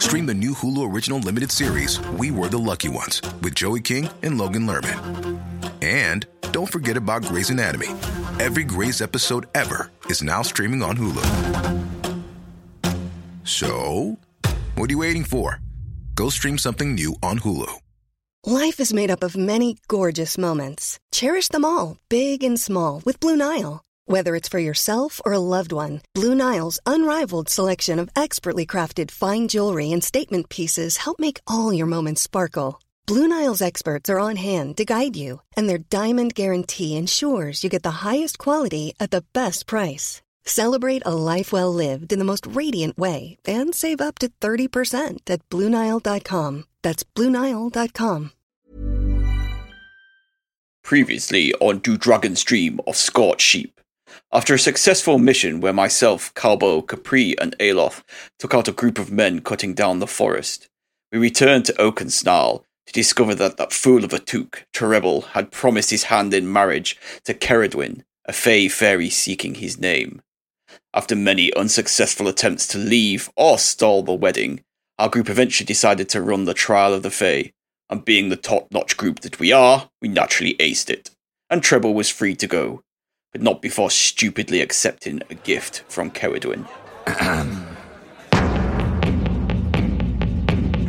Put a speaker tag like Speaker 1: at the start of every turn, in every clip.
Speaker 1: Stream the new Hulu original limited series We Were the Lucky Ones with Joey King and Logan Lerman. And don't forget about Grey's Anatomy. Every Grey's episode ever is now streaming on Hulu. So, what are you waiting for? Go stream something new on Hulu.
Speaker 2: Life is made up of many gorgeous moments. Cherish them all, big and small, with Blue Nile. Whether it's for yourself or a loved one, Blue Nile's unrivaled selection of expertly crafted fine jewelry and statement pieces help make all your moments sparkle. Blue Nile's experts are on hand to guide you, and their diamond guarantee ensures you get the highest quality at the best price. Celebrate a life well lived in the most radiant way and save up to 30% at BlueNile.com. That's BlueNile.com.
Speaker 3: Previously on Do Dragon's Dream of Scorched Sheep. After a successful mission where myself, Calbo, Capri, and Aloth took out a group of men cutting down the forest, we returned to Oakensnarl to discover that that fool of a Took, Trebel, had promised his hand in marriage to Keredwin, a fey fairy seeking his name. After many unsuccessful attempts to leave or stall the wedding, our group eventually decided to run the trial of the fey, and being the top-notch group that we are, we naturally aced it, and Trebel was free to go, but not before stupidly accepting a gift from Keredwin.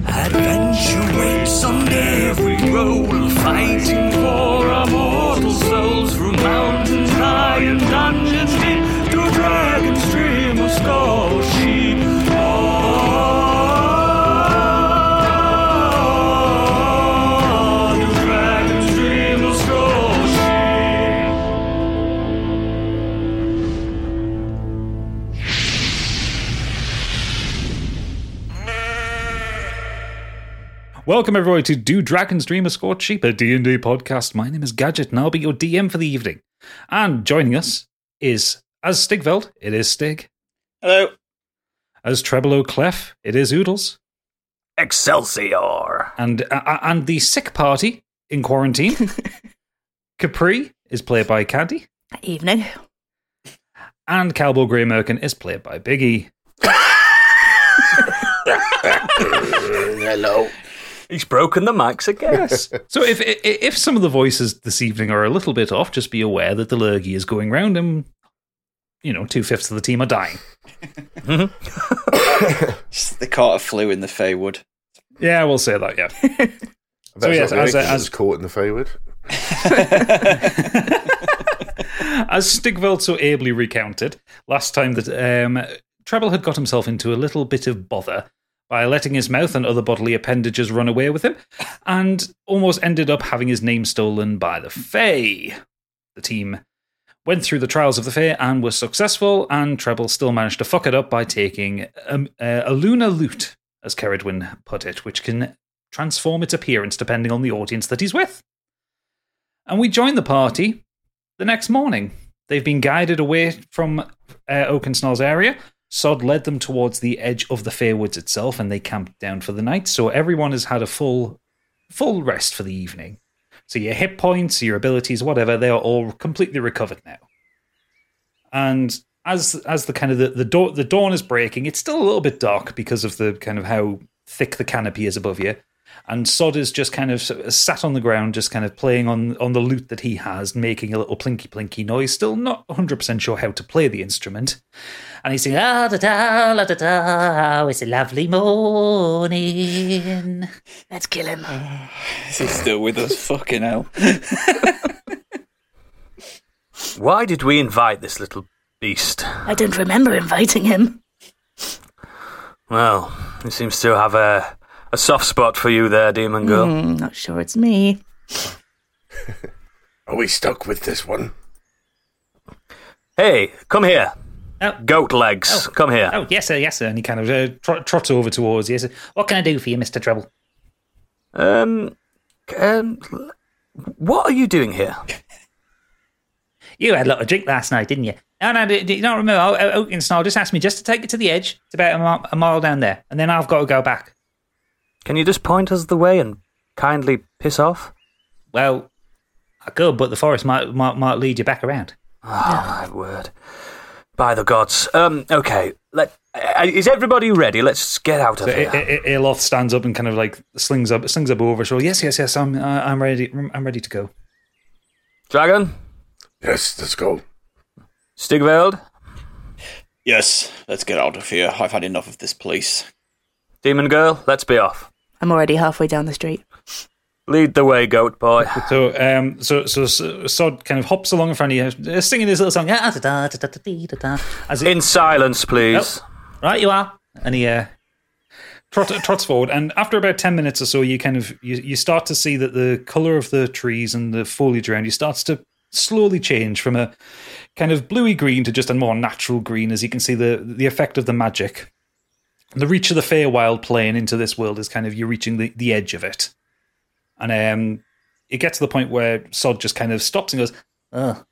Speaker 4: Adventure waits someday if we roll, fighting for our mortal souls through mountains high and dungeons deep, through dragon stream of skull sheep.
Speaker 5: Welcome everybody to Do Dragons Dream of Scorched Sheep, a D&D podcast. My name is Gadget and I'll be your DM for the evening. And joining us is, as Stigveld, it is Stig.
Speaker 3: Hello.
Speaker 5: As Trebolo Clef, it is Oodles.
Speaker 4: Excelsior!
Speaker 5: And, uh, uh, and the sick party in quarantine, Capri, is played by Caddy.
Speaker 6: Evening.
Speaker 5: And Cowboy Grey Merkin is played by Biggie.
Speaker 7: Hello.
Speaker 4: He's broken the mics again.
Speaker 5: Yes. so if i- i- if some of the voices this evening are a little bit off, just be aware that the lurgy is going round, and you know two fifths of the team are dying.
Speaker 3: It's the cart of flu in the Feywood.
Speaker 5: Yeah, we'll say that. Yeah. So yes, as, uh, as-
Speaker 7: as caught in the Feywood.
Speaker 5: As Stigveld so ably recounted last time that um, Treble had got himself into a little bit of bother by letting his mouth and other bodily appendages run away with him, and almost ended up having his name stolen by the Fae. The team went through the trials of the Fae and was successful, and Treble still managed to fuck it up by taking um, uh, a lunar loot, as Keridwin put it, which can transform its appearance depending on the audience that he's with. And we join the party the next morning, they've been guided away from uh, Oakensnarl's area. Sod led them towards the edge of the Fairwoods itself, and they camped down for the night. So everyone has had a full, full rest for the evening. So your hit points, your abilities, whatever, they are all completely recovered now. And as as the kind of the the, daw- the dawn is breaking, it's still a little bit dark because of the kind of how thick the canopy is above you. And Sod is just kind of s- sat on the ground, just kind of playing on on the lute that he has, making a little plinky plinky noise. Still not hundred percent sure how to play the instrument. And he's singing, ah da da la da da, it's a lovely morning.
Speaker 6: Let's kill him.
Speaker 3: Is he still with us? Fucking hell.
Speaker 4: Why did we invite this little beast?
Speaker 6: I don't remember inviting him.
Speaker 4: Well, he seems to have a, a soft spot for you there, Demon Girl.
Speaker 6: Mm, not sure it's me.
Speaker 7: Are we stuck with this one?
Speaker 4: Hey, come here.
Speaker 5: Oh.
Speaker 4: Goat legs,
Speaker 5: Oh.
Speaker 4: come here.
Speaker 5: Oh yes sir, yes sir. And he kind of uh, trot, trots over towards you. He says, What can I do for you, Mister Treble?
Speaker 4: Um,
Speaker 8: Um, what are you doing here?
Speaker 5: You had a lot of drink last night, didn't you? No, no, do do you not remember? O- O- Oakensnarl just asked me just to take it to the edge. It's about a mile, a mile down there, and then I've got to go back.
Speaker 8: Can you just point us the way and kindly piss off?
Speaker 5: Well, I could, but the forest might might, might lead you back around.
Speaker 8: Oh, my word. By the gods. Um, okay. Let, uh, is everybody ready? Let's get out of
Speaker 5: So
Speaker 8: here.
Speaker 5: Eloth stands up and kind of like slings up slings up over. So yes, yes, yes, I'm uh, I'm ready. I'm ready to go.
Speaker 8: Dragon,
Speaker 7: Yes, let's go.
Speaker 8: Stigveld,
Speaker 3: Yes, let's get out of here. I've had enough of this place.
Speaker 8: Demon Girl, let's be off.
Speaker 6: I'm already halfway down the street.
Speaker 8: Lead the way, goat boy.
Speaker 5: So um so so, so Sod kind of hops along in front of you, uh, singing his little song. "Ah, da, da, da, da, da, dee, da, da," As it,
Speaker 8: In silence, please.
Speaker 5: Oh. right, you are, and he uh, trot, trots forward. And after about ten minutes or so, you kind of you, you start to see that the color of the trees and the foliage around you starts to slowly change from a kind of bluey green to just a more natural green, as you can see the the effect of the magic. The reach of the Feywild plane into this world is kind of you're reaching the, the edge of it, and um, it gets to the point where Sod just kind of stops and goes, "Oh,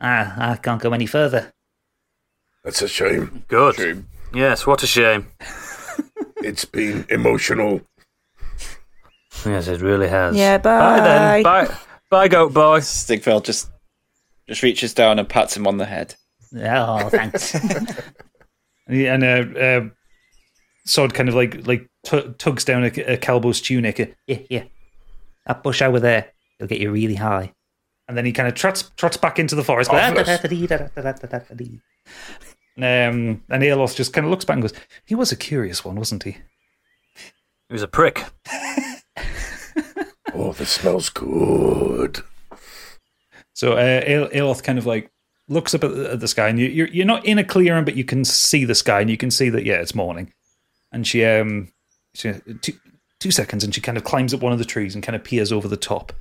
Speaker 5: ah, I can't go any further."
Speaker 7: That's a shame.
Speaker 8: Good.
Speaker 7: Shame.
Speaker 8: Yes, what a shame.
Speaker 7: It's been emotional.
Speaker 8: Yes, it really has.
Speaker 6: Yeah,
Speaker 8: Bye then.
Speaker 6: bye.
Speaker 8: Bye. Bye, goat boy.
Speaker 3: Stigfeld just just reaches down and pats him on the head.
Speaker 5: Oh, thanks. and uh, uh, Sod kind of like like tu- tugs down a, a Calbo's tunic. Yeah, yeah. That bush over there, it'll get you really high. And then he kind of trots trots back into the forest. um,
Speaker 7: Marvelous.
Speaker 5: and Aelos just kind of looks back and goes, "He was a curious one, wasn't he?"
Speaker 8: He was a prick.
Speaker 7: Oh, this smells good.
Speaker 5: So uh, Ael- Aeloth kind of like looks up at the, at the sky, and you, you're you're not in a clearing, but you can see the sky, and you can see that yeah, it's morning. And she um she two, two seconds, and she kind of climbs up one of the trees and kind of peers over the top,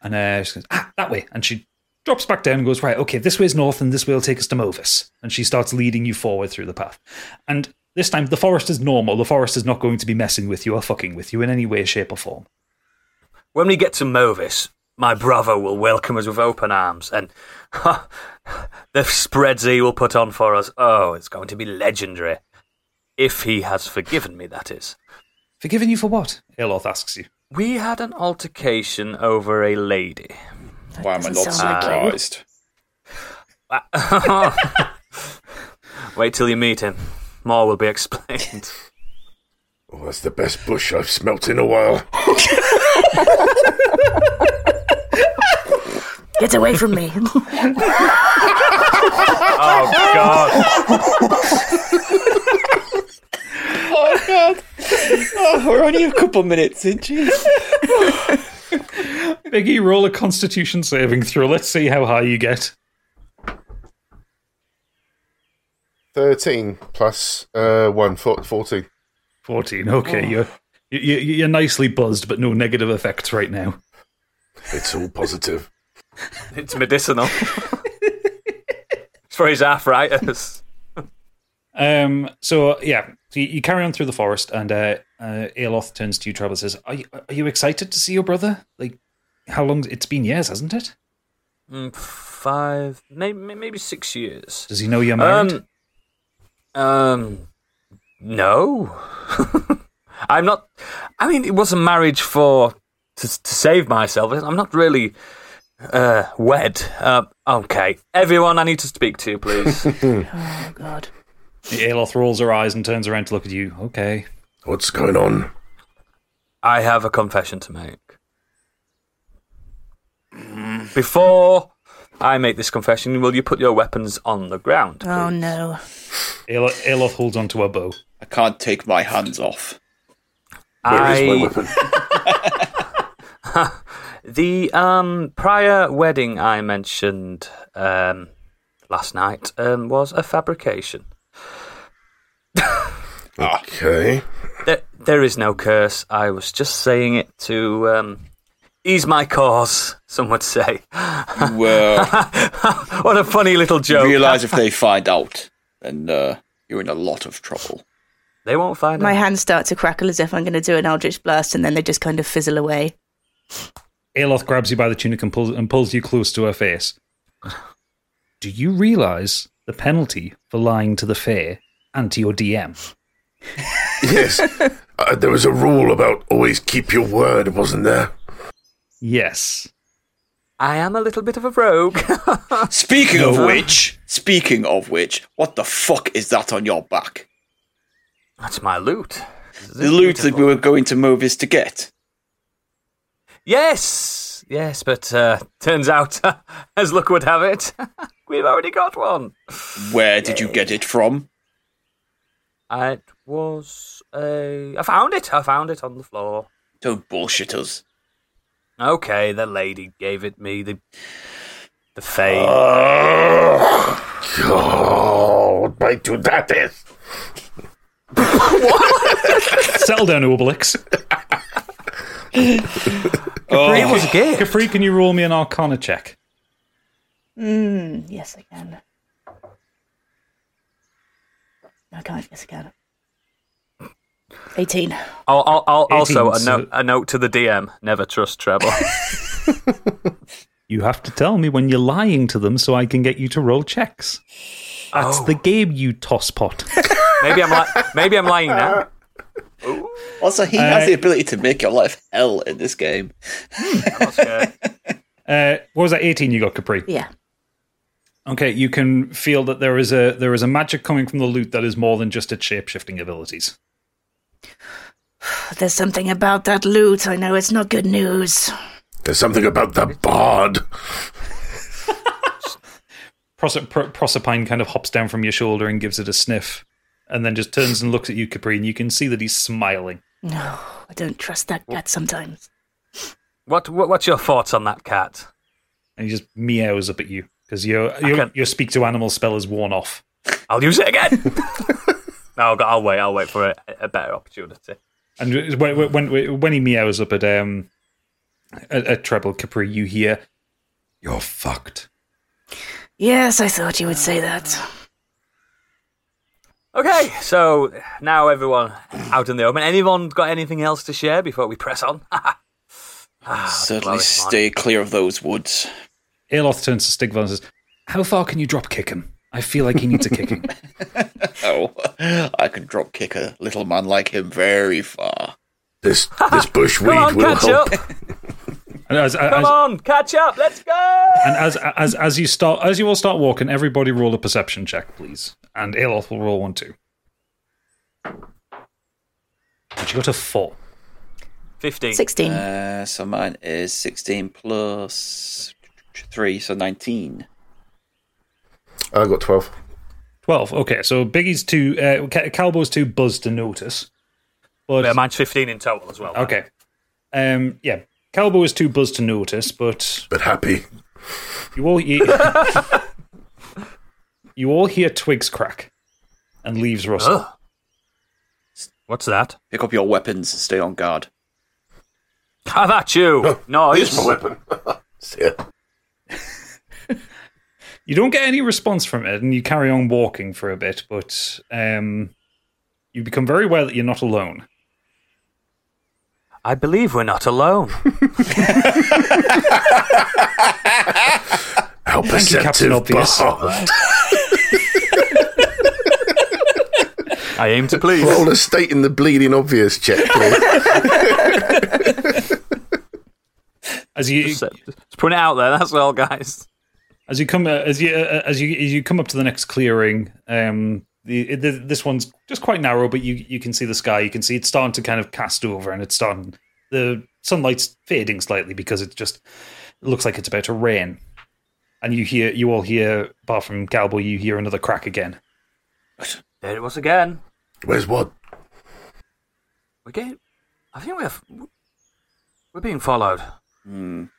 Speaker 5: and uh, she goes ah that way, and she drops back down and goes right okay this way's north, and this way'll take us to Movis, and she starts leading you forward through the path, and. This time, the forest is normal. The forest is not going to be messing with you or fucking with you in any way, shape, or form.
Speaker 8: When we get to Movis, my brother will welcome us with open arms, and the spreads he will put on for us. Oh, it's going to be legendary. If he has forgiven me, that is.
Speaker 5: Forgiving you for what? Aeloth asks you.
Speaker 8: We had an altercation over a lady.
Speaker 6: That
Speaker 3: Why am I
Speaker 6: doesn't
Speaker 3: not
Speaker 6: sound like you.
Speaker 3: surprised?
Speaker 8: Wait till you meet him. More will be explained.
Speaker 7: Oh, that's the best bush I've smelt in a while.
Speaker 6: Get away from me.
Speaker 8: oh, God.
Speaker 3: Oh god! Oh, we're only a couple minutes in. Jeez.
Speaker 5: Biggie, E, roll a constitution saving throw. Let's see how high you get.
Speaker 7: 13 plus uh, 1, four- 14.
Speaker 5: 14. Okay, you're, you, you- you're nicely buzzed, but no negative effects right now.
Speaker 7: It's all positive.
Speaker 8: It's medicinal. it's for his arthritis.
Speaker 5: Um, so, yeah, so you, you carry on through the forest, and uh, uh, Aeloth turns to you, Trevor, says, are you, are you excited to see your brother? Like, how long? It's been years, hasn't it?
Speaker 8: Mm, Five, maybe, maybe six years.
Speaker 5: Does he know you're married?
Speaker 8: Um, um, no. I'm not. I mean, it was a marriage for to, to save myself. I'm not really uh, wed. Uh, okay, everyone, I need to speak to, please.
Speaker 6: oh, God.
Speaker 5: Aeloth rolls her eyes and turns around to look at you. Okay.
Speaker 7: What's going on?
Speaker 8: I have a confession to make. Before I make this confession, will you put your weapons on the ground?
Speaker 6: Oh,
Speaker 8: please?
Speaker 6: no.
Speaker 5: Aeloth, Aeloth holds onto her bow.
Speaker 3: I can't take my hands off.
Speaker 7: Where is my
Speaker 8: I,
Speaker 7: weapon?
Speaker 8: the um, prior wedding I mentioned um, last night um, was a fabrication.
Speaker 7: Okay.
Speaker 8: There, there is no curse. I was just saying it to um, ease my cause, some would say.
Speaker 3: Well,
Speaker 8: what a funny little joke.
Speaker 3: uh, realize if they find out, then uh, you're in a lot of trouble.
Speaker 8: They won't find
Speaker 6: My
Speaker 8: out.
Speaker 6: hands start to crackle as if I'm going to do an Eldritch Blast, and then they just kind of fizzle away.
Speaker 5: Aloth grabs you by the tunic and pulls, and pulls you close to her face. Do you realize the penalty for lying to the fair and to your DM?
Speaker 7: Yes. uh, there was a rule about always keep your word, wasn't there?
Speaker 5: Yes.
Speaker 8: I am a little bit of a rogue.
Speaker 3: Speaking of which, speaking of which, what the fuck is that on your back?
Speaker 8: That's my loot.
Speaker 3: The loot that we were going to Movis to get.
Speaker 8: Yes, yes, but uh, turns out, as luck would have it, we've already got one.
Speaker 3: Where did you get it from?
Speaker 8: It was a. I found it. I found it on the floor.
Speaker 3: Don't bullshit us.
Speaker 8: Okay, the lady gave it me. The the fae.
Speaker 5: Oh.
Speaker 7: God, my to that is.
Speaker 5: Settle down, Obelix.
Speaker 8: it was a gift.
Speaker 5: Capri, can you roll me an Arcana check?
Speaker 6: Mm, yes, I can. No, I can't. Yes, I can. 18.
Speaker 8: I'll, I'll, I'll, also, a,
Speaker 5: 18,
Speaker 8: no-
Speaker 5: so-
Speaker 8: a note to the DM: never trust Oh. Treble.
Speaker 5: You have to tell me when you're lying to them so I can get you to roll checks. That's
Speaker 8: Oh.
Speaker 5: the game, you tosspot.
Speaker 8: maybe I'm li- maybe I'm lying now.
Speaker 3: Also, he
Speaker 5: Uh,
Speaker 3: has the ability to make your life hell in this game.
Speaker 5: uh, what was that? 18 you got, Capri?
Speaker 6: Yeah.
Speaker 5: Okay, you can feel that there is a there is a magic coming from the loot that is more than just its shape shifting abilities.
Speaker 6: There's something about that loot. I know it's not good news.
Speaker 7: There's something about the bard.
Speaker 5: Pros- Pro- Proserpine kind of hops down from your shoulder and gives it a sniff, and then just turns and looks at you, Capri, and you can see that he's smiling.
Speaker 6: No, I don't trust that cat sometimes.
Speaker 8: What, what what's your thoughts on that cat?
Speaker 5: And he just meows up at you because your
Speaker 8: I
Speaker 5: your,
Speaker 8: can't-
Speaker 5: your speak to animal spell is worn off.
Speaker 8: I'll use it again. no, I'll wait. I'll wait for a, a better opportunity.
Speaker 5: And when when when he meows up at um at, at Treble Capri, you hear you're fucked.
Speaker 6: Yes, I thought you would say that.
Speaker 8: Okay, so now everyone out in the open. Anyone got anything else to share before we press on? Ah,
Speaker 3: Certainly
Speaker 8: glory,
Speaker 3: stay clear of those woods.
Speaker 5: Aloth turns to Stigval and says, "How far can you drop kick him? I feel like he needs a kicking."
Speaker 3: Oh, I can drop kick a little man like him very far.
Speaker 7: This this bush
Speaker 8: Come
Speaker 7: weed
Speaker 8: on,
Speaker 7: will
Speaker 8: catch
Speaker 7: help.
Speaker 8: up!
Speaker 5: And as,
Speaker 8: Come
Speaker 5: as,
Speaker 8: on, catch up! Let's go!
Speaker 5: and as as as you start as you all start walking, everybody roll a perception check, please. And Aloth will roll one too. But you got a four.
Speaker 8: Fifteen.
Speaker 6: 16.
Speaker 3: Uh, so mine is 16 plus 3, so 19.
Speaker 7: I got 12.
Speaker 5: 12. Okay, so Biggie's two, uh, Ca- Calbo's two buzz to notice. But
Speaker 8: Yeah, mine's fifteen in total as well.
Speaker 5: Okay. Um. Yeah. Calbo is too buzzed to notice, but
Speaker 7: But happy.
Speaker 5: you all you, you all hear twigs crack and leaves rustle.
Speaker 8: Ugh. What's that?
Speaker 3: Pick up your weapons and stay on guard.
Speaker 8: Have at
Speaker 5: Oh,
Speaker 8: you!
Speaker 7: Here's
Speaker 8: Nice.
Speaker 7: my weapon. See ya.
Speaker 5: You don't get any response from it, and you carry on walking for a bit, but um, you become very aware that you're not alone.
Speaker 8: I believe we're not alone.
Speaker 7: How
Speaker 5: you, Captain
Speaker 7: perceptive
Speaker 5: Obvious.
Speaker 7: bard.
Speaker 8: I aim to please.
Speaker 7: Roll a state in the bleeding obvious check, please.
Speaker 5: As you
Speaker 8: Just just put it out there. That's all, guys.
Speaker 5: as you come uh, as you uh, as you as you come up to the next clearing, um, the, the this one's just quite narrow, but you you can see the sky. You can see it's starting to kind of cast over, and it's starting the sunlight's fading slightly because it's just it looks like it's about to rain. And you hear you all hear, apart from Cowboy, you hear another crack again.
Speaker 8: There it was again.
Speaker 7: Where's what?
Speaker 8: We're getting. I think we're. We're being followed.
Speaker 5: And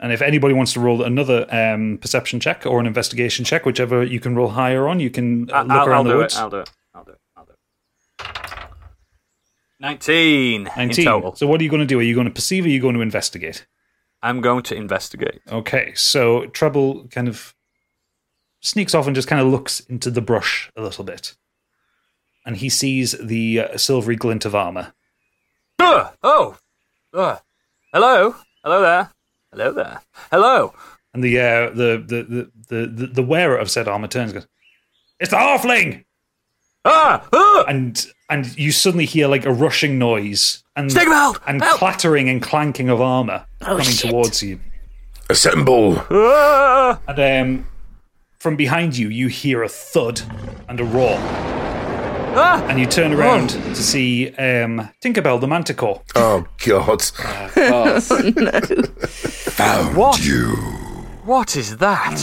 Speaker 5: if anybody wants to roll another um, perception check or an investigation check, whichever you can roll higher on, you can uh,
Speaker 8: I-
Speaker 5: look around the
Speaker 8: do
Speaker 5: woods.
Speaker 8: It, I'll do it. I'll do it. I'll do it. 19, in
Speaker 5: 19.
Speaker 8: total.
Speaker 5: So what are you going to do? Are you going to perceive? Or are you going to investigate?
Speaker 8: I'm going to investigate.
Speaker 5: Okay, so Treble kind of sneaks off and just kind of looks into the brush a little bit. And he sees the uh, silvery glint of armor.
Speaker 8: Ugh! Oh! Ugh. Hello? Hello there. Hello there. Hello.
Speaker 5: And the uh, the, the, the the the wearer of said armor turns and goes, "It's the halfling!"
Speaker 8: Ah! ah!
Speaker 5: And and you suddenly hear like a rushing noise and
Speaker 8: Take him out!
Speaker 5: and
Speaker 8: Help! Oh,
Speaker 5: clattering and clanking of armor coming
Speaker 6: shit.
Speaker 5: towards you.
Speaker 7: Assemble.
Speaker 8: Ah!
Speaker 5: And um, from behind you, you hear a thud and a roar,
Speaker 8: Ah!
Speaker 5: and you turn around to see um, Tinkerbell the Manticore.
Speaker 7: Oh, God. Found
Speaker 8: What?
Speaker 7: you.
Speaker 8: What is that?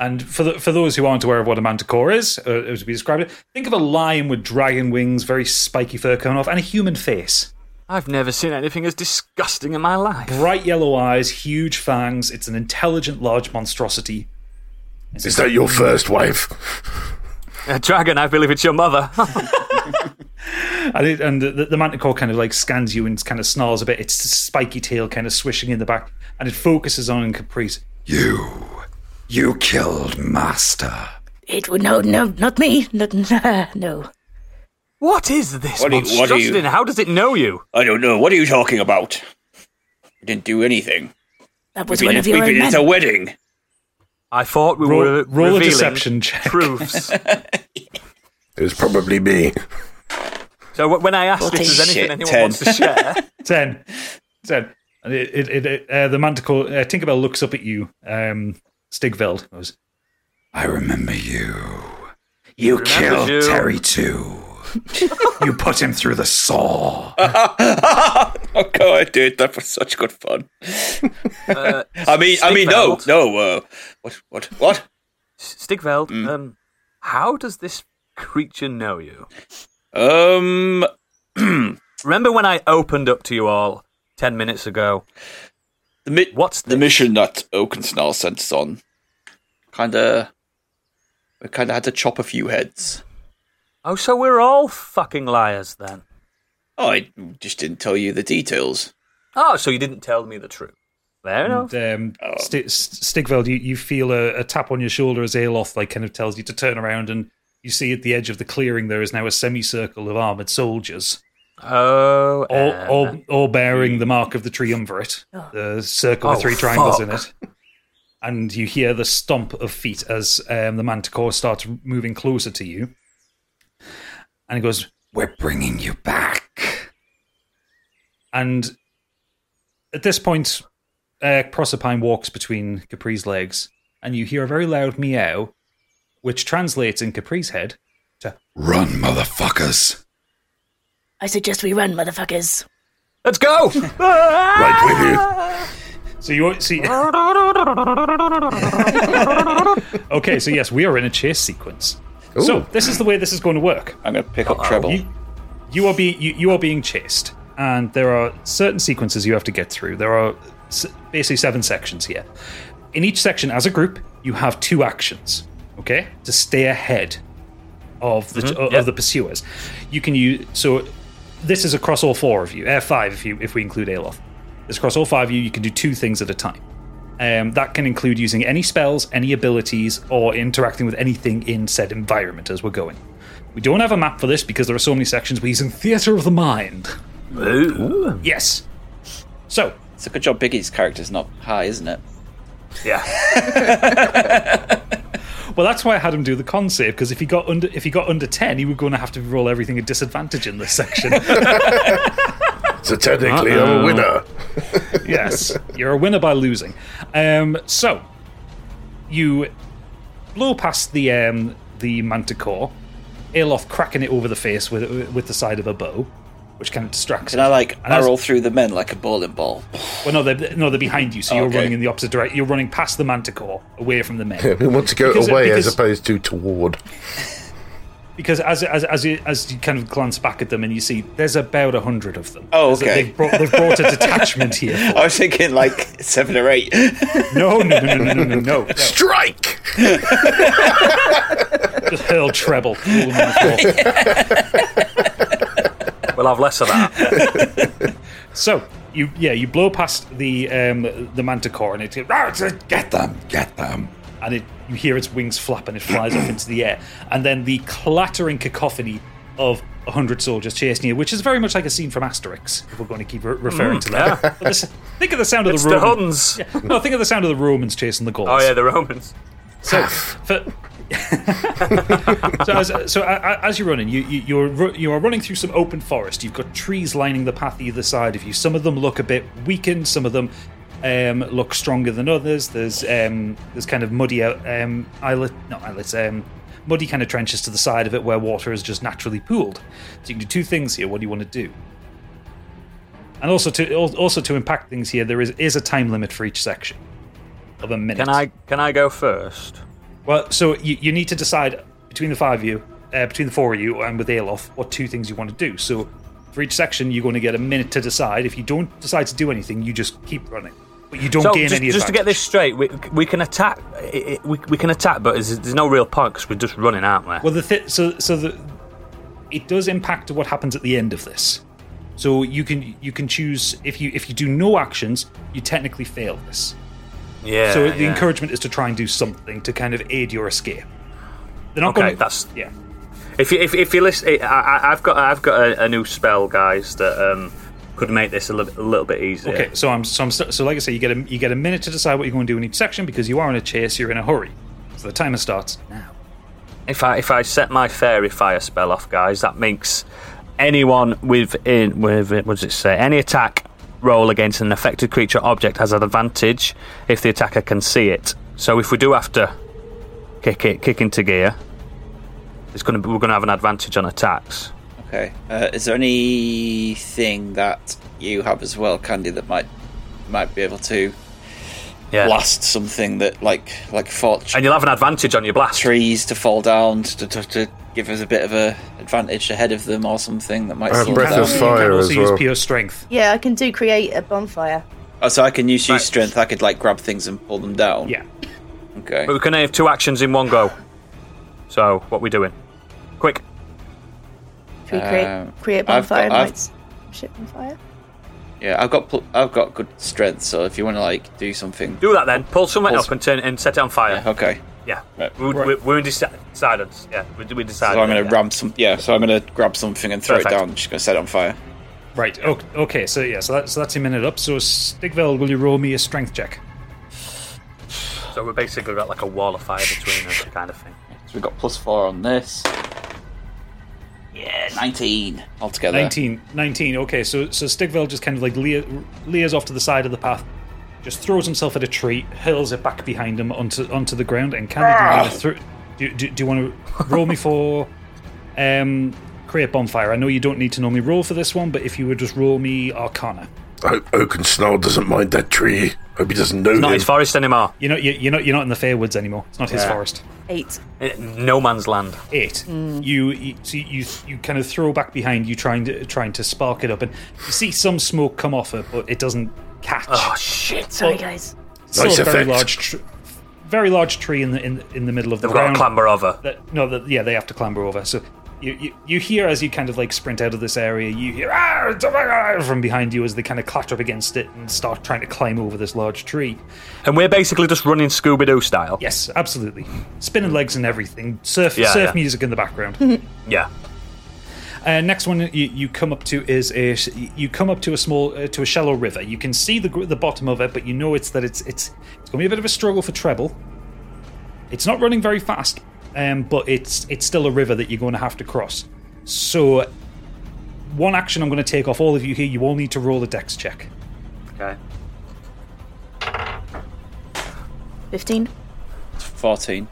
Speaker 5: And for the, for those who aren't aware of what a manticore is, uh, as we described it, think of a lion with dragon wings, very spiky fur coming off, and a human face.
Speaker 8: I've never seen anything as disgusting in my life.
Speaker 5: Bright yellow eyes, huge fangs. It's an intelligent, large monstrosity.
Speaker 7: Is that your first wife?
Speaker 8: A dragon, I believe it's your mother.
Speaker 5: And, it, and the, the manticore kind of like scans you and kind of snarls a bit. Its spiky tail kind of swishing in the back, and it focuses on Caprice.
Speaker 9: You. You killed Master.
Speaker 6: It would no, no, not me. Not, no.
Speaker 8: what is this
Speaker 3: What do you- what do
Speaker 8: monstrosity?
Speaker 3: you-
Speaker 8: and How does it know you?
Speaker 3: I don't know. What are you talking about? I didn't do anything.
Speaker 6: That
Speaker 3: We've
Speaker 6: was
Speaker 3: been,
Speaker 6: one
Speaker 3: at,
Speaker 6: of your
Speaker 3: we've
Speaker 6: own
Speaker 3: been
Speaker 6: men.
Speaker 3: at a wedding.
Speaker 8: I thought we
Speaker 5: Roll-
Speaker 8: were
Speaker 5: roll a
Speaker 8: revealing
Speaker 5: deception check.
Speaker 8: proofs.
Speaker 7: It was probably me.
Speaker 8: so w- when I asked if there's anything
Speaker 3: Shit,
Speaker 8: anyone
Speaker 3: ten.
Speaker 8: wants to share,
Speaker 5: Ten. Ten. And it, it, it, it, uh, the manticore, uh, Tinkerbell looks up at you, um, Stigveld. Goes,
Speaker 9: I remember you. You killed
Speaker 8: you.
Speaker 9: Terry too. you put him through the saw.
Speaker 3: Oh god, dude, that was such good fun.
Speaker 8: uh,
Speaker 3: I mean, I mean, no,
Speaker 8: Stigveld.
Speaker 3: no. Uh, what, what, what?
Speaker 8: Stigveld,
Speaker 3: Mm.
Speaker 8: um, how does this creature know you?
Speaker 3: Um,
Speaker 8: Remember when I opened up to you all ten minutes ago?
Speaker 3: the mi-
Speaker 8: What's
Speaker 3: the
Speaker 8: this?
Speaker 3: mission that Oakensnarl sent us on? Kinda, we kinda had to chop a few heads.
Speaker 8: Oh, so we're all fucking liars then.
Speaker 3: Oh, I just didn't tell you the details.
Speaker 8: Oh, so you didn't tell me the truth. Fair enough. Oh.
Speaker 5: And, um, Sti- St- Stigveld, you, you feel a, a tap on your shoulder as Aloth like kind of tells you to turn around, and you see at the edge of the clearing there is now a semicircle of armored soldiers,
Speaker 8: Oh,
Speaker 5: all
Speaker 8: uh,
Speaker 5: all, all bearing the mark of the triumvirate, the circle with
Speaker 8: Oh,
Speaker 5: three triangles in
Speaker 8: fuck.
Speaker 5: it. And you hear the stomp of feet as um, the manticore starts moving closer to you, and he goes,
Speaker 9: We're bringing you back.
Speaker 5: And at this point, uh, Proserpine walks between Capri's legs, and you hear a very loud meow, which translates in Capri's head.
Speaker 9: Run, motherfuckers.
Speaker 6: I suggest we run, motherfuckers.
Speaker 8: let's go.
Speaker 7: Right
Speaker 5: So you see. okay, so yes, we are in a chase sequence. So
Speaker 7: Ooh.
Speaker 5: this is the way this is going to work.
Speaker 3: I'm gonna pick up treble.
Speaker 5: You, you are being you, you are being chased, and there are certain sequences you have to get through. There are s- basically seven sections here. In each section, as a group, you have two actions. Okay, to stay ahead of the of
Speaker 8: yep.
Speaker 5: the pursuers, you can use. So this is across all four of you. Uh, five, if you if we include Aloth. It's across all five of you. You can do two things at a time. Um, that can include using any spells, any abilities, or interacting with anything in said environment as we're going. We don't have a map for this because there are so many sections. We're using Theatre of the Mind.
Speaker 8: Ooh.
Speaker 5: Yes. So,
Speaker 3: It's a good job Biggie's character's not high, isn't it?
Speaker 8: Yeah.
Speaker 5: well, that's why I had him do the con save because if he got under if he got under ten, he was going to have to roll everything at disadvantage in this section.
Speaker 7: So technically, I'm a winner.
Speaker 5: yes, you're a winner by losing. Um, so you blow past the um, the manticore, Aloth cracking it over the face with with the side of a bow, which kind of distracts.
Speaker 3: Can I
Speaker 5: it.
Speaker 3: like
Speaker 5: And as-
Speaker 3: arrow through the men like a bowling ball?
Speaker 5: Well, no, they're no, they're behind you, so you're
Speaker 3: Okay.
Speaker 5: running in the opposite direction. You're running past the manticore, away from the men.
Speaker 7: We want to go
Speaker 5: Because-
Speaker 7: away
Speaker 5: because-
Speaker 7: as opposed to toward.
Speaker 5: because as as as you, as you kind of glance back at them and you see there's about a hundred of them.
Speaker 3: Oh,
Speaker 5: There's a-
Speaker 3: okay.
Speaker 5: They've brought, they've brought a detachment here.
Speaker 3: I was thinking like seven or eight.
Speaker 5: No, no, no, no, no, no, no, no. Just
Speaker 7: Strike!
Speaker 5: hurl treble. Roll them on the floor.
Speaker 8: We'll have less of that.
Speaker 5: So you yeah you blow past the um the manticore and it "Rah, it's a- get them
Speaker 9: Them, get them.
Speaker 5: and it you hear its wings flap and it flies off into the air and then the clattering cacophony of hundred soldiers chasing you, which is very much like a scene from Asterix. If we're going to keep re- referring to that,
Speaker 8: yeah.
Speaker 5: But this- think of the sound of
Speaker 8: It's
Speaker 5: the
Speaker 8: the
Speaker 5: Romans.
Speaker 8: Huns.
Speaker 5: Yeah. No, think of the sound of the Romans chasing the Gauls.
Speaker 8: Oh yeah, the Romans.
Speaker 5: So, for, so, as, so a- a- as you're running, you, you, you're ru- you are running through some open forest. You've got trees lining the path either side of you. Some of them look a bit weakened. Some of them um, look stronger than others. There's um, there's kind of muddy out- um, islet, not islets, um, muddy kind of trenches to the side of it where water is just naturally pooled. So you can do two things here. What do you want to do? And also to al- also to impact things here, there is is a time limit for each section of a minute.
Speaker 8: Can I can I go first?
Speaker 5: Well, so you, you need to decide between the five of you, uh, between the four of you, and with Alof, what two things you want to do. So for each section, you're going to get a minute to decide. If you don't decide to do anything, you just keep running, but you don't
Speaker 8: so
Speaker 5: gain
Speaker 8: just,
Speaker 5: any.
Speaker 8: just to get
Speaker 5: advantage.
Speaker 8: this straight, we, we can attack. i- i- We, we can attack, but there's, there's no real point because we're just running, aren't we?
Speaker 5: Well, the th- so so the it does impact what happens at the end of this. So you can you can choose if you if you do no actions, you technically fail this.
Speaker 8: yeah.
Speaker 5: so the
Speaker 8: yeah.
Speaker 5: encouragement is to try and do something to kind of aid your escape. They're not going.
Speaker 8: Okay, that's-
Speaker 5: yeah.
Speaker 8: If you if, if you listen, I, I, I've got I've got a, a new spell, guys, that um, could make this a, little a little bit easier.
Speaker 5: Okay, so I'm so I'm st- so like I say, you get a you get a minute to decide what you're going to do in each section because you are in a chase, you're in a hurry. So the timer starts now.
Speaker 8: If I if I set my fairy fire spell off, guys, that makes anyone within with what does it say? Any attack roll against an affected creature or object has an advantage if the attacker can see it. So if we do have to kick it kick into gear, it's gonna be, we're gonna have an advantage on attacks.
Speaker 3: Okay. Uh, is there anything that you have as well, Candy, that might might be able to
Speaker 8: Yeah,
Speaker 3: blast something that like like fought
Speaker 8: and you'll have an advantage on your blast.
Speaker 3: trees to fall down to, to, to give us a bit of a advantage ahead of them or something that might
Speaker 7: Uh,
Speaker 3: slow
Speaker 7: breath
Speaker 3: down.
Speaker 7: of
Speaker 5: You
Speaker 7: fire
Speaker 5: can also
Speaker 7: as
Speaker 5: use
Speaker 7: well.
Speaker 5: pure strength.
Speaker 10: Yeah, I can do create a bonfire.
Speaker 3: Oh, so I can use use
Speaker 8: Right.
Speaker 3: strength. I could like grab things and pull them down.
Speaker 5: Yeah.
Speaker 3: Okay.
Speaker 8: But we can have two actions in one go. So what we doing? Quick.
Speaker 10: Should we create,
Speaker 3: Um,
Speaker 10: create
Speaker 3: I've
Speaker 10: bonfire
Speaker 3: got- I've-
Speaker 10: lights? Shit bonfire?
Speaker 3: Yeah. I've got pl- I've got good strength. So if you want to like do something.
Speaker 8: Do that then. Pull something
Speaker 3: Pull
Speaker 8: up
Speaker 3: some-
Speaker 8: and turn and set it on fire.
Speaker 3: Yeah, okay.
Speaker 8: Yeah,
Speaker 3: Right.
Speaker 8: We, we, we're in deci- silence. Yeah, we, we decided.
Speaker 3: So I'm gonna
Speaker 8: yeah.
Speaker 3: ram some. Yeah. So I'm gonna grab something and throw
Speaker 8: Perfect.
Speaker 3: it down. just gonna set it on fire.
Speaker 5: Right. o- Okay. So yeah. So that's so that's a minute up. So Stigveld, will you roll me a strength check?
Speaker 8: So we basically got like a wall of fire between us, kind of thing.
Speaker 3: So we've got plus four on this. Yeah, 19 altogether.
Speaker 5: 19, 19. Okay. So so Stigveld just kind of like leer, leers off to the side of the path, just throws himself at a tree, hurls it back behind him onto onto the ground, and can I do, you wanna thro- do, do, do you want to roll me for um create bonfire? I know you don't need to normally roll for this one, but if you would just roll me Arcana.
Speaker 7: I hope Oakensnarl doesn't mind that tree. Hope he doesn't know
Speaker 8: It's not
Speaker 7: him.
Speaker 8: his forest anymore.
Speaker 5: You know, you, you're not you're not in the Fairwoods anymore. It's not his
Speaker 8: Yeah.
Speaker 5: forest.
Speaker 10: Eight.
Speaker 8: Eh, No man's land.
Speaker 5: Eight. You you, so you you kind of throw back behind you, trying to trying to spark it up, and you see some smoke come off it, but it doesn't catch.
Speaker 8: Oh shit!
Speaker 6: Sorry, guys.
Speaker 5: Still
Speaker 7: nice
Speaker 5: a very
Speaker 7: effect.
Speaker 5: large, tr- very large tree in the in, in the middle of the
Speaker 8: They've got
Speaker 5: ground.
Speaker 8: to clamber over.
Speaker 5: That, no, that, yeah, they have to clamber over. So you, you you hear as you kind of like sprint out of this area, you hear "Ah, it's a fire!" from behind you as they kind of clatter up against it and start trying to climb over this large tree.
Speaker 8: And we're basically just running Scooby Doo style.
Speaker 5: Yes, absolutely, spinning legs and everything. Surf
Speaker 8: Yeah,
Speaker 5: surf
Speaker 8: yeah.
Speaker 5: music in the background.
Speaker 8: Yeah.
Speaker 5: Uh, next one you, you come up to is a sh- you come up to a small uh, to a shallow river. You can see the gr- the bottom of it, but you know it's that it's it's it's going to be a bit of a struggle for treble. It's not running very fast, um, but it's it's still a river that you're going to have to cross. So, one action I'm going to take off all of you here. You all need to roll a dex check.
Speaker 8: Okay.
Speaker 10: 15.
Speaker 3: 14.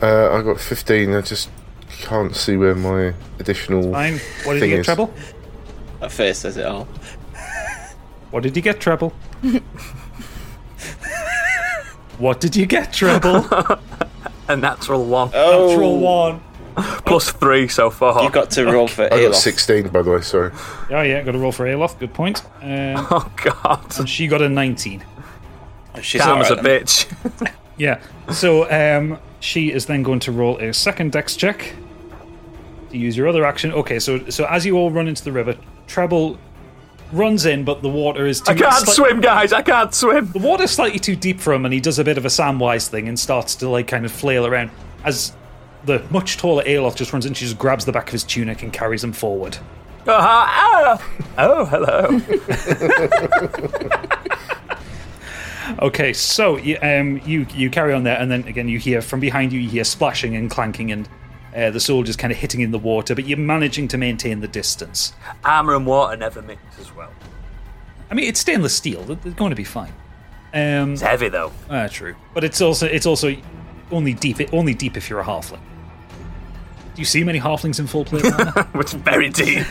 Speaker 7: Uh, I got 15. I just can't see where my additional
Speaker 5: Fine. What did
Speaker 7: thing
Speaker 5: you get,
Speaker 7: is.
Speaker 5: treble?
Speaker 3: That face says it all.
Speaker 5: What did you get, treble? what did you get, treble?
Speaker 8: A natural one
Speaker 3: Oh.
Speaker 5: Natural one.
Speaker 8: plus three so far.
Speaker 3: You got to roll for
Speaker 7: I got
Speaker 3: Alof.
Speaker 7: 16, by the way. Sorry.
Speaker 5: Oh yeah, got to roll for Alof. Good point. Um,
Speaker 8: oh god.
Speaker 5: She got a 19.
Speaker 3: She's
Speaker 8: Damn as a
Speaker 3: alright then.
Speaker 8: bitch.
Speaker 5: Yeah. So um, she is then going to roll a second dex check to use your other action. Okay, so so as you all run into the river, Treble runs in, but the water is too
Speaker 8: I can't
Speaker 5: sli-
Speaker 8: swim, guys. I can't swim.
Speaker 5: The water's slightly too deep for him, and he does a bit of a Samwise thing and starts to like kind of flail around as the much taller Aeloth just runs in, she just grabs the back of his tunic and carries him forward.
Speaker 8: Ah, ah. oh, hello.
Speaker 5: Okay, so you, um, you you carry on there, and then again you hear from behind you, you hear splashing and clanking, and uh, the soldiers kind of hitting in the water, but you're managing to maintain the distance.
Speaker 8: Armour and water never mix as well.
Speaker 5: I mean, it's stainless steel; they're they're going to be fine. Um, it's
Speaker 8: heavy though.
Speaker 5: Ah, true. But it's also it's also only deep only deep if you're a halfling. Do you see many halflings in full plate? Lana?
Speaker 8: Which is very deep.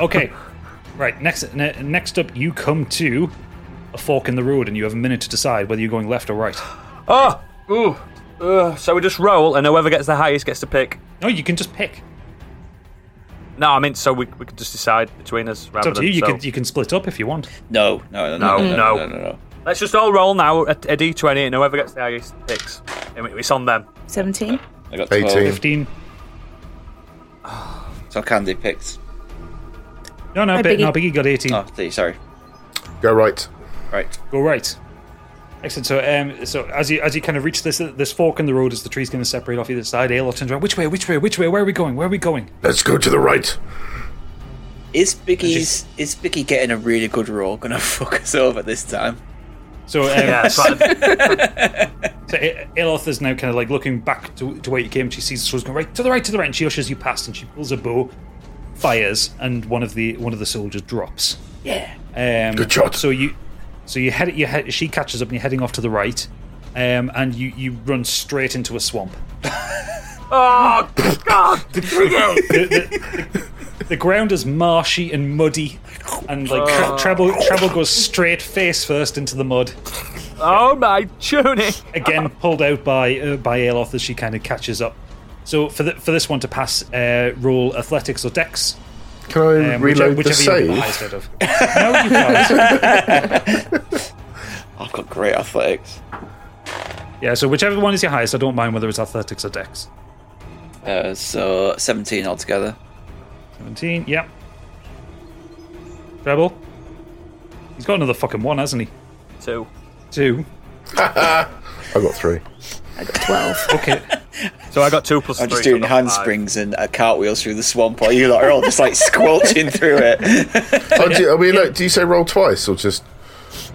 Speaker 5: okay, right. Next ne- next up, you come to a fork in the road, and you have a minute to decide whether you're going left or right.
Speaker 8: Oh, ooh. Uh, so we just roll, and whoever gets the highest gets to pick.
Speaker 5: No, you can just pick.
Speaker 8: No, I mean, so we, we could just decide between us.
Speaker 5: It's
Speaker 8: Rather
Speaker 5: up to you.
Speaker 8: than-
Speaker 5: You
Speaker 8: so-
Speaker 5: can you can split up if you want.
Speaker 3: No, no, no, no,
Speaker 8: No,
Speaker 3: no,
Speaker 8: no.
Speaker 3: no, no, no. no.
Speaker 8: Let's just all roll now at a d20, and whoever gets the highest picks. I mean, It's on them.
Speaker 10: 17?
Speaker 3: I got
Speaker 7: 18.
Speaker 3: 12.
Speaker 5: 15.
Speaker 3: So Candy picks.
Speaker 5: No, no,
Speaker 10: Hi,
Speaker 5: Biggie.
Speaker 10: Biggie.
Speaker 5: no, Biggie got 18.
Speaker 3: Oh, three, sorry.
Speaker 7: Go right.
Speaker 3: Right.
Speaker 5: Go right. Excellent. So, um, so as you as you kind of reach this this fork in the road, as the tree's going to separate off either side, Aelot turns around. Which way? Which way? Which way? Where are we going? Where are we going?
Speaker 7: Let's go to the right.
Speaker 3: Is Biggie's is Biggie getting a really good roll gonna fuck us over this time?
Speaker 5: So, um,
Speaker 8: Yeah, that's right.
Speaker 5: so A- Aeloth is now kind of like looking back to, to where you came. She sees the swords going right to the right to the right, and she ushers you past, and she pulls a bow, fires, and one of the one of the soldiers drops. Yeah. Um,
Speaker 7: Good shot.
Speaker 5: So you, so you head you head, she catches up, and you're heading off to the right, um, and you you run straight into a swamp.
Speaker 8: oh, God.
Speaker 5: the, the- the- the ground is marshy and muddy, and like tra- treble treble goes straight face first into the mud.
Speaker 8: Oh, my tunic.
Speaker 5: Again, pulled out by uh, by Aeloth as she kind of catches up. So for the, for this one to pass, uh, roll athletics or dex,
Speaker 7: Can I
Speaker 5: um,
Speaker 7: reload
Speaker 5: whichever,
Speaker 7: the
Speaker 5: whichever you get the
Speaker 7: save?
Speaker 5: highest out of. No, you can't.
Speaker 3: I've got great athletics.
Speaker 5: Yeah, so whichever one is your highest, I don't mind whether it's athletics or dex.
Speaker 3: Uh, so seventeen altogether.
Speaker 5: Seventeen, yeah. Treble. He's got another fucking one, hasn't he?
Speaker 8: Two.
Speaker 5: Two.
Speaker 7: I got three.
Speaker 5: Okay.
Speaker 8: So I got two plus
Speaker 3: I'm
Speaker 8: three.
Speaker 3: just
Speaker 8: so I
Speaker 3: doing
Speaker 8: got
Speaker 3: hand
Speaker 8: five.
Speaker 3: springs and uh, cartwheels through the swamp while you lot are all just like squelching through it.
Speaker 7: Oh, do, you- I mean, like, do you say roll twice or just?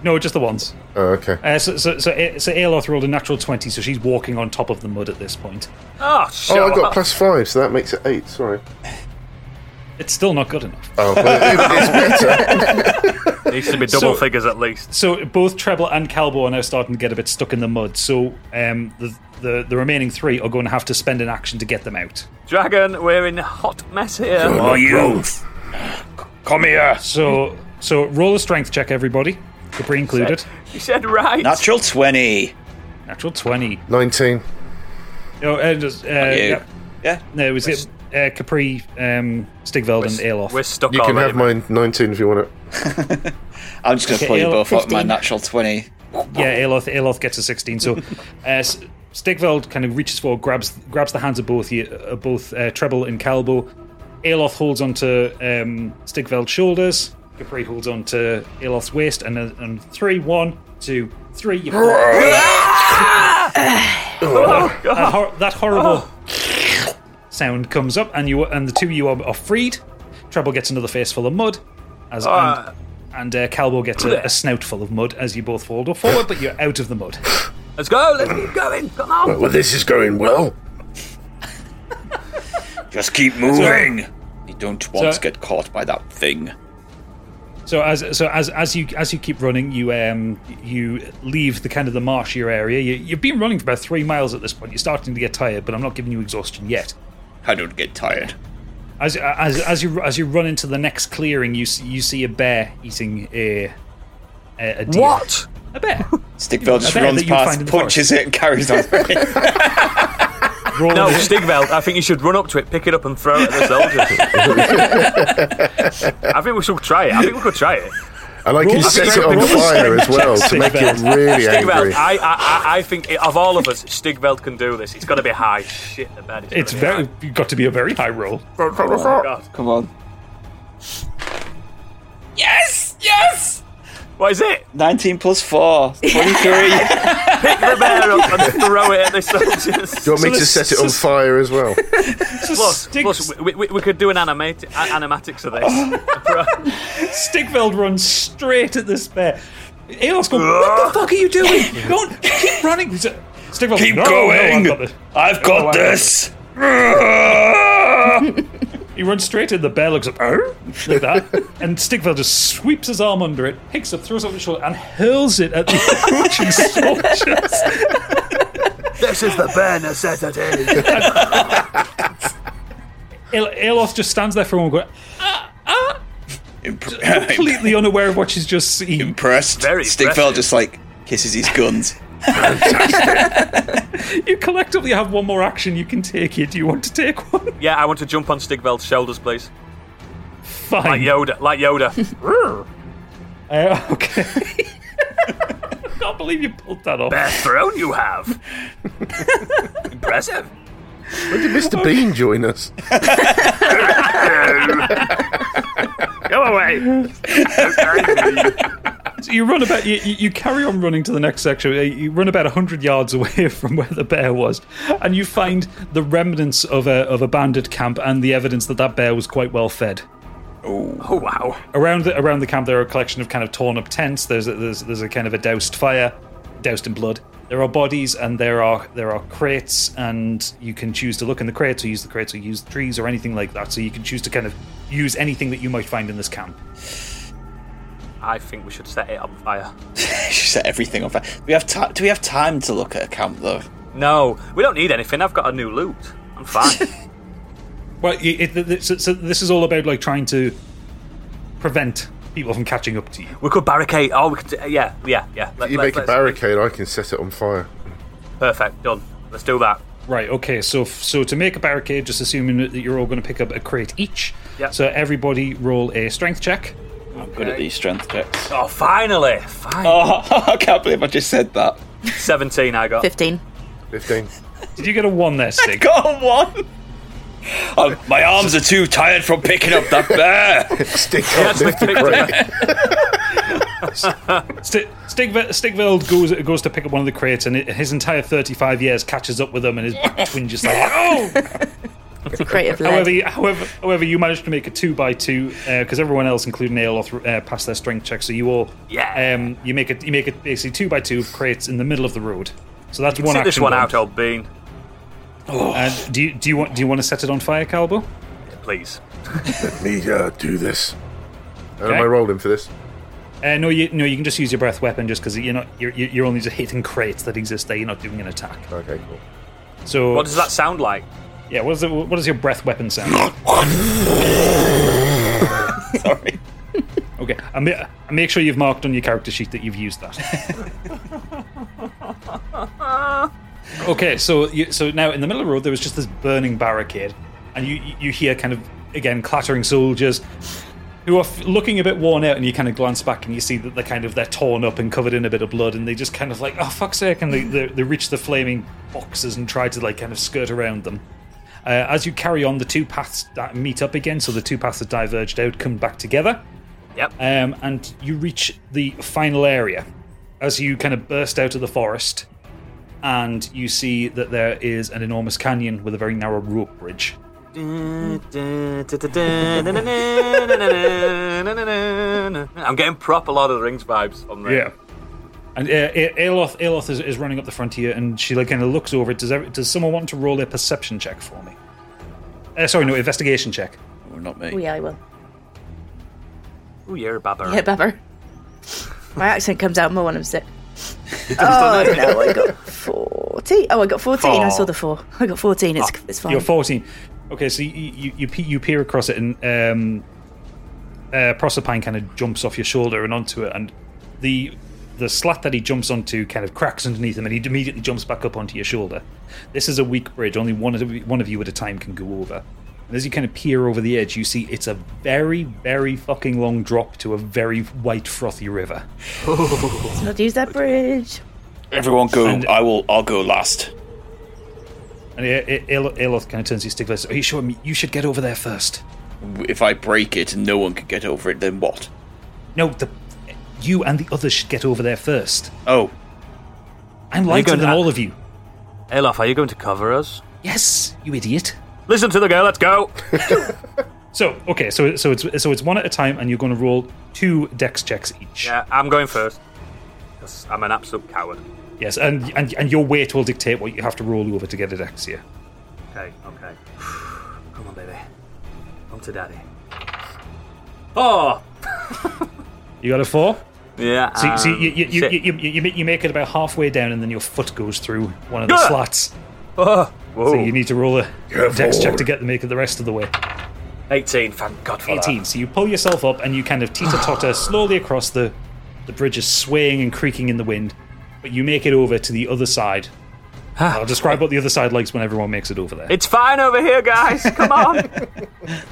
Speaker 5: no, just the ones.
Speaker 7: Oh, okay.
Speaker 5: Uh, so, so, so, A- so Aeloth rolled a natural 20, so she's walking on top of the mud at this point.
Speaker 8: Oh, shut
Speaker 7: Oh, I got
Speaker 8: up.
Speaker 7: plus five, so that makes it eight. Sorry.
Speaker 5: It's still not good enough.
Speaker 7: Oh, but it's better.
Speaker 8: Needs to be double
Speaker 5: So-
Speaker 8: figures at least.
Speaker 5: So both Treble and Calbo are now starting to get a bit stuck in the mud, so um, the, the, the remaining three are going to have to spend an action to get them out.
Speaker 8: Dragon, we're in hot mess here.
Speaker 9: Oh, you. Come here.
Speaker 5: So, so roll a strength check, everybody, Capri included.
Speaker 8: You said right.
Speaker 3: Natural twenty.
Speaker 5: Natural 20.
Speaker 7: Nineteen.
Speaker 5: No, uh, just, uh,
Speaker 3: You.
Speaker 5: no,
Speaker 3: Yeah.
Speaker 5: no, it was it, uh, Capri, um, Stigveld, and Aeloth.
Speaker 8: We're stuck
Speaker 7: You can
Speaker 8: already,
Speaker 7: have mine nineteen if you want it.
Speaker 3: I'm just gonna
Speaker 5: Okay,
Speaker 3: pull you
Speaker 5: Aeloth,
Speaker 3: both up my
Speaker 10: 15.
Speaker 3: natural twenty.
Speaker 5: Yeah, Aeloth, Aeloth gets a 16. So uh, S- Stigveld kind of reaches forward, grabs grabs the hands of both you- uh, both uh, Treble and Calbo. Aeloth holds onto um, Stigveld's shoulders. Capri holds onto Aeloth's waist. And, uh, and three, one, two, three. You that, hor- that horrible sound comes up, and you and the two of you are, are freed. Treble gets another face full of mud, as
Speaker 8: Ah.
Speaker 5: and, and uh, Calbo gets a, a snout full of mud as you both fall forward, but you're out of the mud.
Speaker 8: Let's go. Let's keep going. Come on.
Speaker 7: Well, this is going well.
Speaker 3: Just keep moving. You don't want
Speaker 5: So-
Speaker 3: to get caught by that thing.
Speaker 5: So as so as as you as you keep running, you um you leave the kind of the marshier area. You, you've been running for about three miles at this point. You're starting to get tired, but I'm not giving you exhaustion yet.
Speaker 3: I don't get tired.
Speaker 5: As as as you as you run into the next clearing, you see, you see a bear eating a a, a deer.
Speaker 8: What?
Speaker 5: A bear.
Speaker 3: Stickville just
Speaker 5: I bet
Speaker 3: runs
Speaker 5: that you find
Speaker 3: past,
Speaker 5: in the
Speaker 3: punches it, and carries on.
Speaker 5: Roll
Speaker 8: No,
Speaker 5: a-
Speaker 8: Stigveld, I think you should run up to it, pick it up, and throw it at the soldiers. I think we should try it. I think we could try it.
Speaker 7: And I can
Speaker 5: Roll
Speaker 7: set it
Speaker 5: strength
Speaker 7: on
Speaker 5: and roll
Speaker 7: fire as
Speaker 5: strength
Speaker 7: well
Speaker 5: checks,
Speaker 7: to make it
Speaker 5: Stigveld.
Speaker 7: really
Speaker 8: Stigveld,
Speaker 7: angry.
Speaker 8: I, I, I, I think it, of all of us, Stigveld can do this. It's got to be high. Shit, the bed.
Speaker 5: It's very you got to be a very high roll.
Speaker 8: Oh
Speaker 3: Come on.
Speaker 8: What is it?
Speaker 3: Nineteen plus four. Twenty-three.
Speaker 8: pick the bear up and throw it at the soldiers.
Speaker 7: Do you want me to set it on fire as well?
Speaker 8: Plus, plus we, we, we could do an animate, a- animatics of this.
Speaker 5: Stigveld runs straight at this bear. Aelof's going, What the fuck are you doing? Go on, keep running. He's, uh, Stigveld,
Speaker 4: Keep
Speaker 5: "No, no,
Speaker 4: going.
Speaker 5: I've got this."
Speaker 4: I've
Speaker 5: Oh, No,
Speaker 4: got
Speaker 5: I've
Speaker 4: this.
Speaker 5: He runs straight in, the bear looks up, "Arr!" like that, and Stigveld just sweeps his arm under it, picks up, throws it over his shoulder, and hurls it at the approaching soldiers.
Speaker 11: This is the bare necessity.
Speaker 5: El- Eloth just stands there for a moment, going, completely unaware of what she's just seen.
Speaker 3: Impressed.
Speaker 5: Very
Speaker 3: Stigfeld just like kisses his guns.
Speaker 5: You collectively have one more action you can take here. Do you want to take one?
Speaker 8: yeah, I want to jump on Stigveld's shoulders, please.
Speaker 4: Uh,
Speaker 5: Fine.
Speaker 8: Like Yoda. Like Yoda.
Speaker 5: Uh, okay. I can't believe you pulled that off.
Speaker 8: Best throne you have. Impressive.
Speaker 7: When did Mr. Bean join us?
Speaker 8: Go away.
Speaker 5: So you run about. You, you you carry on running to the next section. Uh, You run about hundred yards away from where the bear was, and you find the remnants of a of a bandit camp and the evidence that that bear was quite well fed.
Speaker 8: Oh, oh wow.
Speaker 5: Around the, around the camp, there are a collection of kind of torn up tents. There's a, there's there's a kind of a doused fire, doused in blood. There are bodies and there are there are crates, and you can choose to look in the crates or use the crates or use the trees or anything like that. So you can choose to kind of use anything that you might find in this camp.
Speaker 8: I think we should set it on fire.
Speaker 3: she set everything on fire. Do we have time? Do we have time to look at a camp though?
Speaker 8: No, we don't need anything. I've got a new loot. I'm fine.
Speaker 5: Well, you- it, th- th- so, so this is all about like trying to prevent people from catching up to you.
Speaker 8: we could barricade. Oh, we could. yeah, yeah, yeah. Let-
Speaker 7: You
Speaker 8: let-
Speaker 7: make a
Speaker 8: let's-
Speaker 7: barricade, I can set it on fire.
Speaker 8: Perfect. Done. Let's do that.
Speaker 5: Right. Okay. So f- so to make a barricade, just assuming that you're all going to pick up a crate each.
Speaker 8: Yeah.
Speaker 5: So everybody roll a strength check.
Speaker 3: I'm good at these strength checks.
Speaker 8: Oh, finally! Finally.
Speaker 3: Oh, I can't believe I just said that.
Speaker 8: 17 I got.
Speaker 10: 15.
Speaker 7: 15.
Speaker 5: Did you get a one there, Stig?
Speaker 3: got a one. Oh, my arms are too tired from picking up that bear.
Speaker 7: Stick
Speaker 8: Yes, we picked it up.
Speaker 5: Sti- Stigve- Stigveld goes goes to pick up one of the crates, and it, his entire 35 years catches up with him, and his back twinges like, oh!
Speaker 10: Creative
Speaker 5: However,
Speaker 10: lead.
Speaker 5: you- however, however, you managed to make a two by two because everyone else, including Aeloth, uh, passed their strength check. So you all,
Speaker 8: Yeah.
Speaker 5: um, you make it, you make it basically two by two of crates in the middle of the road. So that's one
Speaker 8: Sit this
Speaker 5: action.
Speaker 8: one
Speaker 5: gone.
Speaker 8: out, old bean.
Speaker 5: Uh, do you do you want do you want to set it on fire, Calbo?
Speaker 8: Please.
Speaker 7: Let me uh, do this. And
Speaker 5: Okay.
Speaker 7: am I rolling for this?
Speaker 5: Uh, no, you no, you can just use your breath weapon just because you're not you're you're you're only just hitting crates that exist there. You're not doing an attack.
Speaker 7: Okay, cool.
Speaker 5: So
Speaker 8: What does that sound like?
Speaker 5: Yeah, what does it, what does your breath weapon sound?
Speaker 3: Sorry.
Speaker 5: Okay, and ma- and make sure you've marked on your character sheet that you've used that. okay, so you, so now in the middle of the road there was just this burning barricade, and you you hear kind of again clattering soldiers who are f- looking a bit worn out, and you kind of glance back and you see that they're kind of they're torn up and covered in a bit of blood, and they just kind of like oh fuck's sake, and they they, they reach the flaming boxes and try to like kind of skirt around them. Uh, as you carry on, the two paths that meet up again, so the two paths that diverged out come back together
Speaker 8: Yep.
Speaker 5: um, and you reach the final area as you kind of burst out of the forest and you see that there is an enormous canyon with a very narrow rope bridge
Speaker 8: I'm getting proper Lord of the Rings vibes on there.
Speaker 5: and uh, A- Aeloth, Aeloth is, is running up the frontier and she like kind of looks over does, every, does someone want to roll a perception check for me uh, sorry no investigation check
Speaker 3: Well, not me.
Speaker 10: Oh, yeah, I will.
Speaker 8: Ooh, you're a babber.
Speaker 10: Yeah, Bubber. My accent comes out more when I'm sick. oh, no, I got 40. Oh, I got 14. I saw the four. I got 14. It's, it's fine.
Speaker 5: Ah, You're 14. Okay, so you you, you, pe- you peer across it, and um, uh, Proserpine kind of jumps off your shoulder and onto it, and the the slat that he jumps onto kind of cracks underneath him, and he immediately jumps back up onto your shoulder. This is a weak bridge; only one of one of you at a time can go over. And as you kind of peer over the edge, you see it's a very, very fucking long drop to a very white, frothy river.
Speaker 10: Let's not use that bridge.
Speaker 3: Everyone go. I will. I'll go last.
Speaker 5: And E-, Aeloth kind of turns to you, Stigler. Are you sure? You should get over there first.
Speaker 3: If I break it and no one can get over it, then what?
Speaker 5: No, the you and the others should get over there first.
Speaker 3: Oh,
Speaker 5: I'm
Speaker 8: Are you
Speaker 5: lighter
Speaker 8: going
Speaker 5: than
Speaker 8: to-
Speaker 5: all of you.
Speaker 8: Elof, are you going to cover us?
Speaker 5: Yes, you idiot.
Speaker 8: Listen to the girl. Let's go.
Speaker 5: So okay, so so it's so it's one at a time, and you're going to roll two dex checks each.
Speaker 8: Yeah, I'm going first. 'Cause I'm an absolute coward.
Speaker 5: Yes, and and and your weight will dictate what you have to roll over to get a dex here.
Speaker 8: Okay, okay. Come on, baby. Come to daddy. Oh,
Speaker 5: You got a four.
Speaker 8: Yeah.
Speaker 5: So, so
Speaker 8: um,
Speaker 5: you, you, you,
Speaker 8: shit.
Speaker 5: you, you, you, ma- you make it about halfway down, and then your foot goes through one of the
Speaker 8: Ah!
Speaker 5: slats.
Speaker 8: Oh, whoa.
Speaker 5: So you need to roll a
Speaker 8: Careful.
Speaker 5: dex check to get make it the rest of the way.
Speaker 8: 18, thank God for
Speaker 5: 18. So you pull yourself up and you kind of teeter totter slowly across the the bridge is swaying and creaking in the wind, but you make it over to the other side. I'll describe what the other side likes when everyone makes it over there.
Speaker 8: that. It's fine over here, guys. Come on.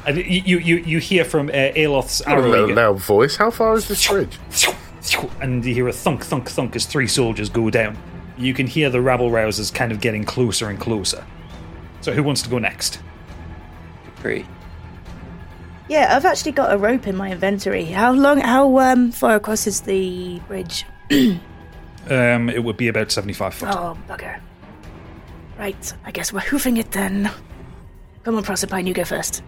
Speaker 5: And you you you, you hear from uh, Aloth's
Speaker 7: Not a
Speaker 5: arrow,
Speaker 7: loud,
Speaker 5: you
Speaker 7: loud voice. How far is this bridge?
Speaker 5: go- and you hear a thunk thunk thunk as three soldiers go down. You can hear the rabble rousers kind of getting closer and closer. So who wants to go next?
Speaker 3: Capri.
Speaker 10: Yeah, I've actually got a rope in my inventory. How long? How um, far across is the bridge?
Speaker 5: Um, it would be about seventy-five foot.
Speaker 6: Oh, bugger. Right, I guess we're hoofing it then. Come on, Proserpine, you go first.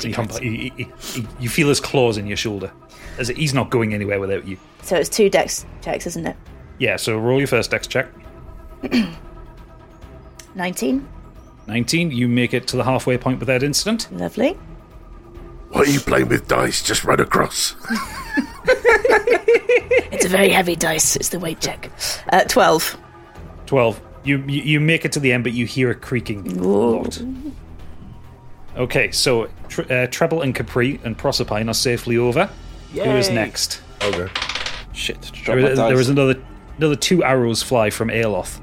Speaker 5: He hump- he- he- he- you feel his claws in your shoulder. As he's not going anywhere without you.
Speaker 10: So it's two dex checks, isn't it?
Speaker 5: Yeah, so roll your first dex check.
Speaker 10: 19.
Speaker 5: 19, you make it to the halfway point without incident.
Speaker 10: Lovely.
Speaker 7: Why are you playing with dice? Just run across.
Speaker 6: It's a very heavy dice, it's the weight check.
Speaker 10: Uh, 12.
Speaker 5: 12. You, you you make it to the end, but you hear a creaking
Speaker 10: Ooh.
Speaker 5: lot. Okay, so tr- uh, Treble and Capri and Proserpine are safely over. Who is
Speaker 3: Yay.
Speaker 5: next?
Speaker 7: Okay.
Speaker 3: Shit. Drop
Speaker 5: There
Speaker 3: my
Speaker 5: is, there
Speaker 3: dice.
Speaker 5: is another another two arrows fly from Aeloth.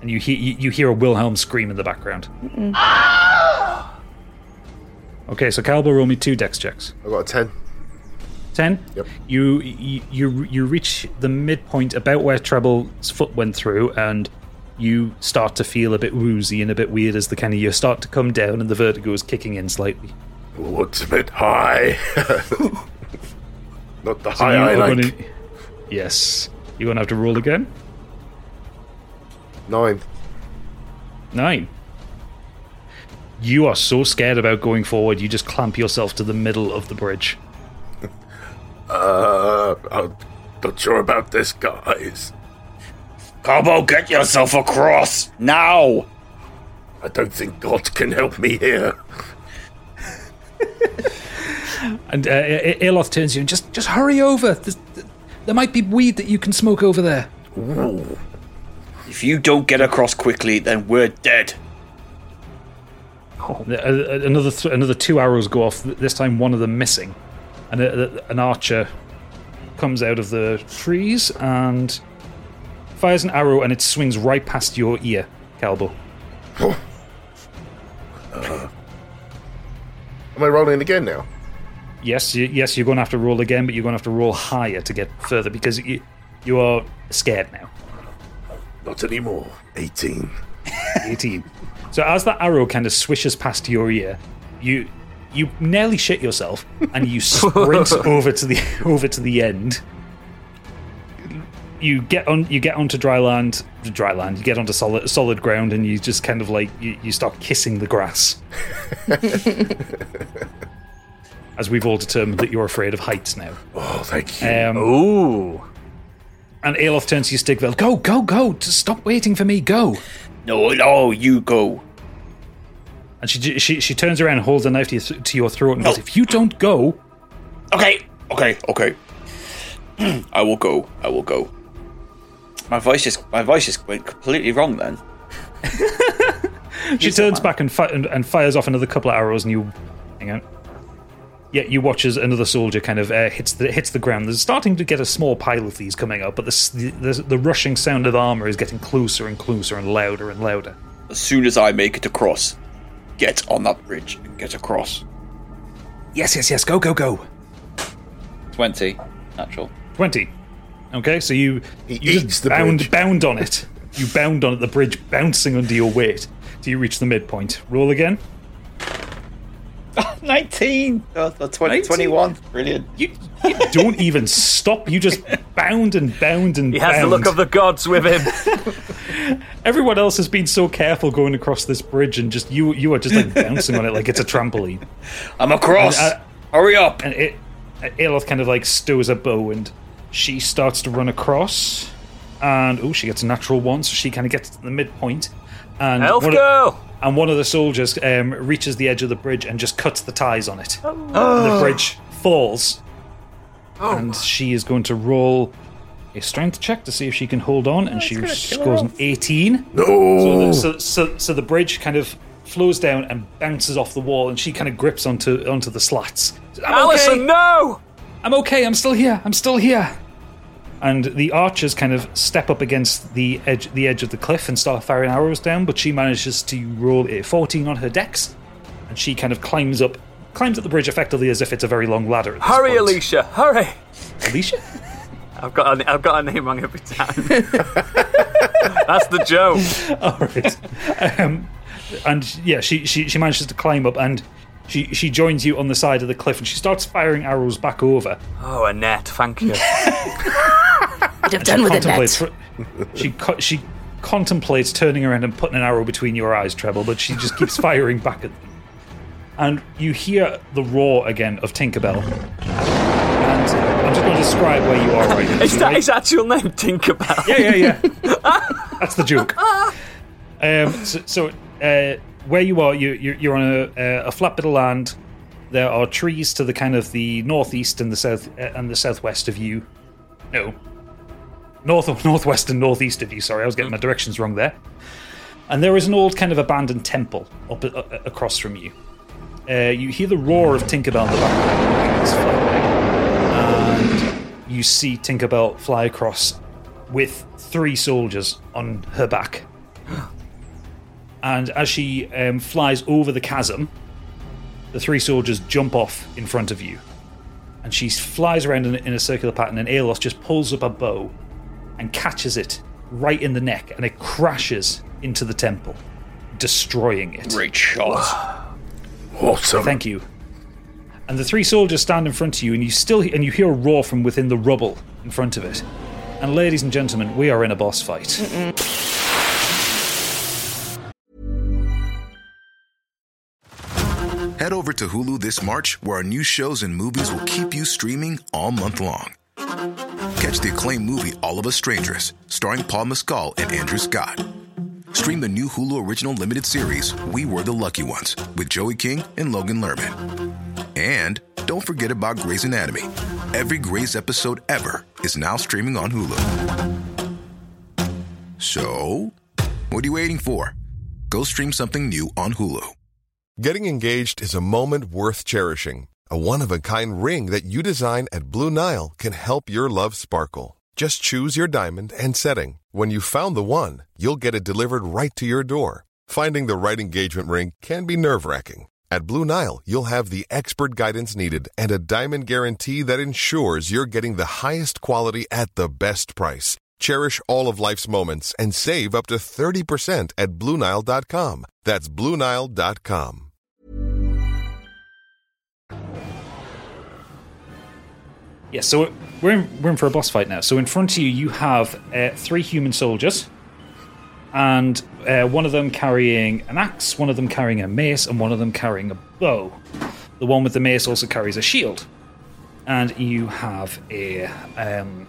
Speaker 5: And you hear you, you hear a Wilhelm scream in the background. Okay, so Calbo roll me two dex checks.
Speaker 7: I got a 10.
Speaker 5: 10 yep. you, you you you reach the midpoint about where treble's foot went through and you start to feel a bit woozy and a bit weird as the kind of you start to come down and the vertigo is kicking in slightly
Speaker 7: Oh, it's a bit high. Not the high
Speaker 5: you
Speaker 7: I
Speaker 5: are
Speaker 7: like.
Speaker 5: gonna- yes you're gonna have to roll again
Speaker 7: Nine.
Speaker 5: nine you are so scared about going forward you just clamp yourself to the middle of the bridge
Speaker 7: Uh, I'm not sure about this, guys.
Speaker 3: Carbo, get yourself across now.
Speaker 7: I don't think God can help me here.
Speaker 5: and uh, A- A- Aeloth turns to you and just just hurry over There's- there might be weed that you can smoke over there
Speaker 3: If you don't get across quickly, then we're dead.
Speaker 5: Uh, uh, Another th- another two arrows go off. th- This time, one of them missing, and a, a- an archer comes out of the trees and fires an arrow, and it swings right past your ear, Calbo.
Speaker 7: Uh, Am I rolling again now?
Speaker 5: Yes, you, yes, you're going to have to roll again, but you're going to have to roll higher to get further because you, you are scared now.
Speaker 7: Not anymore. 18.
Speaker 5: 18. So as that arrow kind of swishes past your ear, you you nearly shit yourself and you sprint over to the over to the end. You get on you get onto dry land, dry land. You get onto solid solid ground and you just kind of like you, you start kissing the grass. as we've all determined that you're afraid of heights now.
Speaker 7: Oh, thank you.
Speaker 5: Um,
Speaker 8: Ooh.
Speaker 5: And Aeloth turns to you, Stigveld. Go, go, go! Just stop waiting for me. Go.
Speaker 3: No, no, you go.
Speaker 5: And she she, she turns around and holds a knife to your, th- to your throat and goes, "If you don't go,
Speaker 3: Okay, okay, okay. I will go. I will go. My voice just my voice just went completely wrong then.
Speaker 5: she turns back and, fi- and and fires off another couple of arrows, and you hang on. Yeah, you watch as another soldier kind of uh, hits the hits the ground. There's starting to get a small pile of these coming up, but the, s- the the the rushing sound of armor is getting closer and closer and louder and louder.
Speaker 3: As soon as I make it across, get on that bridge and get across.
Speaker 5: Yes, yes, yes. Go, go, go.
Speaker 3: Twenty, natural.
Speaker 5: Twenty. Okay, so you
Speaker 7: He
Speaker 5: you
Speaker 7: eats
Speaker 5: just
Speaker 7: the
Speaker 5: bound
Speaker 7: bridge.
Speaker 5: bound on it. You bound on it, the bridge bouncing under your weight till you reach the midpoint. Roll again.
Speaker 3: Nineteen. Uh, uh, 20, 21. Brilliant.
Speaker 5: You don't even stop. You just bound and bound and
Speaker 8: He has the look of the gods with him.
Speaker 5: Everyone else has been so careful going across this bridge, and just you you are just like bouncing on it like it's a trampoline. Uh,
Speaker 3: I'm across. Hurry up!
Speaker 5: And it, Aeloth kind of like stows a bow, and she starts to run across. And oh, she gets a natural one, so she kind of gets to the midpoint. And
Speaker 8: Elf
Speaker 5: one
Speaker 8: girl!
Speaker 5: Of, and one of the soldiers um, reaches the edge of the bridge and just cuts the ties on it.
Speaker 8: Oh.
Speaker 5: And the bridge falls. And she is going to roll a strength check to see if she can hold on, and she scores an 18.
Speaker 7: No.
Speaker 5: So, the- so, so, so the bridge kind of flows down and bounces off the wall, and she kind of grips onto onto the slats. I'm
Speaker 8: Alison,
Speaker 5: okay.
Speaker 8: no!
Speaker 5: I'm okay. I'm still here. I'm still here. And the archers kind of step up against the edge the edge of the cliff and start firing arrows down, but she manages to roll a 14 on her dex, and she kind of climbs up climbs up the bridge effectively as if it's a very long ladder. at this
Speaker 8: Hurry,
Speaker 5: point.
Speaker 8: Alicia, hurry!
Speaker 5: Alicia?
Speaker 8: I've got a, I've got a name wrong every time. That's the joke.
Speaker 5: um, and yeah, she, she she manages to climb up and she she joins you on the side of the cliff and she starts firing arrows back over.
Speaker 8: Oh, Annette, thank you.
Speaker 10: You'd have
Speaker 5: And
Speaker 10: done
Speaker 5: she
Speaker 10: with it,
Speaker 5: contemplates-
Speaker 10: Nat.
Speaker 5: she co- she contemplates turning around and putting an arrow between your eyes, Treble, but she just keeps firing back at them. And you hear the roar again of Tinkerbell. And I'm just going to describe where you are right now.
Speaker 8: Is
Speaker 5: You
Speaker 8: that
Speaker 5: wait-
Speaker 8: his actual name, Tinkerbell?
Speaker 5: yeah, yeah, yeah. That's the joke. Um, so, so uh, where you are, you, you, you're on a, a flat bit of land. There are trees to the kind of the northeast and the south uh, and the southwest of you. No, north, northwest and northeast of you. Sorry, I was getting my directions wrong there. And there is an old kind of abandoned temple up uh, uh, across from you. Uh, you hear the roar of Tinkerbell in the background. It's flying. And you see Tinkerbell fly across with three soldiers on her back. And as she um, flies over the chasm, the three soldiers jump off in front of you. And she flies around in, in a circular pattern, and Aelos just pulls up a bow and catches it right in the neck, and it crashes into the temple, destroying it.
Speaker 3: Great shot.
Speaker 7: Awesome.
Speaker 5: Thank you. And the three soldiers stand in front of you, and you still and you hear a roar from within the rubble in front of it. And ladies and gentlemen, we are in a boss fight.
Speaker 1: Head over to Hulu this March, where our new shows and movies will keep you streaming all month long. Catch the acclaimed movie All of Us Strangers, starring Paul Mescal and Andrew Scott. Stream the new Hulu original limited series We Were the Lucky Ones with Joey King and Logan Lerman. And don't forget about Grey's Anatomy. Every Grey's episode ever is now streaming on Hulu. So, what are you waiting for? Go stream something new on Hulu.
Speaker 12: Getting engaged is a moment worth cherishing. A one of a kind ring that you design at Blue Nile can help your love sparkle. Just choose your diamond and setting. When you've found the one, you'll get it delivered right to your door. Finding the right engagement ring can be nerve wracking. At Blue Nile, you'll have the expert guidance needed and a diamond guarantee that ensures you're getting the highest quality at the best price. Cherish all of life's moments and save up to 30% at BlueNile.com. That's BlueNile.com.
Speaker 5: Yeah, so we're in, we're in for a boss fight now. So in front of you, you have uh, three human soldiers, and uh, one of them carrying an axe, one of them carrying a mace, and one of them carrying a bow. The one with the mace also carries a shield, and you have a um,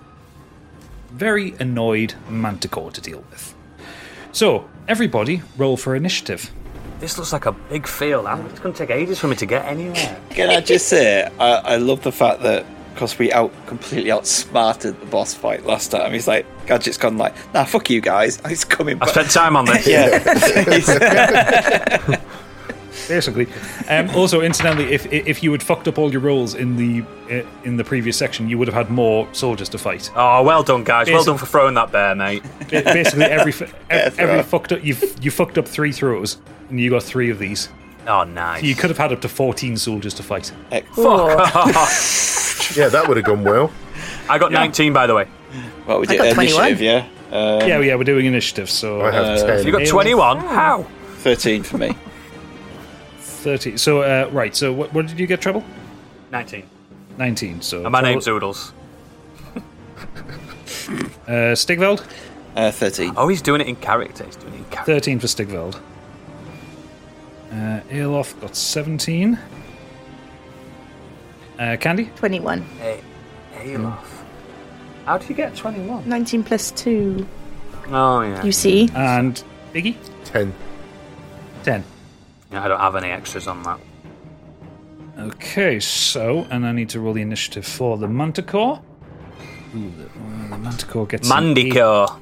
Speaker 5: very annoyed manticore to deal with. So everybody, roll for initiative.
Speaker 8: This looks like a big field. I'm- It's going to take ages for me to get anywhere.
Speaker 3: Can I just say, I, I love the fact that because we out completely outsmarted the boss fight last time. He's like, Gadget's gone like, nah, fuck you guys. He's coming
Speaker 8: I
Speaker 3: back.
Speaker 8: spent time on this.
Speaker 3: yeah.
Speaker 5: basically. Um, also, incidentally, if if you had fucked up all your rolls in the in the previous section, you would have had more soldiers to fight.
Speaker 8: Oh, well done, guys. Well
Speaker 5: Basi-
Speaker 8: done for throwing that bear, mate.
Speaker 5: Ba- Basically, every f- ev- every fucked up you you fucked up three throws, and you got three of these.
Speaker 8: Oh, nice.
Speaker 5: You could have had up to fourteen soldiers to fight.
Speaker 8: Fuck
Speaker 7: yeah, that would have gone well.
Speaker 8: I got 19, by the way.
Speaker 3: Well, we
Speaker 8: I did got initiative, 21.
Speaker 3: yeah?
Speaker 5: yeah, yeah, we're doing initiative. So
Speaker 8: I have Uh, 10. you got 21?
Speaker 5: Oh.
Speaker 8: How?
Speaker 3: Thirteen for me.
Speaker 5: Thirty. So uh, right. So what, what did you get, Treble?
Speaker 8: 19.
Speaker 5: 19. So
Speaker 8: And my name's Oodles.
Speaker 5: Uh, Stigveld?
Speaker 3: Uh, 13.
Speaker 8: Oh, he's doing it in character. He's doing it in character.
Speaker 5: 13 for Stigveld. Uh, Aelof got 17. Uh, Candy?
Speaker 10: 21.
Speaker 8: Hey, Alof. How do you get 21?
Speaker 10: 19 plus 2.
Speaker 8: Oh, yeah.
Speaker 10: You see?
Speaker 5: And Biggie?
Speaker 8: 10.
Speaker 5: 10.
Speaker 8: Yeah, I don't have any extras on that.
Speaker 5: Okay, so, and I need to roll the initiative for the Manticore. Ooh, the, uh, the Manticore
Speaker 8: E
Speaker 5: gets. an
Speaker 8: Mandicore.
Speaker 5: eight-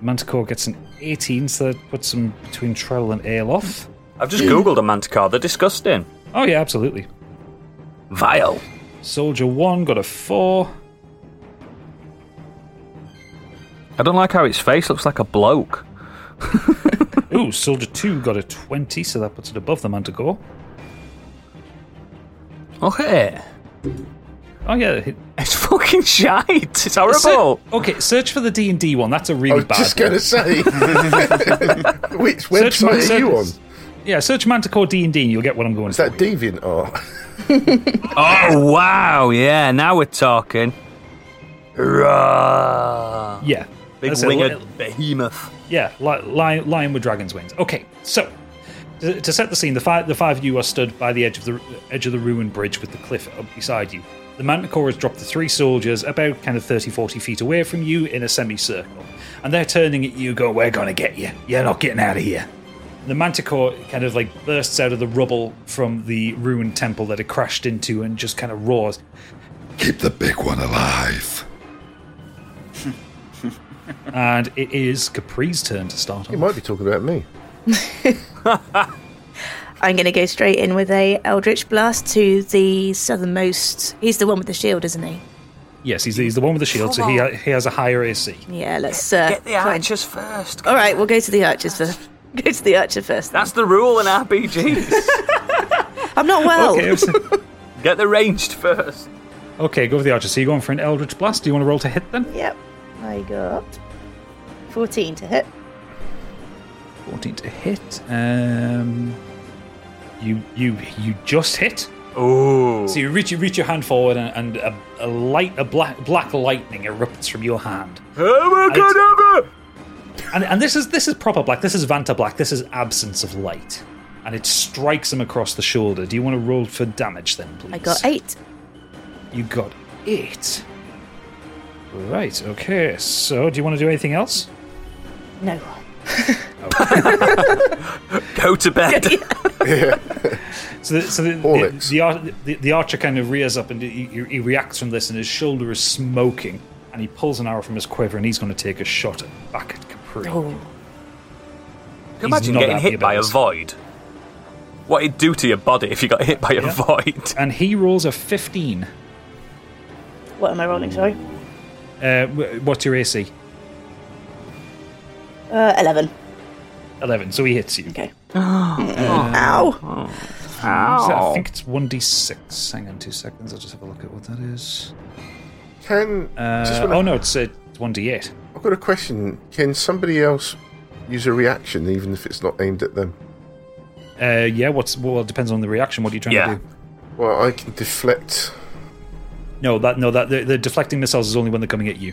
Speaker 5: Manticore gets an 18, so that puts him between Trell and Aelof.
Speaker 8: I've just googled a manticore. They're disgusting.
Speaker 5: Oh, yeah, absolutely.
Speaker 8: Vile.
Speaker 5: Soldier 1 got a 4.
Speaker 8: I don't like how its face looks like a bloke.
Speaker 5: Ooh, Soldier 2 got a 20, so that puts it above the Manticore.
Speaker 8: Okay.
Speaker 5: Oh, yeah.
Speaker 8: It's fucking shite. It's horrible.
Speaker 5: okay, search for the D&D one. That's a really
Speaker 7: I was
Speaker 5: bad
Speaker 7: just
Speaker 5: one.
Speaker 7: going to say. Which
Speaker 5: Search my-
Speaker 7: website are you on?
Speaker 5: search- Yeah, search Manticore D&D and you'll get what I'm going
Speaker 7: Is that Deviant Art?
Speaker 8: Oh, wow. Yeah, now we're talking. Rah.
Speaker 5: Yeah.
Speaker 8: Big
Speaker 5: That's it.
Speaker 8: winged
Speaker 5: Li-
Speaker 8: behemoth.
Speaker 5: Yeah, li- li- lion with dragon's wings. Okay, so to, to set the scene, the five the five of you are stood by the edge of the edge of the ruined bridge with the cliff up beside you. The manticore has dropped the three soldiers about kind of 30, 40 feet away from you in a semicircle, and they're turning at you, going, "We're gonna get you. You're not getting out of here." The manticore kind of like bursts out of the rubble from the ruined temple that it crashed into and just kind of roars.
Speaker 13: Keep the big one alive.
Speaker 5: and it is Capri's turn to start.
Speaker 7: You might be talking about me.
Speaker 10: I'm going to go straight in with a Eldritch Blast to the southernmost. He's the one with the shield, isn't he?
Speaker 5: Yes, he's, he's the one with the shield, so he, ha- he has a higher AC.
Speaker 10: Yeah, let's. Uh,
Speaker 8: Get the archers first.
Speaker 10: All right, we'll go to the archers first. Go to the archer first.
Speaker 8: That's the rule in RPGs.
Speaker 10: I'm not well.
Speaker 5: Okay, I'm-
Speaker 8: Get the ranged first.
Speaker 5: okay, go for the archer. So you're going for an Eldritch Blast. Do you want to roll to hit then?
Speaker 10: Yep. I got 14 to hit.
Speaker 5: 14 to hit. Um, you you you just hit.
Speaker 8: Oh.
Speaker 5: So you reach you reach your hand forward and, and a, a light a black black lightning erupts from your hand.
Speaker 8: Oh my god,
Speaker 5: And, and this is this is proper black. This is Vanta black. This is absence of light. And it strikes him across the shoulder. Do you want to roll for damage then, please?
Speaker 10: I got 8.
Speaker 5: You got it. Right, okay. So do you want to do anything else?
Speaker 10: No.
Speaker 8: Go to bed.
Speaker 5: So, the, so the, the, the, ar- the, the archer kind of rears up and he, he- he reacts from this, and his shoulder is smoking, and he pulls an arrow from his quiver, and he's going to take a shot at, back at Capri.
Speaker 10: Oh.
Speaker 5: He's
Speaker 8: Imagine
Speaker 5: not
Speaker 8: getting
Speaker 5: happy
Speaker 8: hit by
Speaker 5: about
Speaker 8: a
Speaker 5: this.
Speaker 8: void. What it'd do to your body if you got hit by a
Speaker 5: Yeah.
Speaker 8: void.
Speaker 5: And he rolls a 15.
Speaker 10: What am I rolling, sorry?
Speaker 5: Uh, wh- what's your AC?
Speaker 10: Uh, 11.
Speaker 5: 11, so he hits you.
Speaker 10: Okay.
Speaker 5: Ow.
Speaker 10: Ow.
Speaker 5: I think it's 1d6. Hang on two seconds, I'll just have a look at what that is.
Speaker 7: Can
Speaker 5: Uh,
Speaker 7: just wanna-
Speaker 5: Oh no, it's, uh, it's 1d8.
Speaker 7: I've got a question. Can somebody else use a reaction, even if it's not aimed at them?
Speaker 5: Uh, yeah, what's well, it depends on the reaction. What are you trying
Speaker 7: Yeah.
Speaker 5: to do?
Speaker 7: Well, I can deflect.
Speaker 5: No, that no, that the, the deflecting missiles is only when they're coming at you.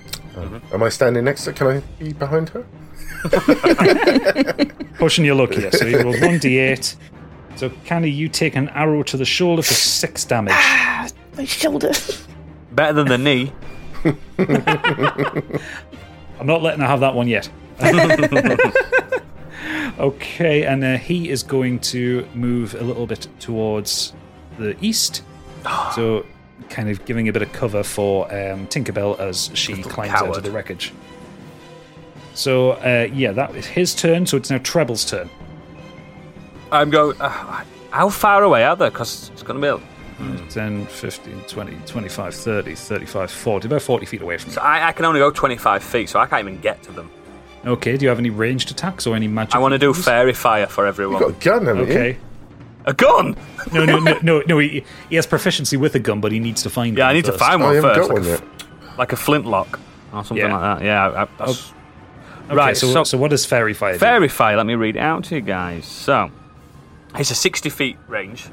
Speaker 7: Am I standing next to? Can I be behind her?
Speaker 5: Pushing your luck here. So you roll 1d8. So, Candy, you take an arrow to the shoulder for 6 damage.
Speaker 10: My shoulder.
Speaker 8: Better than the knee.
Speaker 5: I'm not letting her have that one yet. okay, and uh, he is going to move a little bit towards the east. So, kind of giving a bit of cover for um, Tinkerbell as she climbs out of
Speaker 8: coward.
Speaker 5: the wreckage. So, uh, yeah, that is his turn. So it's now Treble's turn.
Speaker 8: I'm going. Uh, how far away are they? Because it's going to be. Hmm.
Speaker 5: 10, 15, 20, 25, 30, 35, 40, about 40 feet away from you.
Speaker 8: So I, I can only go 25 feet, so I can't even get to them.
Speaker 5: Okay, do you have any ranged attacks or any magic?
Speaker 8: I want to do
Speaker 5: weapons?
Speaker 8: fairy fire for everyone.
Speaker 5: You've
Speaker 7: got a gun,
Speaker 5: haven't you? Okay.
Speaker 8: A gun?
Speaker 5: No, no, no, no, no. He, he has proficiency with a gun, but he needs to find.
Speaker 8: Yeah,
Speaker 5: one
Speaker 8: I need to
Speaker 5: first.
Speaker 8: find one first, like, a, f- like a flintlock or something
Speaker 5: Yeah. Oh.
Speaker 8: like that. Yeah, I, I, that's.
Speaker 5: Okay, so- so what does fairy fire do?
Speaker 8: Fairy fire. Let me read it out to you guys. So, it's a 60 feet range.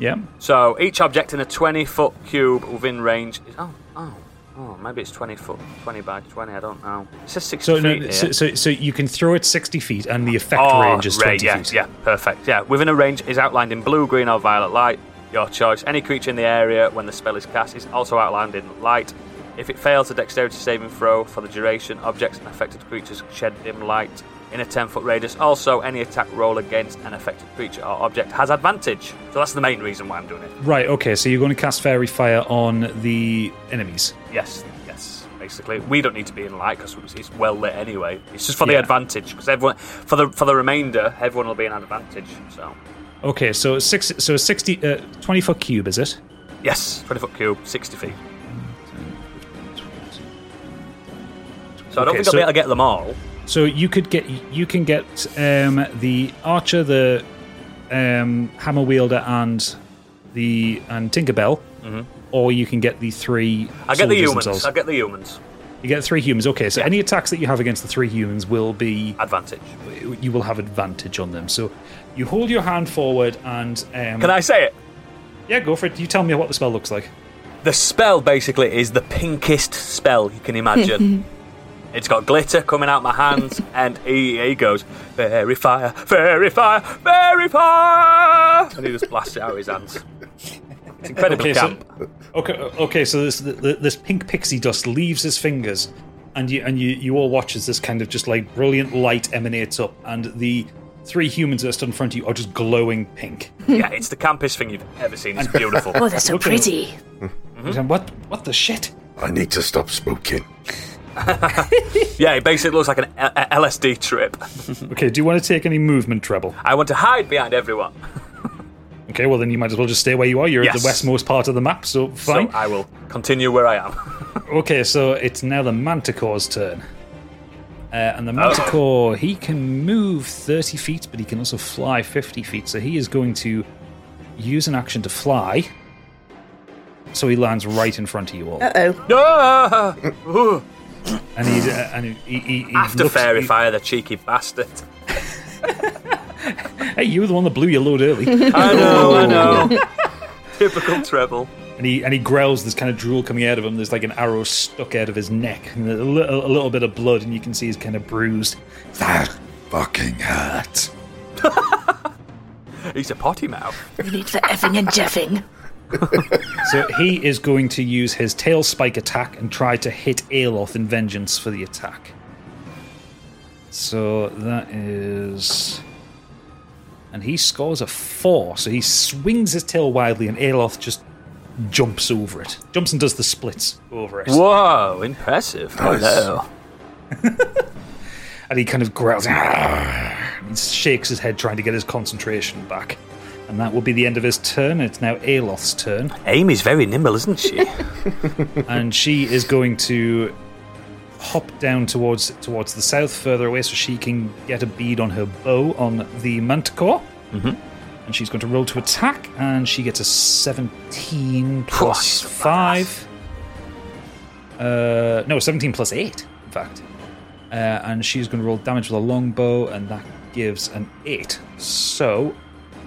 Speaker 5: Yeah.
Speaker 8: So each object in a 20 foot cube within range is. Oh, oh, oh, maybe it's 20 foot, 20 by 20, I don't know. It says 60
Speaker 5: So,
Speaker 8: feet.
Speaker 5: no,
Speaker 8: here.
Speaker 5: so, so so you can throw it sixty feet, and the effect
Speaker 8: Oh,
Speaker 5: range is
Speaker 8: right,
Speaker 5: twenty
Speaker 8: yeah,
Speaker 5: feet.
Speaker 8: Yeah, perfect. Yeah, within a range is outlined in blue, green, or violet light. Your choice. Any creature in the area when the spell is cast is also outlined in light. If it fails a dexterity saving throw for the duration, objects and affected creatures shed dim light in a 10 foot radius. Also, any attack roll against an affected creature or object has advantage. So that's the main reason why I'm doing it.
Speaker 5: Right. Okay. So you're going to cast fairy fire on the enemies.
Speaker 8: Yes, yes. Basically, we don't need to be in light because it's well lit anyway. It's just for the
Speaker 5: Yeah.
Speaker 8: advantage because everyone for the for the remainder, everyone will be an advantage. So
Speaker 5: Okay. So six. So a sixty. Uh, Twenty foot cube is it?
Speaker 8: Yes, 20 foot cube, 60 feet. So I don't
Speaker 5: Okay,
Speaker 8: think I'll
Speaker 5: so-
Speaker 8: be able to get them all.
Speaker 5: So you could get you can get um, the archer, the um, hammer wielder, and the and Tinkerbell,
Speaker 8: Mhm.
Speaker 5: or you can get the three.
Speaker 8: I get the
Speaker 5: soldiers
Speaker 8: humans.
Speaker 5: Themselves.
Speaker 8: I get the humans.
Speaker 5: You get three humans. Okay, so any attacks that you have against the three humans will be
Speaker 8: advantage.
Speaker 5: You will have advantage on them. So you hold your hand forward and. Um,
Speaker 8: Can I say it?
Speaker 5: Yeah, go for it. You tell me what the spell looks like.
Speaker 8: The spell basically is the pinkest spell you can imagine. it's got glitter coming out my hands, and he, he goes, Fairy fire, fairy fire, fairy fire! And he just blasts it out of his hands. It's incredibly
Speaker 5: okay,
Speaker 8: camp.
Speaker 5: So, okay, okay. So this th- this pink pixie dust leaves his fingers, and you and you you all watch as this kind of just like brilliant light emanates up, and the three humans that are stood in front of you are just glowing pink.
Speaker 8: yeah, it's the campest thing you've ever seen. It's beautiful.
Speaker 6: Oh, they're so
Speaker 5: Okay.
Speaker 6: pretty.
Speaker 5: And What what the shit?
Speaker 7: I need to stop smoking.
Speaker 8: yeah, it basically looks like an L- L- LSD trip.
Speaker 5: Okay, do you want to take any movement trouble?
Speaker 8: I want to hide behind everyone.
Speaker 5: Okay, well then you might as well just stay where you are. You're at
Speaker 8: Yes.
Speaker 5: the westmost part of the map, so fine.
Speaker 8: So I will continue where I am.
Speaker 5: okay, so it's now the manticore's turn. Uh, and the
Speaker 8: Oh.
Speaker 5: manticore, he can move 30 feet, but he can also fly 50 feet. So he is going to use an action to fly. So he lands right in front of you all.
Speaker 8: Uh oh.
Speaker 5: And, he's, uh, and he, he, he
Speaker 8: After
Speaker 5: looks- e-
Speaker 8: fairy
Speaker 5: he-
Speaker 8: fire, the cheeky bastard.
Speaker 5: Hey, you were the one that blew your load early.
Speaker 8: I know, I know. Typical treble.
Speaker 5: And he and he growls. There's kind of drool coming out of him. There's like an arrow stuck out of his neck, and a, li- a little bit of blood, and you can see he's kind of bruised.
Speaker 13: That fucking hurt.
Speaker 8: He's a potty mouth.
Speaker 6: You need the effing and jeffing.
Speaker 5: So he is going to use his tail spike attack and try to hit Aloth in vengeance for the attack. So that is. And he scores a four. So he swings his tail wildly, and Aloth just jumps over it. Jumps and does the splits over it.
Speaker 8: Whoa, impressive.
Speaker 5: Nice.
Speaker 8: Hello.
Speaker 5: and he kind of growls "Ah!" and shakes his head trying to get his concentration back and that will be the end of his turn it's now Aloth's turn
Speaker 8: Amy's very nimble, isn't she?
Speaker 5: and she is going to hop down towards towards the south further away so she can get a bead on her bow on the manticore mm-hmm. and she's going to roll to attack and she gets a 17 plus 5 uh, no 17 plus 8 in fact uh, and she's going to roll damage with a longbow and that gives an 8 so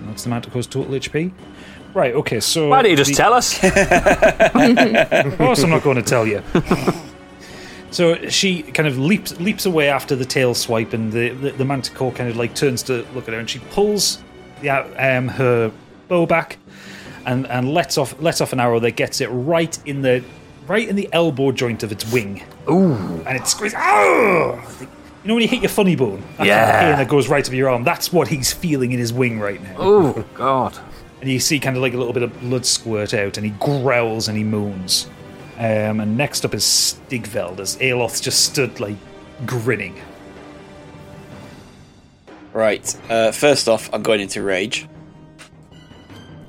Speaker 5: that's the manticore's total hp right okay so
Speaker 8: Why don't you just
Speaker 5: the-
Speaker 8: tell us?
Speaker 5: of course, I'm not going to tell you. So she kind of leaps leaps away after the tail swipe, and the, the, the manticore kind of like turns to look at her, and she pulls the, out- um, her bow back, and, and lets off lets off an arrow that gets it right in the right in the elbow joint of its wing.
Speaker 8: Ooh.
Speaker 5: And it squeezes. Ow! You know when you hit your funny bone? That's
Speaker 8: Yeah.
Speaker 5: the pain that goes right up your arm. That's what he's feeling in his wing right now.
Speaker 8: Oh, God.
Speaker 5: And you see kind of like a little bit of blood squirt out, and he growls and he moans. Um, and next up is Stigveld, as Aloth just stood like grinning.
Speaker 3: Right. Uh, first off, I'm going into rage.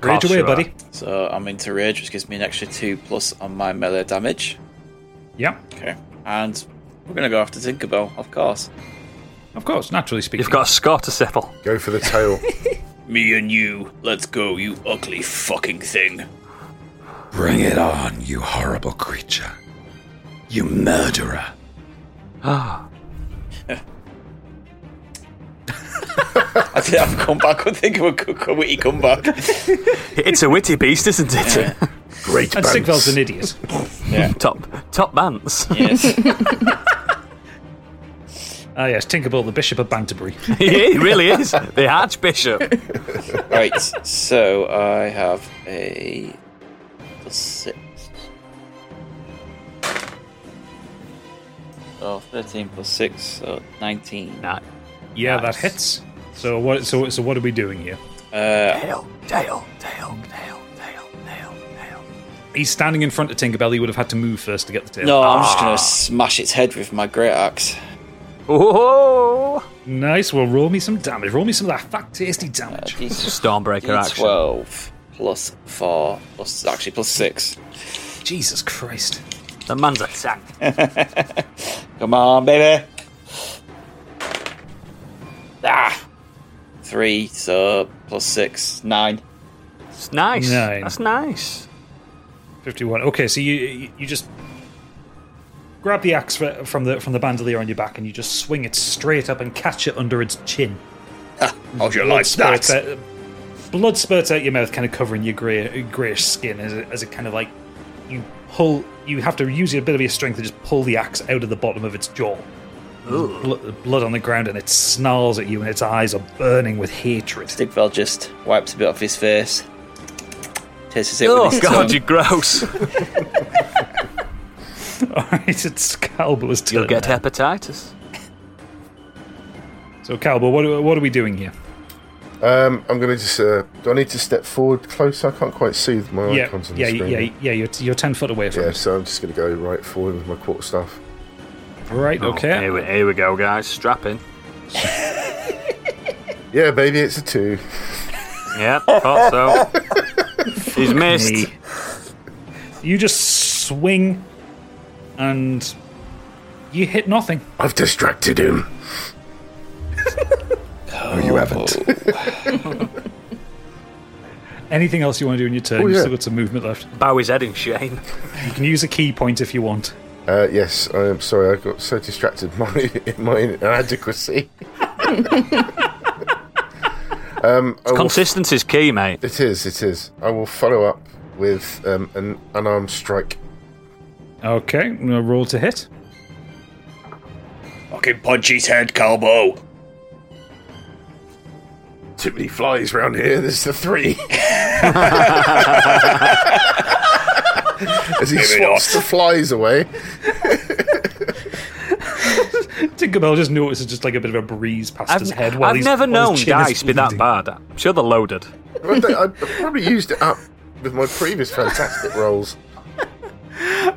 Speaker 5: Rage away, buddy.
Speaker 3: So I'm into rage, which gives me an extra two plus on my melee damage.
Speaker 5: Yeah.
Speaker 3: Okay. And we're gonna go after Tinkerbell, of course.
Speaker 5: Of course, naturally speaking.
Speaker 8: You've got a score to settle.
Speaker 7: Go for the tail.
Speaker 3: Me and you, let's go, you ugly fucking thing.
Speaker 13: Bring it on, you horrible creature. You murderer.
Speaker 8: Ah.
Speaker 3: I did have a comeback. I think of a co- co- witty comeback.
Speaker 8: It's a witty beast, isn't it?
Speaker 7: Great
Speaker 5: And Sigvald's an idiot.
Speaker 3: Yeah.
Speaker 8: top top bants.
Speaker 5: Ah, yes, Tinkerbell, the Bishop of Banterbury.
Speaker 8: he really is. The Archbishop.
Speaker 3: right, so I have a six. Oh, 13 plus 6, so 19.
Speaker 5: Yeah, that hits. So what? So so what are we doing here?
Speaker 3: Uh,
Speaker 8: Dale,
Speaker 5: he's standing in front of Tinkerbell. He would have had to move first to get the tail.
Speaker 3: no, I'm just going to smash its head with my great axe.
Speaker 8: Oh!
Speaker 5: Nice. Well, roll me some damage. Roll me some of that fat, tasty damage.
Speaker 8: Stormbreaker action.
Speaker 3: 12 plus 4, plus, actually plus 6.
Speaker 5: Jesus Christ.
Speaker 8: The man's a sack.
Speaker 3: Come on, baby. Ah! Three, so plus six, nine.
Speaker 8: It's nice.
Speaker 5: Nine.
Speaker 8: That's nice.
Speaker 5: Fifty-one. Okay, so you you- you just grab the axe fr- from the from the bandolier on your back, and you just swing it straight up and catch it under its chin.
Speaker 3: How'd you
Speaker 5: Blood
Speaker 3: like
Speaker 5: spurts
Speaker 3: that?
Speaker 5: out- blood spurts out your mouth, kind of covering your grey, greyish skin as it, as it kind of like you pull. You have to use a bit of your strength to just pull the axe out of the bottom of its jaw.
Speaker 3: Ooh.
Speaker 5: Blo- blood on the ground, and it snarls at you, and its eyes are burning with hatred.
Speaker 3: Stigfeld just wipes a bit off his face. Tastes it
Speaker 8: Oh
Speaker 3: with his
Speaker 8: god,
Speaker 3: tongue.
Speaker 8: you're gross.
Speaker 5: Alright, it's Calbo's turn.
Speaker 8: You'll get hepatitis.
Speaker 5: So, Calbo, what, are- what are we doing here?
Speaker 14: Um, I'm going to just. Uh, do I need to step forward closer? I can't quite see my
Speaker 5: yeah,
Speaker 14: icons on
Speaker 5: yeah,
Speaker 14: the screen.
Speaker 5: yeah, yeah, you're, you're 10 foot away from
Speaker 14: Yeah,
Speaker 5: us.
Speaker 14: so I'm just going to go right forward with my quarter staff.
Speaker 5: Right,
Speaker 8: Oh,
Speaker 5: okay.
Speaker 8: Here we, here we go, guys. Strap in.
Speaker 14: Yeah, baby, it's a two.
Speaker 8: Yeah, thought so. He's missed.
Speaker 5: me. You just swing and you hit nothing.
Speaker 7: I've distracted him. no, you haven't.
Speaker 5: Anything else you want to do in your turn?
Speaker 14: Oh,
Speaker 5: You've
Speaker 14: yeah.
Speaker 5: still got some movement left.
Speaker 8: Bow his head in shame.
Speaker 5: You can use a key point if you want.
Speaker 14: Uh, yes, I'm sorry, I got so distracted my my inadequacy. um, I will-
Speaker 8: Consistency's key, mate.
Speaker 14: it is, it is. I will follow up with um, an unarmed strike.
Speaker 5: Okay, I'm gonna roll to hit.
Speaker 3: Fucking punch his head, Calbo.
Speaker 7: Too many flies round here. There's the three.
Speaker 14: As he
Speaker 7: Maybe
Speaker 14: swats the flies away.
Speaker 5: Tinkerbell just notices just like a bit of a breeze past
Speaker 8: I've,
Speaker 5: his head while
Speaker 8: I've
Speaker 5: he's
Speaker 8: never
Speaker 5: while
Speaker 8: known
Speaker 5: his chin is
Speaker 8: dice be that
Speaker 5: bleeding.
Speaker 8: bad. I'm sure they're loaded.
Speaker 14: I, don't- I probably used it up with my previous fantastic rolls.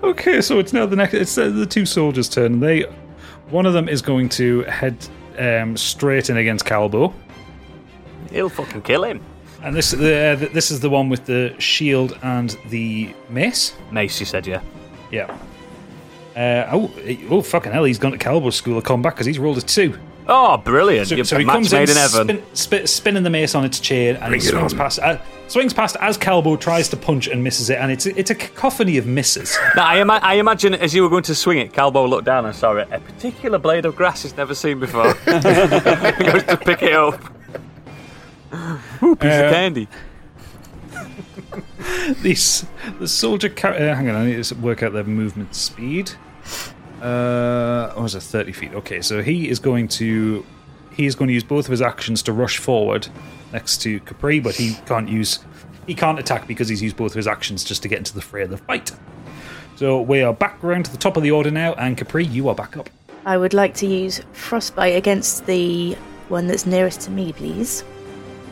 Speaker 5: Okay, so it's now the next. It's uh, the two soldiers' turn. They, one of them is going to head um, straight in against Calbo,
Speaker 8: He'll fucking kill him.
Speaker 5: and this the, uh, this is the one with the shield and the mace.
Speaker 8: Mace, you said, yeah.
Speaker 5: Yeah. Uh, oh, eh, oh, fucking hell! He's gone to Calbo's school of combat because he's rolled a two.
Speaker 8: Oh, brilliant.
Speaker 5: So,
Speaker 8: You're
Speaker 5: so he
Speaker 8: match
Speaker 5: comes
Speaker 8: made
Speaker 5: in,
Speaker 8: in heaven.
Speaker 5: Spin, spin, spinning the mace on its chain, and
Speaker 8: Bring
Speaker 5: he
Speaker 8: it
Speaker 5: swings
Speaker 8: on.
Speaker 5: past. Uh, swings past as Calbo tries to punch and misses it, and it's it's a cacophony of misses.
Speaker 8: Now, I, ima- I imagine as you were going to swing it, Calbo looked down and saw it. A particular blade of grass he's never seen before. he goes to pick it up. Ooh, piece
Speaker 5: Uh,
Speaker 8: of candy.
Speaker 5: These the soldier. Car- uh, hang on, I need to work out their movement speed. Uh, oh, is it thirty feet? Okay, so he is going to he is going to use both of his actions to rush forward next to Capri, but he can't use he can't attack because he's used both of his actions just to get into the fray of the fight. So we are back round to the top of the order now, and Capri, you are back up.
Speaker 10: I would like to use frostbite against the one that's nearest to me, please.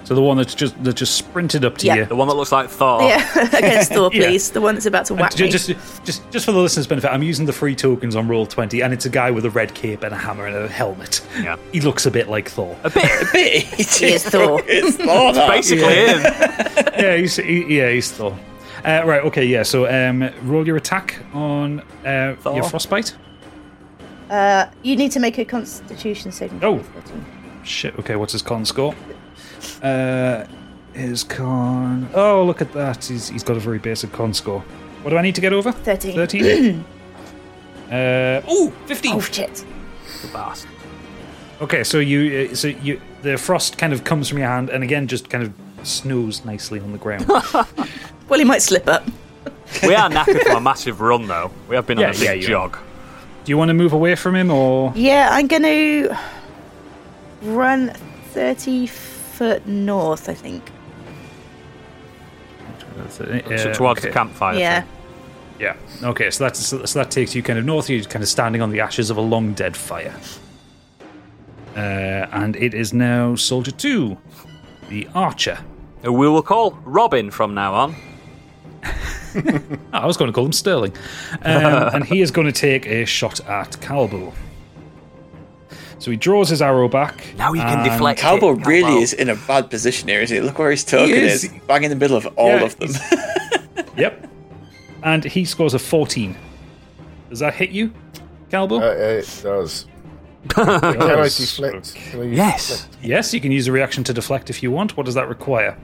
Speaker 5: So the one that's just that just sprinted up to
Speaker 10: Yeah.
Speaker 5: you.
Speaker 8: The one that looks like Thor.
Speaker 10: Yeah, against Thor,
Speaker 5: Yeah.
Speaker 10: please. The one that's about to
Speaker 5: And
Speaker 10: whack
Speaker 5: ju-
Speaker 10: me.
Speaker 5: just, just, just for the listeners' benefit, I'm using the free tokens on roll twenty, and it's a guy with a red cape and a hammer and a helmet.
Speaker 8: Yeah.
Speaker 5: he looks a bit like Thor.
Speaker 8: A bit.
Speaker 3: A bit. He
Speaker 10: is Thor.
Speaker 3: It's Thor.
Speaker 10: Oh,
Speaker 8: It's basically him.
Speaker 5: yeah, he's, he, yeah, he's Thor. Uh, right, okay, yeah. So um, roll your attack on uh, your frostbite.
Speaker 10: Uh, you need to make a Constitution saving.
Speaker 5: Oh.
Speaker 10: throw, 13.
Speaker 5: Shit. Okay, what's his con score? Uh, his con. Oh, look at that. He's, he's got a very basic con score. What do I need to get over?
Speaker 10: Thirteen.
Speaker 5: Thirteen. uh, oh, 15.
Speaker 10: Oh shit!
Speaker 8: The bastard.
Speaker 5: Okay, so you, uh, so you, the frost kind of comes from your hand, and again, just kind of snows nicely on the ground.
Speaker 10: well, he might slip up.
Speaker 8: We are knackered from a massive run, though. We have been
Speaker 5: Yeah,
Speaker 8: on a
Speaker 5: yeah,
Speaker 8: big
Speaker 5: you
Speaker 8: jog.
Speaker 5: Do you want to move away from him, or
Speaker 10: Yeah, I'm going to run 30 foot north, I think.
Speaker 8: T- towards the campfire?
Speaker 10: yeah.
Speaker 5: Uh, Yeah. Okay, so that's so, so that takes you kind of north. You're kind of standing on the ashes of a long dead fire. Uh, and it is now Soldier Two, the Archer.
Speaker 8: Who we will call Robin from now on.
Speaker 5: Oh, I was going to call him Sterling, um, and he is going to take a shot at Calbo. So he draws his arrow back.
Speaker 8: Now
Speaker 3: Calbo really is in a bad position here, isn't he? Look where he's talking.
Speaker 5: He
Speaker 3: is.
Speaker 5: is.
Speaker 3: Bang in the middle of all
Speaker 5: Yeah,
Speaker 3: of them.
Speaker 5: yep. And he scores a 14. Does that hit you, Calbo?
Speaker 14: Uh,
Speaker 7: Uh,
Speaker 14: it does. Can I deflect? Can I use deflect?
Speaker 5: Yes, you can use a reaction to deflect if you want. What does that require?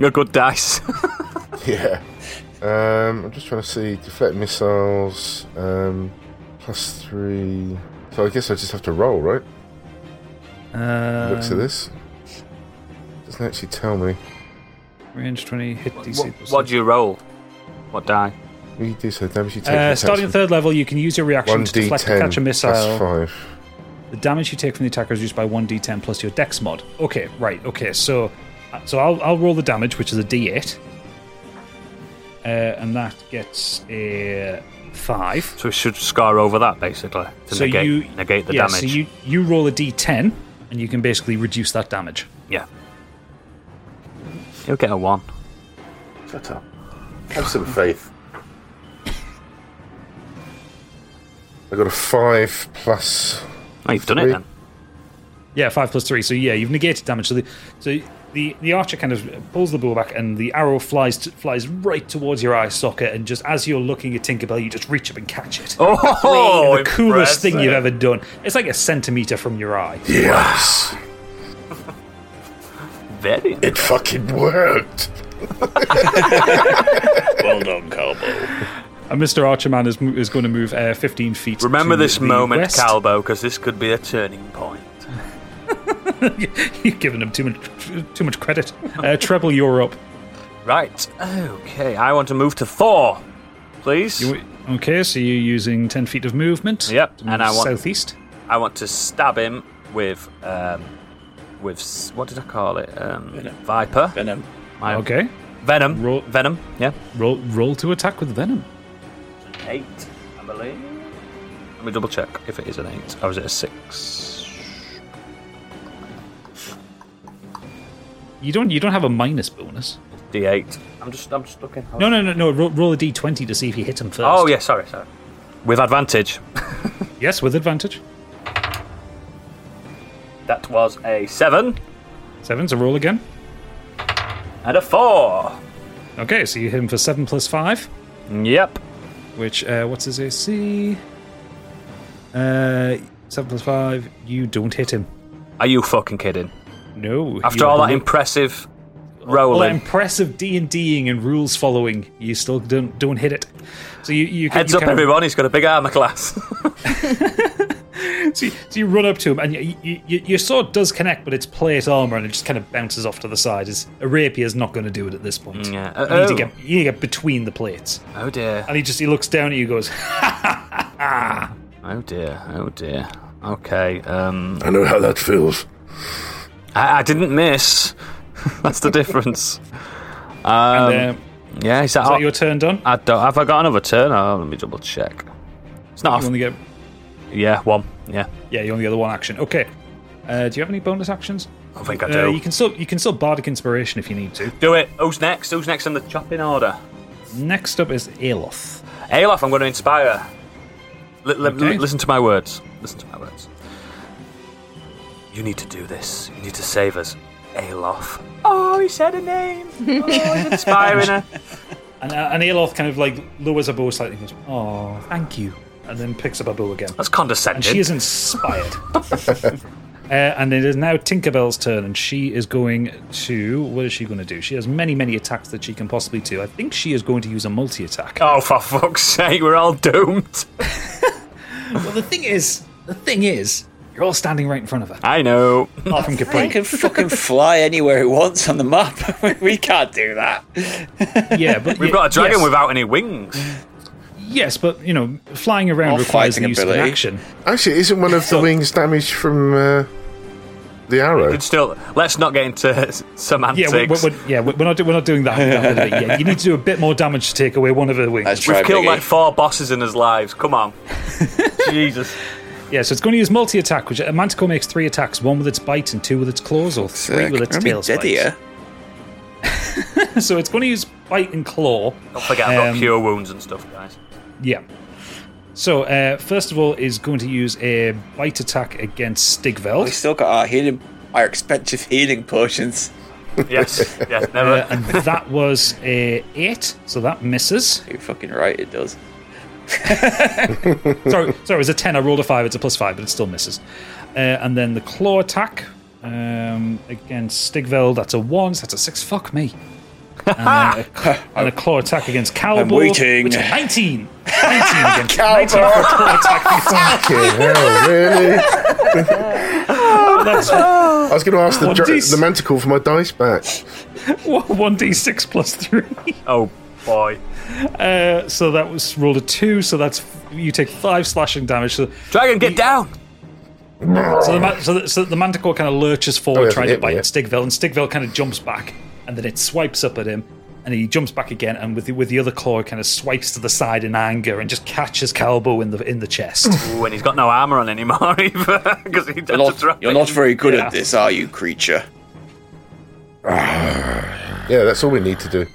Speaker 8: A good dice.
Speaker 14: Yeah. Um, I'm just trying to see deflect missiles. Um, plus three. So I guess I just have to roll, right?
Speaker 5: Um,
Speaker 14: Looks at this. Doesn't actually tell me.
Speaker 5: Range 20, hit DC.
Speaker 8: What, what do you roll? What die?
Speaker 14: We do so damage you take.
Speaker 5: Uh, starting at third level, you can use your reaction to
Speaker 14: 1d10
Speaker 5: deflect or catch a missile.
Speaker 14: plus five.
Speaker 5: The damage you take from the attacker is reduced by 1d10 plus your dex mod. Okay, right, okay, so so I'll, I'll roll the damage, which is a d8. Uh, and that gets a 5.
Speaker 8: So we should score over that, basically, to
Speaker 5: so
Speaker 8: negate,
Speaker 5: you
Speaker 8: negate the
Speaker 5: yeah,
Speaker 8: damage.
Speaker 5: So you, you roll a d10, and you can basically reduce that damage.
Speaker 8: Yeah. You'll get a 1.
Speaker 7: Shut up. Have some faith.
Speaker 14: I got a five plus.
Speaker 8: Oh, you've done it
Speaker 14: three.
Speaker 8: then.
Speaker 5: Yeah, five plus three. So yeah, you've negated damage. So the so the the archer kind of pulls the bow back, and the arrow flies t- flies right towards your eye socket. And just as you're looking at Tinkerbell, you just reach up and catch it.
Speaker 8: Oh,
Speaker 5: the coolest thing you've
Speaker 8: impressive.
Speaker 5: ever done. It's like a centimeter from your eye.
Speaker 7: Yes.
Speaker 8: Very.
Speaker 7: It fucking worked.
Speaker 3: well done, Calbo.
Speaker 5: And Mr. Archerman is mo- is going to move uh, 15 feet.
Speaker 8: Remember
Speaker 5: to
Speaker 8: this
Speaker 5: the
Speaker 8: moment,
Speaker 5: west.
Speaker 8: Calbo, because this could be a turning point.
Speaker 5: You've given him too much too much credit. Uh, treble, you're up.
Speaker 8: Right. Okay, I want to move to Thor, please.
Speaker 5: You, okay, so you're using 10 feet of movement.
Speaker 8: Yep,
Speaker 5: To move
Speaker 8: and I want
Speaker 5: southeast.
Speaker 8: I want to stab him with um, with s- what did I call it? Um, Viper.
Speaker 3: Venom.
Speaker 8: My
Speaker 5: Okay.
Speaker 8: Venom. Venom. Yeah.
Speaker 5: Roll roll to attack with venom.
Speaker 8: Eight, I believe. Let me double check if it is an eight or is it a six?
Speaker 5: You don't you don't have a minus bonus.
Speaker 8: D8. I'm just I'm just looking.
Speaker 5: No, no, no, no. Roll, roll a d20 to see if you hit him first.
Speaker 8: Oh yeah, sorry, sorry. With advantage.
Speaker 5: Yes, with advantage.
Speaker 8: That was a seven
Speaker 5: Seven's a roll again.
Speaker 8: and a four.
Speaker 5: Okay, so you hit him for seven plus five.
Speaker 8: Yep.
Speaker 5: Which uh, what's his AC? Uh, seven plus five. You don't hit him.
Speaker 8: Are you fucking kidding?
Speaker 5: No.
Speaker 8: After
Speaker 5: you-
Speaker 8: all that impressive rolling,
Speaker 5: all that impressive D and Ding and rules following, you still don't don't hit it. So you you
Speaker 8: heads
Speaker 5: you
Speaker 8: up,
Speaker 5: kind of-
Speaker 8: everyone. He's got a big armor class.
Speaker 5: So you, so you run up to him, and you, you, you, your sword does connect, but it's plate armor, and it just kind of bounces off to the side. As a rapier's not going to do it at this point.
Speaker 8: Yeah.
Speaker 5: You need
Speaker 8: Oh.
Speaker 5: to get you need to get between the plates.
Speaker 8: oh dear.
Speaker 5: And he just he looks down at you, and goes,
Speaker 8: Oh dear, oh dear. Okay, um.
Speaker 7: I know how that feels.
Speaker 8: I, I didn't miss. That's the difference. Um,
Speaker 5: And, uh,
Speaker 8: yeah, is that,
Speaker 5: "Is that your turn done?
Speaker 8: I don't, have I got another turn? Oh, let me double check. It's not.
Speaker 5: You
Speaker 8: a-
Speaker 5: only get
Speaker 8: yeah, one. Yeah.
Speaker 5: yeah, you only get the one action. Okay. Uh, do you have any bonus actions?
Speaker 8: I think I
Speaker 5: Uh,
Speaker 8: do.
Speaker 5: you can still you can still bardic inspiration if you need to.
Speaker 8: Do it. Who's next? Who's next in the chopping order?
Speaker 5: Next up is Aloth.
Speaker 8: Alof, I'm going to inspire. Li- li-
Speaker 5: Okay.
Speaker 8: li- listen to my words. Listen to my words. You need to do this. You need to save us. Alof. Oh, he said a name. Oh, he's inspiring her.
Speaker 5: And uh, and Aloth kind of like lowers her bow slightly and goes, "Oh, thank you," and then picks up her bow again.
Speaker 8: That's condescending.
Speaker 5: and she is inspired. uh, and it is now Tinkerbell's turn, and she is going to. What is she going to do? She has many, many attacks that she can possibly do. I think she is going to use a multi attack.
Speaker 8: Oh, for fuck's sake, we're all doomed.
Speaker 5: well, the thing is, the thing is, You're all standing right in front of her.
Speaker 8: I know.
Speaker 5: Apart from
Speaker 3: It
Speaker 5: Capri.
Speaker 3: can fucking fly anywhere it wants on the map. we can't do that.
Speaker 5: yeah, but
Speaker 8: We've
Speaker 5: y-
Speaker 8: got a dragon
Speaker 5: yes.
Speaker 8: without any wings.
Speaker 5: Yes, but you know, flying around
Speaker 8: Or
Speaker 5: requires the
Speaker 8: fighting
Speaker 5: use of an
Speaker 8: ability.
Speaker 5: action.
Speaker 14: Actually, isn't one of the wings damaged from uh, the arrow?
Speaker 8: But still, let's not get into
Speaker 5: Yeah,
Speaker 8: semantics.
Speaker 5: we're, we're, we're- yeah, we're we're not do- we're not doing that. that with it. yeah, you need to do a bit more damage to take away one of her wings.
Speaker 8: We've killed like four bosses in his lives. Come on. Jesus.
Speaker 5: Yeah, so it's going to use multi attack, which a manticore makes three attacks: one with its bite and two with its claws, or three with its
Speaker 3: I'm gonna
Speaker 5: tail
Speaker 3: be dead here.
Speaker 5: spikes. so it's going to use bite and claw.
Speaker 8: Don't forget, I've got
Speaker 5: Um,
Speaker 8: cure wounds and stuff, guys.
Speaker 5: Yeah. So uh, first of all, is going to use a bite attack against Stigveld.
Speaker 3: We still got our healing, our expensive healing potions.
Speaker 8: Yes, yeah,
Speaker 5: Uh, and that was a eight, so that misses.
Speaker 3: You're fucking right, it does.
Speaker 5: sorry, sorry, it was a ten. I rolled a five. It's a plus five, but it still misses. Uh, and then the claw attack um, against Stigveld. That's a one. So that's a six. Fuck me. And, then a, and a claw attack against Calibor.
Speaker 3: waiting.
Speaker 5: Which is nineteen. Nineteen against nineteen for a claw attack.
Speaker 14: Fucking hell, Oh, really?
Speaker 5: That's
Speaker 14: I was going to ask the,
Speaker 5: One
Speaker 14: dra-
Speaker 5: dice.
Speaker 14: the manticle for my dice back.
Speaker 5: one d six plus three.
Speaker 8: Oh, boy.
Speaker 5: Uh, so that was rolled a two. So that's you take five slashing damage. So
Speaker 8: Dragon, get down.
Speaker 5: So the, ma- so the, so the manticore kind of lurches forward,
Speaker 14: Oh, yeah,
Speaker 5: trying
Speaker 14: it
Speaker 5: to
Speaker 14: hit
Speaker 5: bite
Speaker 14: me,
Speaker 5: at Stigville, and Stigville kind of jumps back, and then it swipes up at him, and he jumps back again, and with the, with the other claw, it kind of swipes to the side in anger and just catches Calbo in the in the chest.
Speaker 8: Ooh, and he's got no armor on anymore either. Because he
Speaker 3: You're not, you're not very good at this, are you, creature?
Speaker 14: Yeah, that's all we need to do.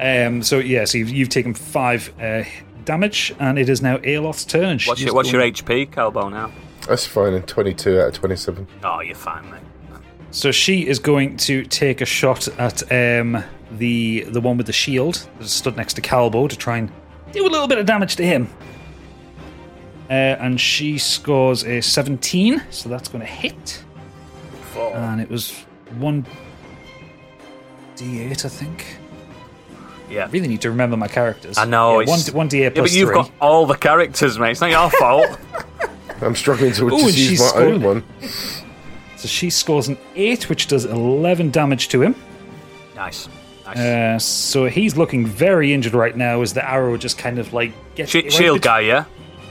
Speaker 5: Um, so yeah, so you've, you've taken five uh, damage, and it is now Aeloth's turn. and she
Speaker 8: What's your,
Speaker 5: just
Speaker 8: what's your
Speaker 5: goes-
Speaker 8: HP, Calbo, now?
Speaker 14: That's fine in 22 out of 27.
Speaker 8: Oh, you're fine, mate.
Speaker 5: So she is going to take a shot at um, the the one with the shield that stood next to Calbo to try and do a little bit of damage to him. Uh, and she scores a 17, so that's going to hit. And it was 1d8, I think.
Speaker 8: Yeah.
Speaker 5: really need to remember my characters.
Speaker 8: I know.
Speaker 5: Yeah, 1d8
Speaker 8: it's-
Speaker 5: plus
Speaker 8: yeah, but you've
Speaker 5: 3.
Speaker 8: got all the characters, mate. It's not your fault.
Speaker 14: I'm struggling to
Speaker 5: Ooh,
Speaker 14: just
Speaker 5: and
Speaker 14: use
Speaker 5: she's
Speaker 14: my
Speaker 5: scored.
Speaker 14: own one.
Speaker 5: So she scores an 8, which does 11 damage to him.
Speaker 8: nice. Nice.
Speaker 5: Uh, so he's looking very injured right now as the arrow just kind of like gets
Speaker 8: Sh-
Speaker 5: right
Speaker 8: shield
Speaker 5: bet-
Speaker 8: guy, yeah?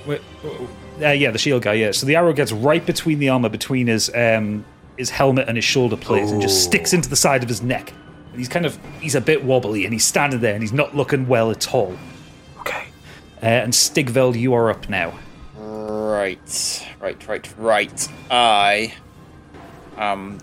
Speaker 5: Wait, uh, yeah, the shield guy. Yeah, so the arrow gets right between the armor, between his um, his helmet and his shoulder plates, and just
Speaker 8: Ooh.
Speaker 5: sticks into the side of his neck. And he's kind of he's a bit wobbly, and he's standing there, and he's not looking well at all.
Speaker 8: Okay.
Speaker 5: Uh, and Stigveld, you are up now.
Speaker 3: Right, right, right, right. I am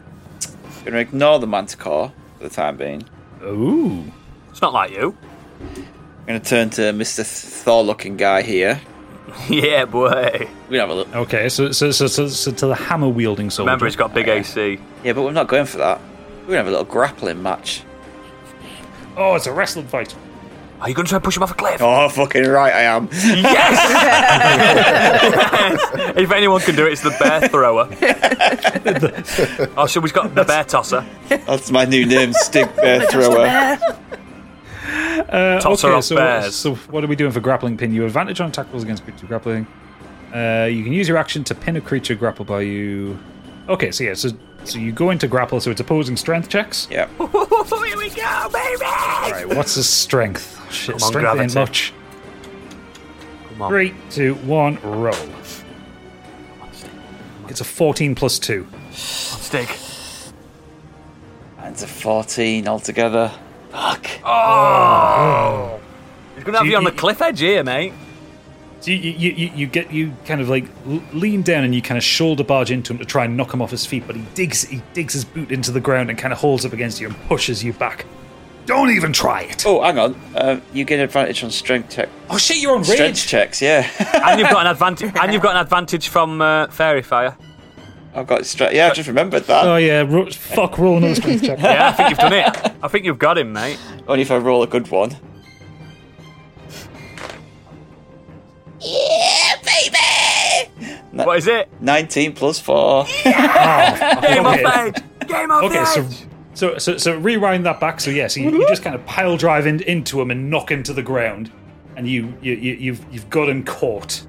Speaker 3: going to ignore the manticore for the time being.
Speaker 5: Ooh.
Speaker 8: It's not like you.
Speaker 3: I'm going to turn to Mr. Thor looking guy here.
Speaker 8: yeah, boy.
Speaker 3: We'll have a look.
Speaker 5: Okay, so so so, so, so to the hammer wielding soldier.
Speaker 8: Remember, he's got big AC.
Speaker 3: Yeah, but we're not going for that. We're going to have a little grappling match.
Speaker 5: Oh, it's a wrestling fight.
Speaker 8: Are you going to try and push him off a cliff?
Speaker 3: Oh, fucking right, I am.
Speaker 8: Yes! if anyone can do it, it's the bear thrower. oh, so we've got the bear tosser.
Speaker 3: That's my new name, Stig Bear Thrower.
Speaker 5: Uh,
Speaker 8: Toss her
Speaker 5: okay,
Speaker 8: off
Speaker 5: so,
Speaker 8: bears.
Speaker 5: so what are we doing for grappling pin? You have advantage on attack rolls against creature grappling. Uh, you can use your action to pin a creature grappled by you. Okay, so yeah, so so you go into grapple, so it's opposing strength checks.
Speaker 3: Yeah.
Speaker 8: Here we go, baby!
Speaker 5: Right, what's his strength? Shit,
Speaker 8: Come on,
Speaker 5: strength ain't
Speaker 8: gravity.
Speaker 5: much.
Speaker 8: Come on.
Speaker 5: Three, two, one, roll. It's a fourteen plus two.
Speaker 8: Stick.
Speaker 3: And it's a 14 altogether. Fuck.
Speaker 8: Oh! He's going to have
Speaker 5: Do
Speaker 8: you on
Speaker 5: you-
Speaker 8: the cliff edge here, mate.
Speaker 5: So you, you, you, you get you kind of like l- lean down and you kind of shoulder barge into him to try and knock him off his feet, but he digs he digs his boot into the ground and kind of holds up against you and pushes you back. Don't even try it.
Speaker 3: Oh, hang on. Um, you get advantage on strength check.
Speaker 5: Oh shit, you're on
Speaker 3: Strength
Speaker 5: rage.
Speaker 3: checks, yeah.
Speaker 8: And you've got an advantage. And you've got an advantage from uh, fairy fire.
Speaker 3: I've got strength. Yeah, I just remembered that.
Speaker 5: Oh yeah, ro- fuck, roll another strength check.
Speaker 8: Yeah, I think you've done it. I think you've got him, mate.
Speaker 3: Only if I roll a good one. Yeah, baby!
Speaker 8: What is it?
Speaker 3: 19 plus 4.
Speaker 8: Game
Speaker 5: Okay.
Speaker 8: off edge. Game off
Speaker 5: Okay,
Speaker 8: edge.
Speaker 5: so so so, so rewind that back. So yes, you, you just kind of pile drive in, into him and knock him to the ground. and you, you, you you've you've got him caught.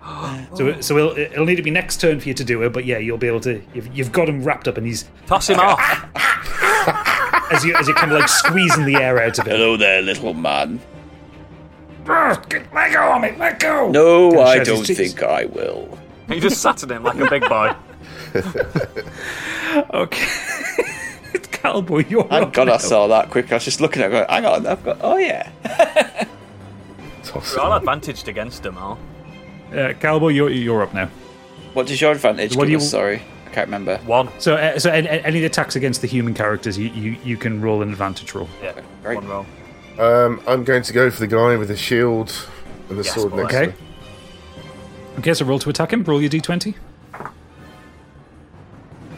Speaker 5: so so it'll, it'll need to be next turn for you to do it, but yeah, you'll be able to. You've, you've got him wrapped up, and he's
Speaker 8: toss him off
Speaker 5: as you as you kind of like squeezing the air out of him.
Speaker 3: Hello there, little man.
Speaker 9: Get, let go of me, let go!
Speaker 3: No,
Speaker 9: Gonna
Speaker 3: I
Speaker 9: shout his
Speaker 3: don't
Speaker 9: teeth.
Speaker 3: think I will.
Speaker 5: Oh,
Speaker 8: He just sat at him like a big boy.
Speaker 5: okay. Cowboy, you're
Speaker 3: I
Speaker 5: up
Speaker 3: God, I
Speaker 5: now.
Speaker 3: saw that quick. I was just looking at it going, hang on, I've got. Oh, yeah.
Speaker 8: We're all advantaged against him, all.
Speaker 5: Uh, Cowboy, you're, you're up now.
Speaker 3: What is your advantage?
Speaker 5: What
Speaker 3: What
Speaker 5: do you-
Speaker 3: Sorry, I can't remember.
Speaker 8: One.
Speaker 5: So, uh, so any, any attacks against the human characters, you, you, you can roll an advantage roll.
Speaker 8: Yeah,
Speaker 3: one
Speaker 8: roll.
Speaker 14: Um, I'm going to go for the guy with the shield and the
Speaker 5: Yes,
Speaker 14: sword
Speaker 5: boy.
Speaker 14: next
Speaker 5: Okay.
Speaker 14: to me.
Speaker 5: Okay, so roll to attack him. Roll your d20.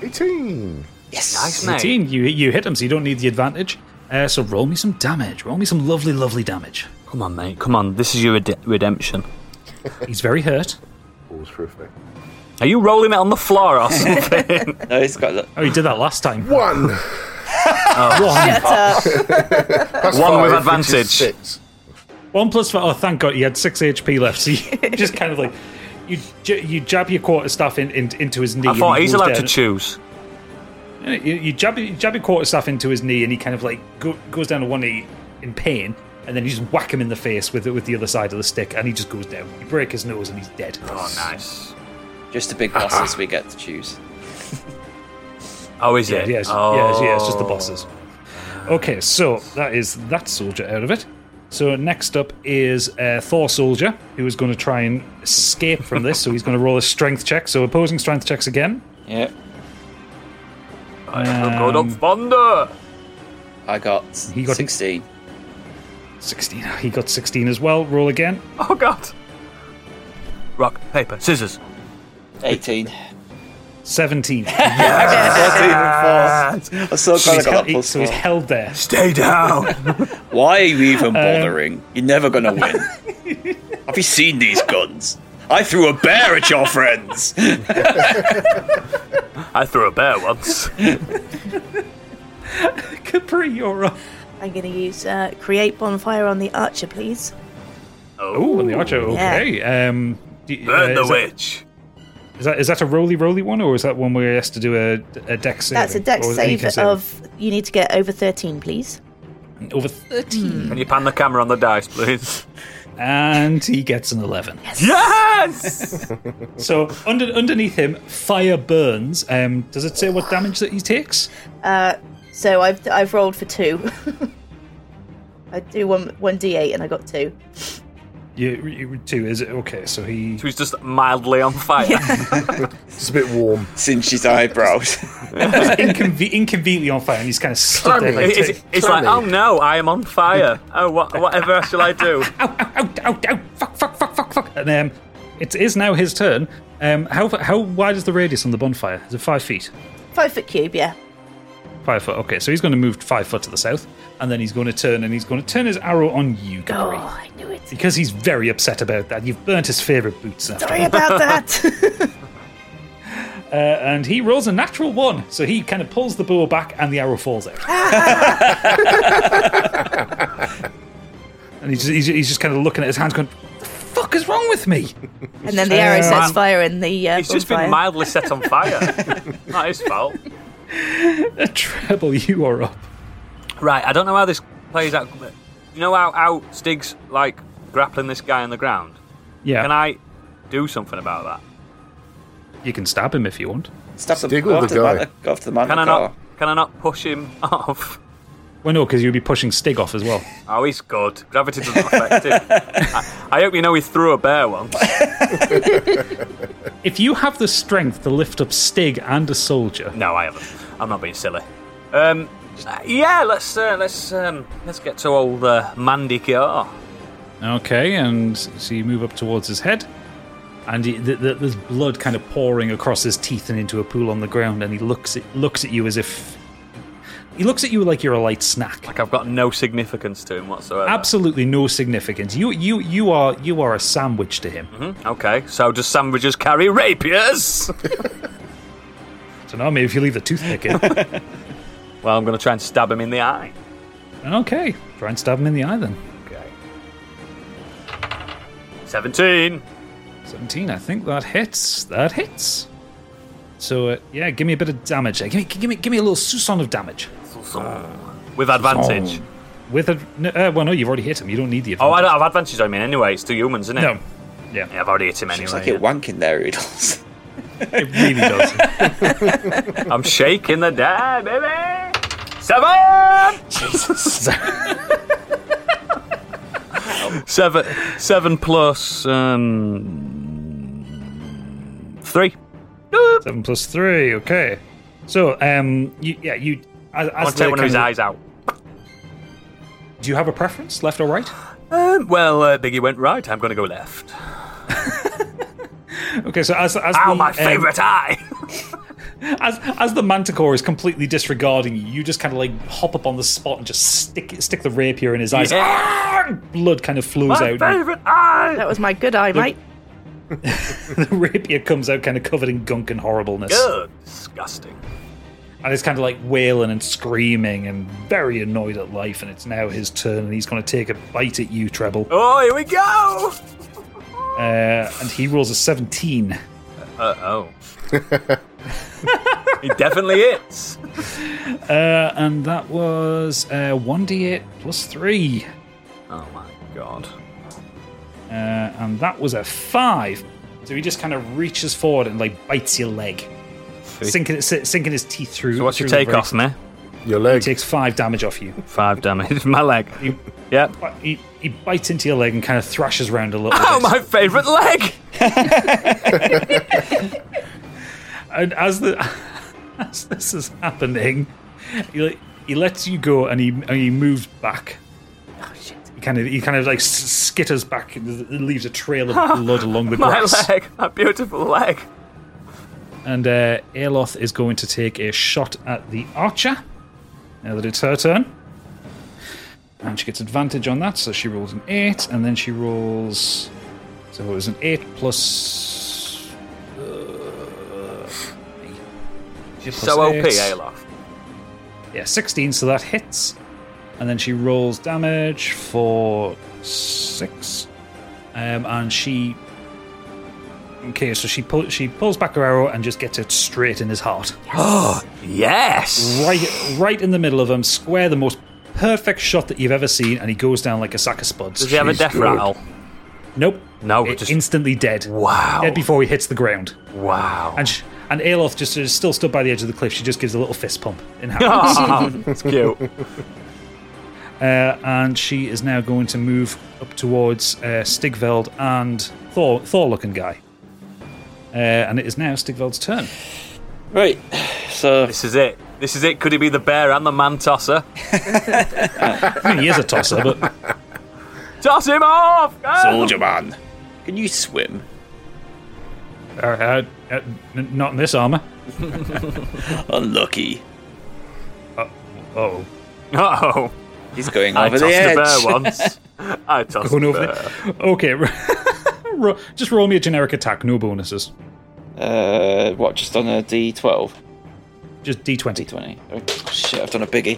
Speaker 14: 18.
Speaker 3: Yes.
Speaker 8: Nice, mate.
Speaker 5: 18. You, you hit him, so you don't need the advantage. Uh, so roll me some damage. Roll me some lovely, lovely damage.
Speaker 8: Come on, mate. Come on. This is your rede- redemption.
Speaker 5: He's very hurt.
Speaker 14: Balls for effect.
Speaker 8: Are you rolling it on the floor or something?
Speaker 3: no, he's got. The-
Speaker 5: Oh, he did that last time.
Speaker 14: One.
Speaker 5: Shut
Speaker 10: up.
Speaker 14: That's
Speaker 8: One with
Speaker 14: five, which is
Speaker 8: advantage.
Speaker 14: Six.
Speaker 5: One plus five. Oh, thank God, he had six HP left. So you just kind of like you j- you jab your quarterstaff in, in, into his knee.
Speaker 8: I
Speaker 5: and
Speaker 8: thought
Speaker 5: he
Speaker 8: he's
Speaker 5: falls
Speaker 8: allowed
Speaker 5: down.
Speaker 8: to choose.
Speaker 5: You, you jab you jab your quarterstaff into his knee, and he kind of like go, goes down to one knee in pain, and then you just whack him in the face with the- with the other side of the stick, and he just goes down. You break his nose, and he's dead.
Speaker 8: Oh, nice.
Speaker 3: Just the big bosses we get to choose.
Speaker 8: Oh, is
Speaker 5: yeah,
Speaker 8: it?
Speaker 5: yeah, it's-
Speaker 8: oh.
Speaker 5: yeah, it's- yeah, it's just the bosses. Okay, so that is that soldier out of it. So next up is uh, Thor soldier, who is going to try and escape from this. so he's going to roll a strength check. So opposing strength checks again.
Speaker 3: Yeah.
Speaker 8: I have
Speaker 5: Um,
Speaker 8: Oh, good thunder.
Speaker 3: I got
Speaker 5: He got-
Speaker 3: 16.
Speaker 5: Sixteen. He got sixteen as well. Roll again.
Speaker 8: Oh, God. Rock, paper, scissors.
Speaker 3: 18.
Speaker 5: Seventeen.
Speaker 3: I got 14 and four. I'm so
Speaker 5: So
Speaker 3: glad I
Speaker 5: he's,
Speaker 3: got
Speaker 5: held,
Speaker 3: that
Speaker 5: he-
Speaker 3: plus
Speaker 5: so he's
Speaker 3: four.
Speaker 5: held there.
Speaker 8: Stay down.
Speaker 3: Why are you even
Speaker 5: Uh,
Speaker 3: bothering? You're never going to win. Have you seen these guns? I threw a bear at your friends.
Speaker 8: I threw a bear once.
Speaker 5: Capri, you're up.
Speaker 10: I'm going to use uh, create bonfire on the archer, please.
Speaker 5: Oh, and the archer. Okay. Um, do you-
Speaker 8: Burn
Speaker 5: uh,
Speaker 8: the
Speaker 5: is that-
Speaker 8: witch.
Speaker 5: Is that is that a roly roly one, or is that one where he has to do a a dex save?
Speaker 10: That's a dex save of. You need to get over 13, please.
Speaker 5: over thirteen,
Speaker 8: Can you pan the camera on the dice, please?
Speaker 5: and he gets an eleven.
Speaker 8: Yes!
Speaker 5: So under, underneath him, fire burns. Um, does it say what damage that he takes?
Speaker 10: Uh, so I've I've rolled for two. I do one one d8 and I got two.
Speaker 5: You, you two is it okay? So he
Speaker 8: He was just mildly on fire.
Speaker 14: It's a bit warm.
Speaker 3: Singe his eyebrows.
Speaker 5: inconve- inconveniently on fire, and he's kind of stood there. Like,
Speaker 8: It- it's it's like, oh no, I am on fire. Oh, what, whatever shall I do?
Speaker 5: out, out, out, fuck, fuck, fuck, fuck, fuck. And um, it is now his turn. Um, how how wide is the radius on the bonfire? Is it five feet?
Speaker 10: Five foot cube, yeah.
Speaker 5: Five foot. Okay, so he's going to move five foot to the south, and then he's going to turn and he's going to turn his arrow on you, Gary,
Speaker 10: Oh, I knew it.
Speaker 5: because he's very upset about that. You've burnt his favorite boots. After
Speaker 10: Sorry
Speaker 5: all.
Speaker 10: about that.
Speaker 5: Uh, and he rolls a natural one, so he kind of pulls the bow back, and the arrow falls out. and he's, he's, he's just kind of looking at his hands, going, "What the fuck is wrong with me?"
Speaker 10: and then the arrow sets
Speaker 8: Man.
Speaker 10: fire in the uh,
Speaker 8: He's just been
Speaker 10: bonfire.
Speaker 8: mildly set on fire. Not his fault.
Speaker 5: Treble, you are up.
Speaker 8: Right, I don't know how this plays out. but You know how, how Stig's like grappling this guy on the ground?
Speaker 5: Yeah,
Speaker 8: Can I do something about that?
Speaker 5: you can stab him if you want.
Speaker 3: Stop the,
Speaker 14: Stick
Speaker 3: go,
Speaker 14: with
Speaker 3: after
Speaker 14: the
Speaker 3: the
Speaker 14: guy.
Speaker 3: man, go after the man.
Speaker 8: Can
Speaker 3: in
Speaker 8: I
Speaker 3: the car.
Speaker 8: not? Can I not push him off?
Speaker 5: Well, no, because you'll be pushing Stig off as well.
Speaker 8: Oh, he's good. Gravity doesn't affect him. I, I hope you know he threw a bear once.
Speaker 5: If you have the strength to lift up Stig and a soldier,
Speaker 8: No, I haven't. I'm not being silly. Um, uh, yeah, let's uh, let's um, let's get to old uh, Mandy Kiar.
Speaker 5: Okay, and so you move up towards his head, and he, th- th- there's blood kind of pouring across his teeth and into a pool on the ground, and he looks at, looks at you as if he looks at you like you're a light snack.
Speaker 8: Like I've got no significance to him whatsoever.
Speaker 5: Absolutely no significance. You you you are you are a sandwich to him.
Speaker 8: Mhm, Okay, so does sandwiches carry rapiers?
Speaker 5: So now maybe if you leave the toothpick in.
Speaker 8: well, I'm going to try and stab him in the eye.
Speaker 5: okay, try and stab him in the eye then.
Speaker 8: Okay. Seventeen.
Speaker 5: 17, I think that hits. That hits. So, uh, yeah, give me a bit of damage there. Give me, give me, give me a little Susan of damage.
Speaker 8: With advantage.
Speaker 5: With a. No, uh, well, no, you've already hit him. You don't need the advantage.
Speaker 8: Oh, I don't have advantage on me anyway. It's two humans, isn't it?
Speaker 5: No. Yeah.
Speaker 8: I've already hit him anyway.
Speaker 3: Looks like it wank in there, it does.
Speaker 8: it really does. I'm shaking the die, baby. Seven. Jesus. seven, seven plus um, three.
Speaker 5: Seven plus three. Okay. So, um, you, yeah, you. As,
Speaker 8: I want
Speaker 5: as
Speaker 8: to
Speaker 5: the
Speaker 8: take one of his
Speaker 5: kind
Speaker 8: eyes out.
Speaker 5: Do you have a preference, left or right?
Speaker 8: Um, well, uh, Biggie went right. I'm going to go left.
Speaker 5: Okay, so as as
Speaker 8: Ow,
Speaker 5: the,
Speaker 8: Oh, my
Speaker 5: um,
Speaker 8: favourite eye.
Speaker 5: as as the manticore is completely disregarding you, you just kind of like hop up on the spot and just stick stick the rapier in his eyes.
Speaker 10: Yeah.
Speaker 5: Ah! Blood kind of flows out.
Speaker 8: eye!
Speaker 10: That was my good eye,
Speaker 5: Look-
Speaker 10: mate.
Speaker 5: the rapier comes out kind of covered in gunk and horribleness.
Speaker 8: Good. Disgusting.
Speaker 5: And it's kind of like wailing and screaming and very annoyed at life. And it's now his turn, and he's going to take a bite at you, Treble.
Speaker 8: Oh, here we go.
Speaker 5: Uh, and he rolls a 17.
Speaker 8: Uh oh. he definitely hits.
Speaker 5: Uh, and that was uh, 1d8 plus 3.
Speaker 8: Oh my god.
Speaker 5: Uh, and that was a 5. So he just kind of reaches forward and like bites your leg, sinking, si- sinking his teeth through.
Speaker 8: So what's your
Speaker 5: through the
Speaker 8: take off,
Speaker 5: braces.
Speaker 8: me?
Speaker 14: Your leg.
Speaker 5: He takes 5 damage off you.
Speaker 8: Five damage. My leg. Yep.
Speaker 5: He, he bites into your leg and kind of thrashes around a little
Speaker 8: Oh,
Speaker 5: bit.
Speaker 8: my favourite leg.
Speaker 5: And as the as this is happening, he, he lets you go and he and he moves back.
Speaker 10: Oh, shit.
Speaker 5: He kind of he kind of like s- skitters back and leaves a trail of blood along the
Speaker 8: my
Speaker 5: grass.
Speaker 8: leg. My beautiful leg.
Speaker 5: And uh, Aeloth is going to take a shot at the archer. Now that it's her turn. And she gets advantage on that, so she rolls an 8, and then she rolls. So it was an 8 plus.
Speaker 8: She's
Speaker 5: Plus
Speaker 8: so OP,
Speaker 5: eight.
Speaker 8: Alof.
Speaker 5: Yeah, 16, so that hits. And then she rolls damage for 6. Um, and she. Okay, so she, pull, she pulls back her arrow and just gets it straight in his heart.
Speaker 8: Oh, yes.
Speaker 5: right right in the middle of him, square the most perfect shot that you've ever seen, and he goes down like a sack of spuds.
Speaker 8: Does he have a
Speaker 5: Jeez.
Speaker 8: death rattle?
Speaker 5: Nope.
Speaker 8: No,
Speaker 5: I-
Speaker 8: just-
Speaker 5: instantly dead.
Speaker 8: Wow.
Speaker 5: Dead before he hits the ground.
Speaker 8: Wow.
Speaker 5: And sh and Aeloth just is still stood by the edge of the cliff. She just gives a little fist pump in
Speaker 8: Oh,
Speaker 5: hand.
Speaker 8: it's cute.
Speaker 5: uh, and she is now going to move up towards uh, Stigveld and Thor, Thor-looking guy. Uh, and it is now Stigveld's turn.
Speaker 3: Right. So
Speaker 8: This is it. This is it. Could he be the bear and the man tosser?
Speaker 5: I mean, he is a tosser, but uh,
Speaker 8: Toss him off! Go!
Speaker 3: soldier man, can you swim?
Speaker 5: uh, uh, uh, n- not in this armor.
Speaker 3: Unlucky.
Speaker 5: Oh.
Speaker 8: Oh,
Speaker 3: He's going
Speaker 8: I
Speaker 3: over
Speaker 8: tossed
Speaker 3: the edge.
Speaker 8: a bear once. I tossed
Speaker 5: Going
Speaker 8: a
Speaker 5: over
Speaker 8: bear.
Speaker 5: the- Okay. ro- just roll me a generic attack, no bonuses.
Speaker 3: Uh, what? Just on a D12,
Speaker 5: Just d20.
Speaker 3: D20. Oh, shit, I've done a biggie.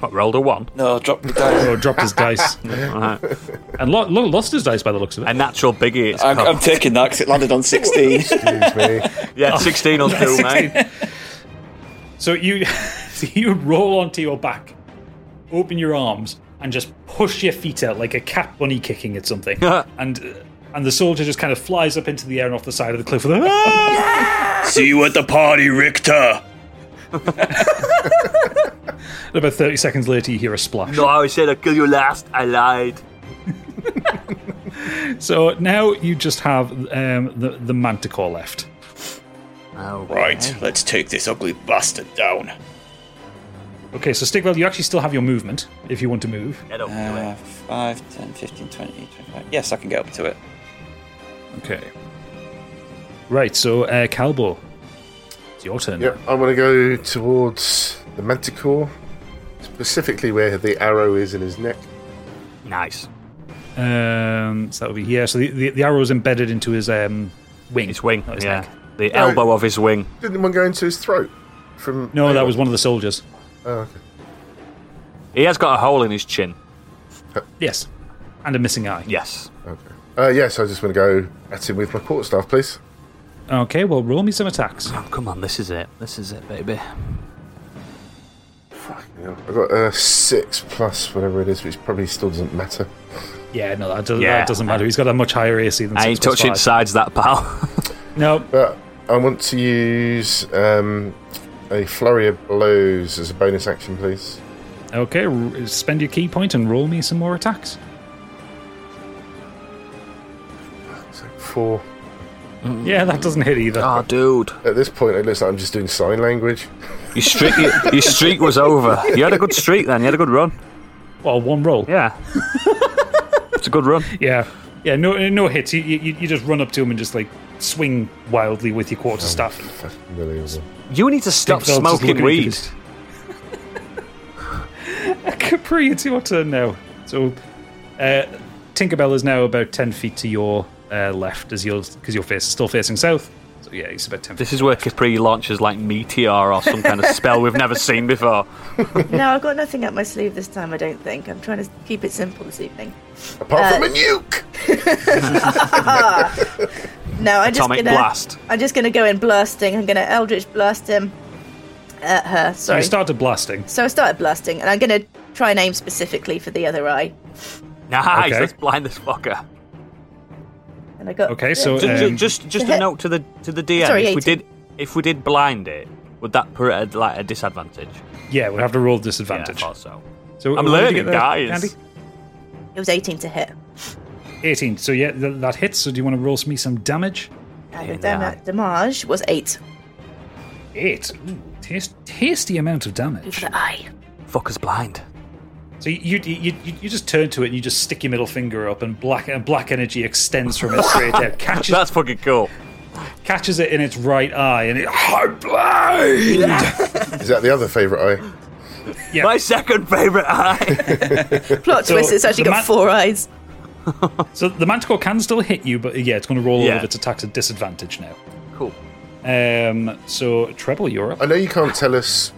Speaker 8: What, rolled a one?
Speaker 3: No, drop the dice.
Speaker 5: Oh, dropped his dice.
Speaker 8: Right.
Speaker 5: And lo- lo- lost his dice by the looks of it.
Speaker 8: A natural biggie. It's
Speaker 3: I'm,
Speaker 8: called.
Speaker 3: I'm taking that because it landed on 16.
Speaker 14: Excuse me.
Speaker 8: yeah, 16 will do, mate.
Speaker 5: So you, so you roll onto your back, open your arms, and just push your feet out like a cat bunny kicking at something. and uh, and the soldier just kind of flies up into the air and off the side of the cliff with a. "Ah!"
Speaker 3: See you at the party, Richter.
Speaker 5: And about thirty seconds later, you hear a splash.
Speaker 8: No, I said I'd kill you last. I lied.
Speaker 5: So now you just have um, the the manticore left.
Speaker 8: Oh,
Speaker 3: Right, let's take this ugly bastard down.
Speaker 5: Okay, so Stigwell, you actually still have your movement if you want to move.
Speaker 8: Get up
Speaker 3: Uh, 5, 10, 15, 20, 25. Yes, I can get up to it.
Speaker 5: Okay. Right, so uh, Calbo, it's your turn.
Speaker 14: Yep, I'm going to go towards the manticore, specifically where the arrow is in his neck.
Speaker 8: Nice.
Speaker 5: Um, so that would be here. So the, the, the arrow is embedded into his um, wing.
Speaker 8: His wing.
Speaker 5: Not his
Speaker 8: yeah.
Speaker 5: neck.
Speaker 8: The
Speaker 14: No.
Speaker 8: elbow of his wing.
Speaker 14: Didn't one go into his throat? From
Speaker 5: No, that was one of the soldiers.
Speaker 14: Oh, okay.
Speaker 8: He has got a hole in his chin.
Speaker 5: Yes. and a missing eye.
Speaker 8: Yes.
Speaker 14: Okay. Uh, yes, I just want to go at him with my quarterstaff, please.
Speaker 5: Okay, well, roll me some attacks.
Speaker 8: Oh, come on, this is it. This is it, baby.
Speaker 14: Yeah, I got uh, six plus whatever it is, which probably still doesn't matter.
Speaker 5: Yeah, no, that, does,
Speaker 8: Yeah.
Speaker 5: that doesn't matter. He's got a much higher AC than
Speaker 8: I
Speaker 5: six
Speaker 8: ain't
Speaker 5: plus
Speaker 8: touching
Speaker 5: five.
Speaker 8: sides that pal.
Speaker 5: No.
Speaker 14: But I want to use um, a flurry of blows as a bonus action, please.
Speaker 5: Okay, r- spend your key point and roll me some more attacks.
Speaker 14: So four.
Speaker 5: Yeah, that doesn't hit either.
Speaker 8: Oh, dude.
Speaker 14: At this point, it looks like I'm just doing sign language.
Speaker 8: Your streak, your, your streak was over. You had a good streak then. You had a good run.
Speaker 5: Well, one roll.
Speaker 8: Yeah. it's a good run.
Speaker 5: Yeah, yeah, no, no hits. You, you, you just run up to him and just like swing wildly with your quarterstaff.
Speaker 14: Unbelievable.
Speaker 8: You need to stop
Speaker 5: Big Phil's just
Speaker 8: smoking
Speaker 5: looking at
Speaker 8: weed.
Speaker 5: Capri, it's your turn now. So, uh, Tinkerbell is now about ten feet to your uh, left, as you're because your face is still facing south. So yeah, he's about ten. feet.
Speaker 8: This is where Capri launches like meteor or some kind of spell we've never seen before.
Speaker 10: no, I've got nothing up my sleeve this time, I don't think. I'm trying to keep it simple this evening.
Speaker 14: Apart from
Speaker 10: Uh,
Speaker 14: a nuke!
Speaker 10: No, I'm
Speaker 8: Atomic
Speaker 10: just gonna,
Speaker 8: blast.
Speaker 10: I'm just gonna go in blasting. I'm gonna Eldritch blast him at her.
Speaker 5: So
Speaker 10: Sorry.
Speaker 5: you started blasting.
Speaker 10: So I started blasting, and I'm gonna try and aim specifically for the other eye.
Speaker 8: Nice.
Speaker 5: Okay.
Speaker 8: Let's blind this fucker.
Speaker 10: And I got
Speaker 5: Okay, so,
Speaker 8: just,
Speaker 5: um,
Speaker 8: just, just,
Speaker 10: The
Speaker 8: a
Speaker 10: hit-
Speaker 8: note to the to the DM.
Speaker 10: Sorry,
Speaker 8: if we
Speaker 10: 18.
Speaker 8: did if we did blind it, would that put it at like a disadvantage?
Speaker 5: Yeah, we'd have to roll
Speaker 8: Yeah, I
Speaker 5: disadvantage.
Speaker 8: thought so.
Speaker 5: so
Speaker 8: I'm
Speaker 5: what did you
Speaker 8: learning,
Speaker 5: get there,
Speaker 8: guys.
Speaker 5: Andy?
Speaker 10: it was 18 to hit.
Speaker 5: Eighteen. So yeah, th- that hits. So do you want to roll me some damage?
Speaker 10: And the dam- damage was eight.
Speaker 5: Eight. Ooh, taste, tasty amount of damage.
Speaker 10: For the eye.
Speaker 8: Fucker's blind.
Speaker 5: So you you, you you just turn to it and you just stick your middle finger up and black and black energy extends from it straight out, catches
Speaker 8: That's fucking cool.
Speaker 5: catches it in its right eye and it
Speaker 9: I'm blind!
Speaker 14: Is that the other favourite eye?
Speaker 5: yeah.
Speaker 8: My second favourite eye.
Speaker 10: Plot
Speaker 5: So,
Speaker 10: twist, it's actually
Speaker 5: the
Speaker 10: got
Speaker 5: man-
Speaker 10: four eyes.
Speaker 5: so the manticore can still hit you, but yeah, it's going to roll all
Speaker 8: Yeah.
Speaker 5: of its attacks at disadvantage now.
Speaker 8: cool.
Speaker 5: Um, so treble, you're up.
Speaker 14: I know you can't tell us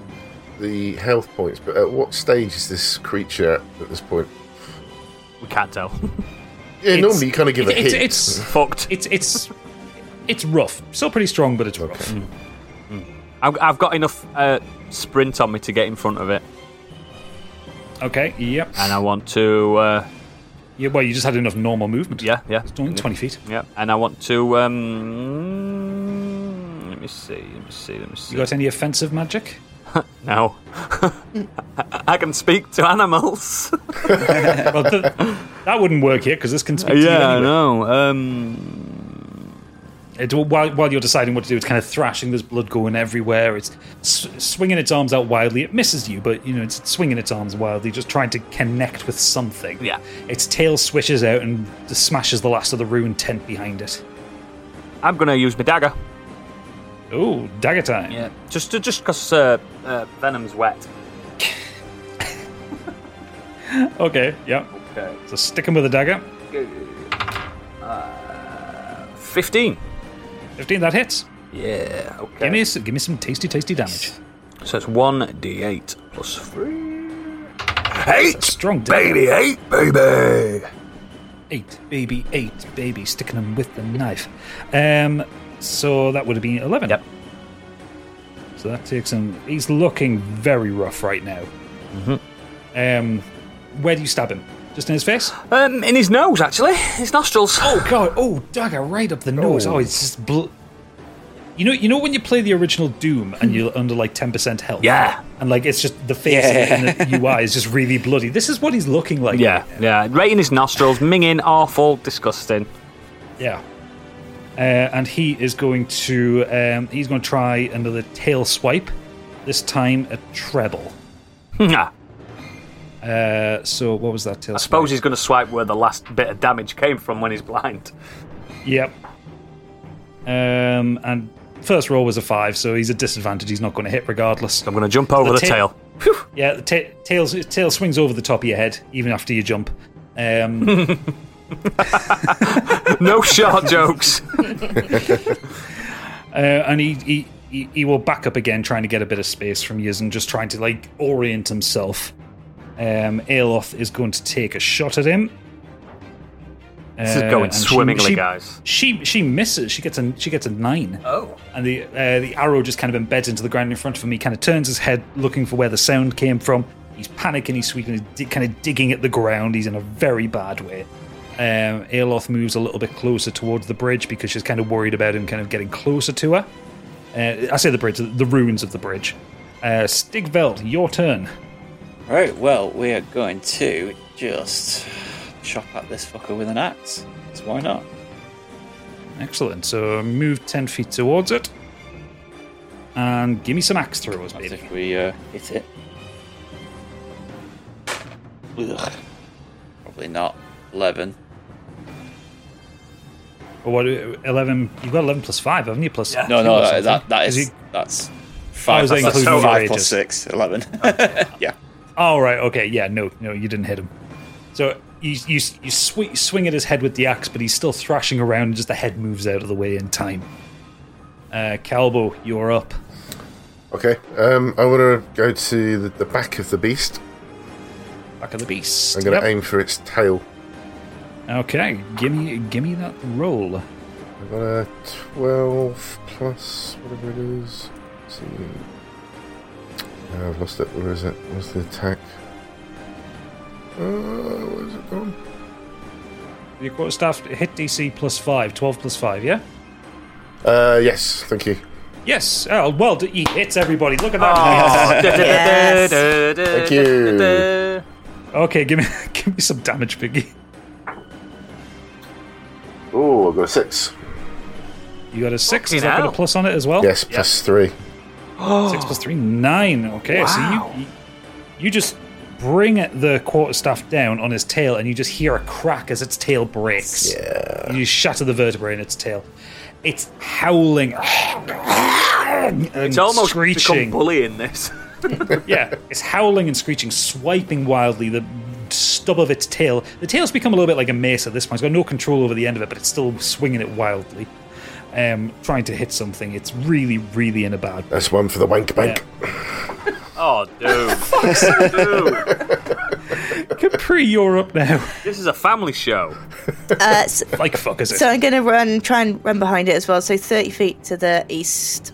Speaker 14: the health points, but at what stage is this creature at, at this point?
Speaker 8: We can't tell.
Speaker 14: Yeah,
Speaker 5: It's-
Speaker 14: normally you kind of give it,
Speaker 5: it's,
Speaker 14: hits.
Speaker 5: it's
Speaker 8: Fucked.
Speaker 5: it's it's it's rough. Still pretty strong, but it's rough.
Speaker 8: I've, I've got enough uh, sprint on me to get in front of it,
Speaker 5: Okay. Yep.
Speaker 8: and I want to. Uh,
Speaker 5: Yeah, well, you just had enough normal movement.
Speaker 8: yeah, yeah.
Speaker 5: It's only twenty feet.
Speaker 8: Yeah, and I want to. Um, let me see. Let me see. Let me see.
Speaker 5: You got any offensive magic?
Speaker 8: no, I can speak to animals.
Speaker 5: well, th- that wouldn't work here because this can speak to you
Speaker 8: yeah, I
Speaker 5: anyway.
Speaker 8: know. Um,
Speaker 5: It, while, while you're deciding what to do, it's kind of thrashing. There's blood going everywhere. It's s- swinging its arms out wildly. It misses you, but you know it's swinging its arms wildly, just trying to connect with something.
Speaker 8: Yeah.
Speaker 5: Its tail swishes out and smashes the last of the ruined tent behind it.
Speaker 8: I'm gonna use my dagger.
Speaker 5: Oh, dagger time!
Speaker 8: Yeah, just to, just because uh, uh, venom's wet.
Speaker 5: Okay, yeah.
Speaker 8: Okay.
Speaker 5: So stick him with a dagger.
Speaker 8: Fifteen.
Speaker 5: Fifteen. That hits.
Speaker 8: Yeah. Okay.
Speaker 5: Give me s- give me some tasty, tasty damage.
Speaker 8: So it's one d8 plus three.
Speaker 5: A
Speaker 11: Eight,
Speaker 5: strong dagger.
Speaker 11: baby, eight, baby.
Speaker 5: Eight, baby, eight, baby, sticking him with the knife. Um, so that would have been 11.
Speaker 8: Yep.
Speaker 5: So that takes him. He's looking very rough right now.
Speaker 8: Mm-hmm.
Speaker 5: Um, where do you stab him? Just in his face?
Speaker 8: Um, in his nose actually, his nostrils.
Speaker 5: Oh god! Oh, dagger right up the nose. Oh, it's just. Bl- you know, you know when you play the original Doom and you're under like ten percent health.
Speaker 8: Yeah.
Speaker 5: And like it's just the face and the UI is just really bloody. This is what he's looking like.
Speaker 8: Yeah, yeah, right in his nostrils, minging, awful, disgusting.
Speaker 5: Yeah. Uh, and he is going to um, he's going to try another tail swipe. This time a treble.
Speaker 8: Nah.
Speaker 5: Uh, so what was that tail?
Speaker 8: I suppose he's going to swipe where the last bit of damage came from when he's blind.
Speaker 5: Yep. Um, and first roll was a five, so he's a disadvantage. He's not going to hit regardless.
Speaker 8: I'm going to jump over the,
Speaker 5: ta-
Speaker 8: tail.
Speaker 5: Yeah, the ta- tail tail swings over the top of your head even after you jump. Um,
Speaker 8: no short jokes.
Speaker 5: uh, and he, he he he will back up again, trying to get a bit of space from you and just trying to like orient himself. Um, Aeloth is going to take a shot at him. Uh,
Speaker 8: This is going
Speaker 5: and
Speaker 8: swimmingly, guys.
Speaker 5: She she misses. She gets a she gets a nine.
Speaker 8: Oh,
Speaker 5: and the uh, the arrow just kind of embeds into the ground in front of him. He kind of turns his head, looking for where the sound came from. He's panicking. He's sweeping. He's di- kind of digging at the ground. He's in a very bad way. Um, Aeloth moves a little bit closer towards the bridge because she's kind of worried about him kind of getting closer to her. Uh, I say the bridge, the ruins of the bridge. Uh, Stigveld, your turn.
Speaker 3: Right, well, we are going to just chop at this fucker with an axe. So why not?
Speaker 5: Excellent. So move 10 feet towards it. And give me some axe throws, baby.
Speaker 3: If we uh, hit it. Ugh. Probably not. 11.
Speaker 5: Or what? Eleven? You've got eleven plus five, haven't you? Plus
Speaker 3: No, no, that, that, that is. that's. Five,
Speaker 5: was
Speaker 3: that's, that's
Speaker 5: including your
Speaker 3: five
Speaker 5: ages.
Speaker 3: plus six, 11. yeah.
Speaker 5: Oh right, okay, yeah, no, no, you didn't hit him. So you you you sw- swing at his head with the axe, but he's still thrashing around, and just the head moves out of the way in time. Uh, Calbo, you're up.
Speaker 14: Okay, um, I want to go to the, the back of the beast.
Speaker 5: Back of the beast.
Speaker 14: I'm going to
Speaker 5: Yep.
Speaker 14: aim for its tail.
Speaker 5: Okay, give me give me that roll.
Speaker 14: I've got a 12 plus whatever it is. Let's see. No, I've lost it. Where is it? Where's the attack? Uh, where's it gone?
Speaker 5: Your quarterstaff hit DC plus five, 12 plus five, yeah.
Speaker 14: Uh, yes, thank you.
Speaker 5: Yes. Oh, well, d- he hits everybody. Look at
Speaker 14: Oh,
Speaker 5: that.
Speaker 14: Yes. Thank you.
Speaker 5: Okay, give me give me some damage, Biggie.
Speaker 14: Oh, I've got a 6.
Speaker 5: You got a six. Is
Speaker 14: Fucking
Speaker 5: that got a
Speaker 14: hell.
Speaker 5: plus on it as well?
Speaker 14: yes, plus 3.
Speaker 8: Oh.
Speaker 5: Six plus three, nine. Okay, so you, you you just bring the quarterstaff down on his tail, and you just hear a crack as its tail breaks. Yeah. You shatter the vertebrae in its tail. It's howling. and
Speaker 8: it's almost
Speaker 5: screeching.
Speaker 8: become bullying this.
Speaker 5: yeah, it's howling and screeching, swiping wildly. The stub of its tail. The tail's become a little bit like a mace at this point. It's got no control over the end of it, but it's still swinging it wildly, um, trying to hit something. It's really, really in a bad.
Speaker 14: That's one for the wank bank.
Speaker 8: Oh, dude.
Speaker 5: Capri, you're up now.
Speaker 8: This is a family show.
Speaker 10: Uh, so,
Speaker 5: Like fuck is it?
Speaker 10: so I'm going to run, try and run behind it as well. So 30 feet to the east,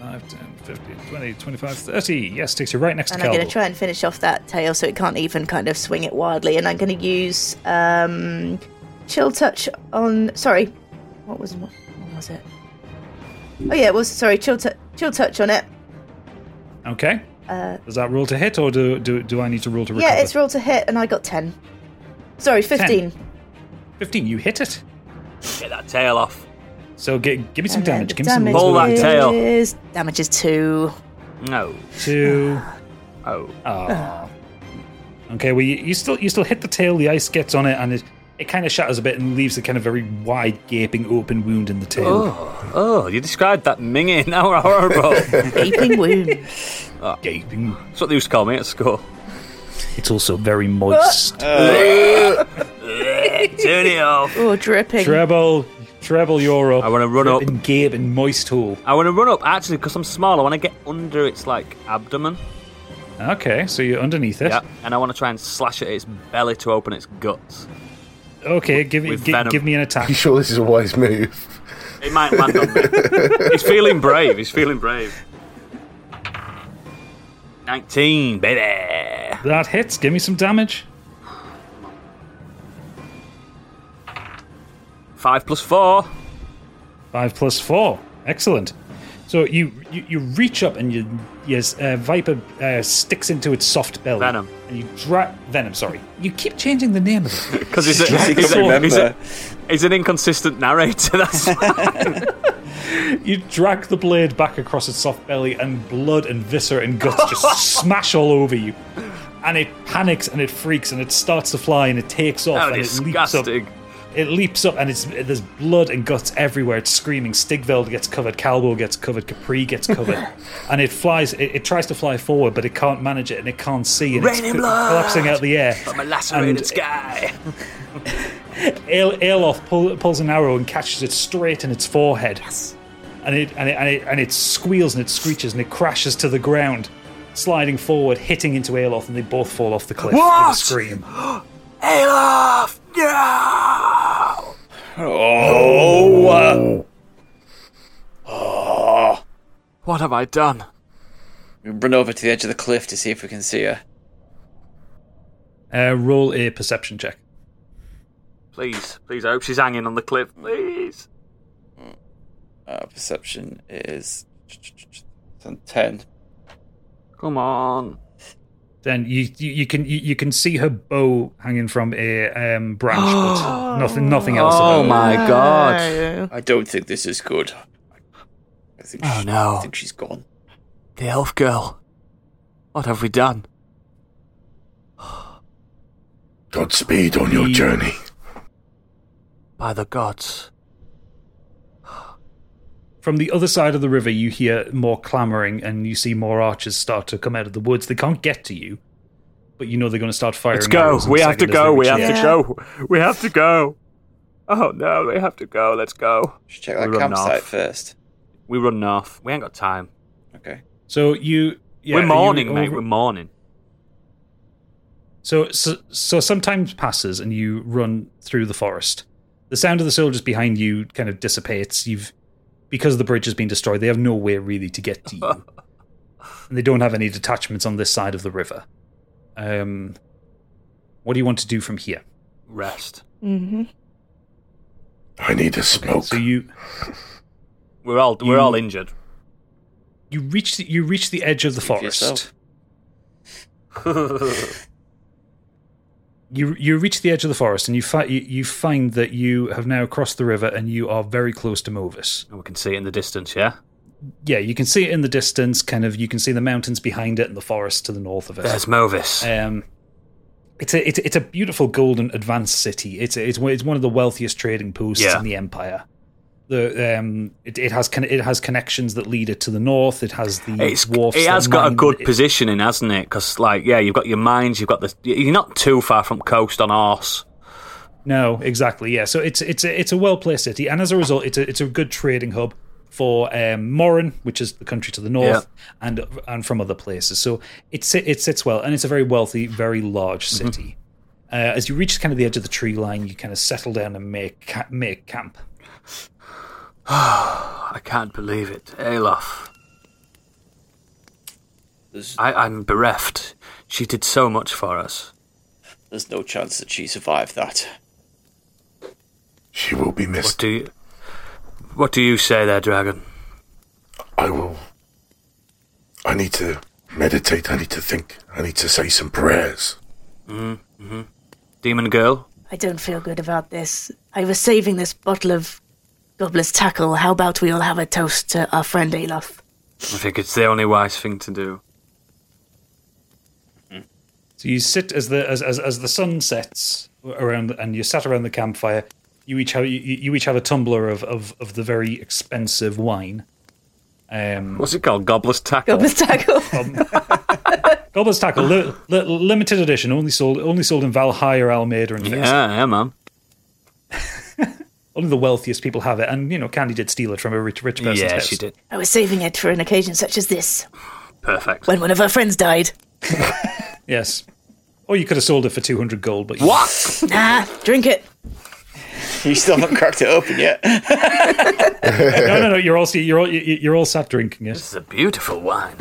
Speaker 5: 5, 10, 15, 20, 25, 30. Yes, takes you right next
Speaker 10: and
Speaker 5: to
Speaker 10: I'm going
Speaker 5: Calvo.
Speaker 10: to try and finish off that tail so it can't even kind of swing it wildly. And I'm going to use um, chill touch on. Sorry, what was what, was it? Oh yeah, it was sorry. Chill, t- chill touch on it.
Speaker 5: okay.
Speaker 10: Uh,
Speaker 5: Does that roll to hit, or do, do, do I need to roll to recover?
Speaker 10: yeah, it's roll to hit, and I got ten. Sorry, fifteen.
Speaker 5: 15, you hit it.
Speaker 8: Get that tail off.
Speaker 5: So get, give me some
Speaker 10: And then
Speaker 5: damage.
Speaker 10: the
Speaker 5: Give me some
Speaker 10: damage
Speaker 5: roll
Speaker 8: that tail.
Speaker 10: is- Damage is two.
Speaker 8: No.
Speaker 5: Two.
Speaker 8: Oh.
Speaker 5: Oh. Okay, well, you, you still you still hit the tail, the ice gets on it, and it, it kind of shatters a bit and leaves a kind of very wide, gaping, open wound in the tail.
Speaker 8: Oh, oh, you described that minging. Now we're horrible.
Speaker 10: Gaping wound.
Speaker 8: Oh.
Speaker 5: Gaping.
Speaker 8: That's what they used to call me at school.
Speaker 5: It's also very moist.
Speaker 10: Uh,
Speaker 8: Turn it off.
Speaker 10: Oh, dripping.
Speaker 5: Treble, treble, you're up. I
Speaker 8: want to run up.
Speaker 5: And gape and moist hole.
Speaker 8: I want to run up, actually, because I'm small. I want to get under its, like, abdomen.
Speaker 5: Okay, so you're underneath it.
Speaker 8: Yeah. And I want to try and slash at its belly to open its guts.
Speaker 5: Okay, give,
Speaker 8: With
Speaker 5: gi-
Speaker 8: venom.
Speaker 5: give me an attack.
Speaker 14: You sure this is a wise move?
Speaker 8: It might land on me. He's feeling brave. He's feeling brave. 19, baby.
Speaker 5: That hits. Give me some damage.
Speaker 8: Five plus four.
Speaker 5: Five plus four. Excellent. So you you, you reach up and you yes uh, viper uh, sticks into its soft belly.
Speaker 8: Venom.
Speaker 5: And you drag venom. Sorry. You keep changing the name of it
Speaker 8: Because he's, a, he's, a- he's, a- he's, a- he's an inconsistent narrator. That's
Speaker 5: You drag the blade back across its soft belly, and blood and viscera and guts just smash all over you. And it panics and it freaks and it starts to fly and it takes off
Speaker 8: How
Speaker 5: and it
Speaker 8: disgusting.
Speaker 5: leaps up. It leaps up and it's there's blood and guts everywhere. It's screaming. Stigveld gets covered. Calbo gets covered. Capri gets covered. and it flies. It, it tries to fly forward, but it can't manage it and it can't see. And
Speaker 8: Rain
Speaker 5: it's
Speaker 8: and
Speaker 5: co-
Speaker 8: blood
Speaker 5: collapsing out the air.
Speaker 8: from a lacerated
Speaker 5: And-
Speaker 8: sky.
Speaker 5: Ael- Aeloth pull, pulls an arrow and catches it straight in its forehead. And it and it, and it and it squeals and it screeches and it crashes to the ground, sliding forward, hitting into Aeloth, and they both fall off the cliff. with a
Speaker 8: What?
Speaker 5: scream!
Speaker 8: Alof! No!
Speaker 3: Oh. uh,
Speaker 8: Oh. What have I done?
Speaker 3: We run over to the edge of the cliff to see if we can see her.
Speaker 5: Uh, roll a perception check.
Speaker 8: Please, please, I hope she's hanging on the cliff. Please.
Speaker 3: Uh, perception is ten.
Speaker 8: Come on.
Speaker 5: Then you you, you can you, you can see her bow hanging from a um, branch, but nothing nothing else.
Speaker 8: Oh
Speaker 5: about
Speaker 8: my
Speaker 5: her.
Speaker 8: god.
Speaker 3: I don't think this is good. I think
Speaker 8: Oh
Speaker 3: she-
Speaker 8: no.
Speaker 3: I think she's gone.
Speaker 8: The elf girl. What have we done?
Speaker 7: Godspeed on your journey.
Speaker 8: By the gods.
Speaker 5: From the other side of the river, you hear more clamoring, and you see more archers start to come out of the woods. They can't get to you, but you know they're going to start firing.
Speaker 8: Let's go.
Speaker 5: arrows in a
Speaker 8: We have to
Speaker 5: second as they
Speaker 8: go. We
Speaker 5: reach
Speaker 8: have
Speaker 5: you.
Speaker 8: to go. We have to go. Oh no, we have to go. Let's go.
Speaker 3: Check
Speaker 8: We
Speaker 3: that
Speaker 8: run
Speaker 3: campsite
Speaker 8: north.
Speaker 3: first.
Speaker 8: We run north. We ain't got time.
Speaker 3: Okay.
Speaker 5: So you, yeah,
Speaker 8: We're
Speaker 5: you
Speaker 8: mourning, mate.
Speaker 5: over-
Speaker 8: We're mourning.
Speaker 5: So, so, so some time passes and you run through the forest. The sound of the soldiers behind you kind of dissipates. You've because the bridge has been destroyed. They have no way really to get to you, and they don't have any detachments on this side of the river. Um, what do you want to do from here?
Speaker 8: Rest.
Speaker 10: Mm-hmm.
Speaker 7: I need a smoke.
Speaker 5: So you
Speaker 8: We're all we're
Speaker 5: You-
Speaker 8: all injured.
Speaker 5: you reach the, you reach the edge of the forest.
Speaker 3: yourself.
Speaker 5: You you reach the edge of the forest and you, fi- you you find that you have now crossed the river and you are very close to Movis.
Speaker 8: And we can see it in the distance. Yeah.
Speaker 5: yeah, you can see it in the distance. Kind of, you can see the mountains behind it and the forest to the north of it.
Speaker 8: There's Movis.
Speaker 5: Um, it's a it's, a- it's a beautiful golden advanced city. It's a, it's one- it's one of the wealthiest trading posts
Speaker 8: Yeah.
Speaker 5: in the empire. The um, it, it has con- it has connections that lead it to the north. It has the
Speaker 8: It's,
Speaker 5: wharfs.
Speaker 8: it
Speaker 5: that
Speaker 8: has got a
Speaker 5: mine-
Speaker 8: good
Speaker 5: it-
Speaker 8: positioning, hasn't it? Because, like, yeah, you've got your mines, you've got the. You're not too far from coast on horse.
Speaker 5: No, exactly. Yeah, so it's it's a, it's a well placed city, and as a result, it's a it's a good trading hub for um, Morin, which is the country to the north, and and from other places. So it sit, it sits well, and it's a very wealthy, very large city. Uh, as you reach kind of the edge of the tree line, you kind of settle down and make ca- make camp.
Speaker 8: I can't believe it. Alof.
Speaker 3: There's
Speaker 8: I, I'm bereft. She did so much for us.
Speaker 3: there's no chance that she survived that.
Speaker 7: She will be
Speaker 8: What
Speaker 7: missed.
Speaker 8: do you. What do you say there, Dragon?
Speaker 7: I will. I need to meditate. I need to think. I need to say some prayers.
Speaker 8: Demon girl?
Speaker 6: I don't feel good about this. I was saving this bottle of Gobbler's Tackle. How about we all have a toast to our friend Alof?
Speaker 8: I think it's the only wise thing to do.
Speaker 5: So you sit as the as, as, as the sun sets around, and you sat around the campfire. You each have you, you each have a tumbler of, of, of the very expensive wine. Um,
Speaker 8: What's it called? Gobbler's Tackle?
Speaker 10: Gobbler's tackle.
Speaker 5: Gobbler's Tackle,
Speaker 8: Ah.
Speaker 5: li- li- limited edition, only sold only sold in Valhalla, Almeida, and things.
Speaker 8: yeah, yeah, man.
Speaker 5: Only the wealthiest people have it, and you know, Candy did steal it from a rich rich person's
Speaker 8: Yeah,
Speaker 5: house.
Speaker 8: she did.
Speaker 6: I was saving it for an occasion such as this,
Speaker 8: Perfect.
Speaker 6: when one of our friends died.
Speaker 5: Yes, or you could have sold it for two hundred gold, but you-
Speaker 8: What?
Speaker 6: Nah, drink it.
Speaker 3: You still haven't cracked it open yet.
Speaker 5: no, no, no, you're all you're all you're all sat drinking it.
Speaker 8: This is a beautiful wine.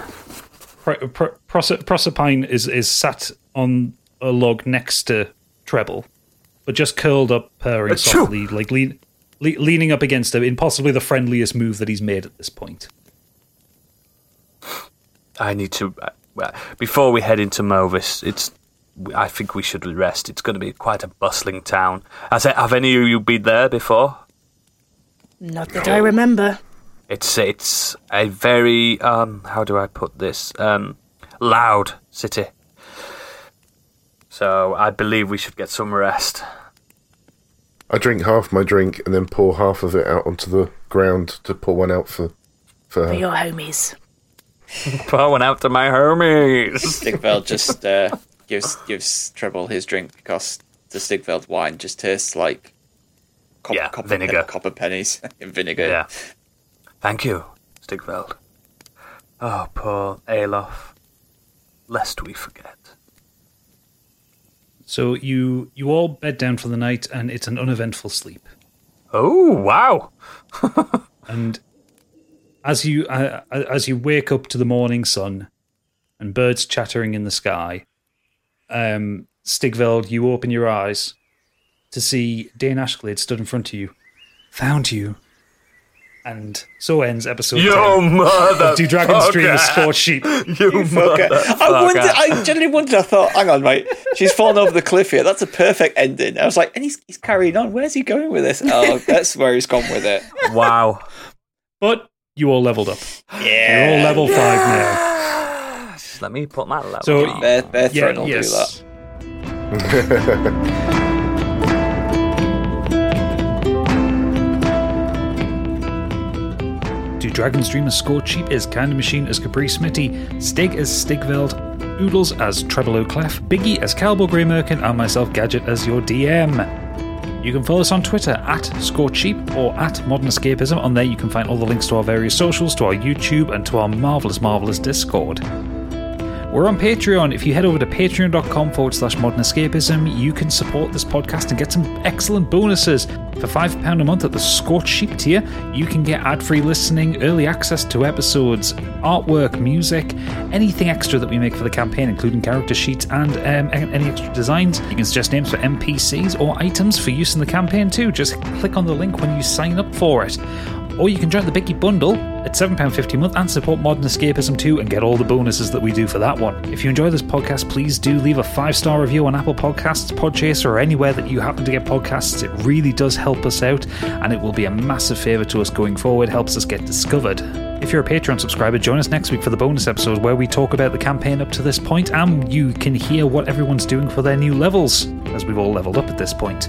Speaker 5: Pro- pro- Proser- Proserpine is is sat on a log next to Treble, but just curled up, purring
Speaker 8: Achoo.
Speaker 5: softly, like lean, le- leaning up against him in possibly the friendliest move that he's made at this point.
Speaker 8: I need to. uh, well, Before we head into Movis, it's. I think we should rest. It's going to be quite a bustling town. Has, have any of you been there before?
Speaker 6: Not that I remember.
Speaker 8: It's it's a very um how do I put this um loud city. So I believe we should get some rest.
Speaker 14: I drink half my drink and then pour half of it out onto the ground to pour one out for, for
Speaker 6: For
Speaker 14: her.
Speaker 6: your homies.
Speaker 8: Going out to my homies.
Speaker 3: Stigveld just uh, gives gives Treble his drink because the Stigveld wine just tastes like cop-
Speaker 8: Yeah,
Speaker 3: copper,
Speaker 8: vinegar.
Speaker 3: copper pennies in vinegar.
Speaker 8: Yeah. Thank you, Stigveld. Oh, poor Alof. Lest we forget.
Speaker 5: So you you all bed down for the night, and it's an uneventful sleep.
Speaker 8: Oh wow!
Speaker 5: and as you uh, as you wake up to the morning sun and birds chattering in the sky, um, Stigveld, you open your eyes to see Dane Ashglade stood in front of you. Found you. And so ends episode.
Speaker 8: You
Speaker 5: 10
Speaker 8: motherfucker.
Speaker 5: of Do Dragons Dream of Scorched Sheep?
Speaker 8: You
Speaker 3: Okay. I wondered.
Speaker 8: motherfucker.
Speaker 3: I generally wondered. I thought, hang on, mate, she's fallen over the cliff here. That's a perfect ending. I was like, and he's, he's carrying on. Where's he going with this? Oh, that's where he's gone with it.
Speaker 8: Wow.
Speaker 5: But you all leveled up.
Speaker 3: Yeah.
Speaker 5: You're all level five now.
Speaker 8: Just let me put my level.
Speaker 5: So
Speaker 8: up.
Speaker 3: Bear- Bear Yeah, Threat will do yes. that.
Speaker 5: Do Dragon's Dream as Score Cheap as Kinda Machine as Capri Smitty, Stig as Stigveld, Oodles as Treble O'Clef, Biggie as Calbo Grey Merkin, and myself Gadget as your DM. You can follow us on Twitter at ScoreCheap or at Modern Escapism. On there, you can find all the links to our various socials, to our YouTube, and to our marvelous, marvelous Discord. We're on Patreon. If you head over to patreon.com forward slash modern escapism, you can support this podcast and get some excellent bonuses. For £5 a month at the Scorched Sheep tier, you can get ad free listening, early access to episodes, artwork, music, anything extra that we make for the campaign, including character sheets and um, a- any extra designs. You can suggest names for NPCs or items for use in the campaign too. Just click on the link when you sign up for it. Or you can join the Biggie Bundle at £7.50 a month and support Modern Escapism too and get all the bonuses that we do for that one. If you enjoy this podcast, please do leave a five star review on Apple Podcasts, Podchaser, or anywhere that you happen to get podcasts. It really does help us out and it will be a massive favour to us going forward, helps us get discovered. If you're a Patreon subscriber, join us next week for the bonus episode where we talk about the campaign up to this point and you can hear what everyone's doing for their new levels, as we've all leveled up at this point.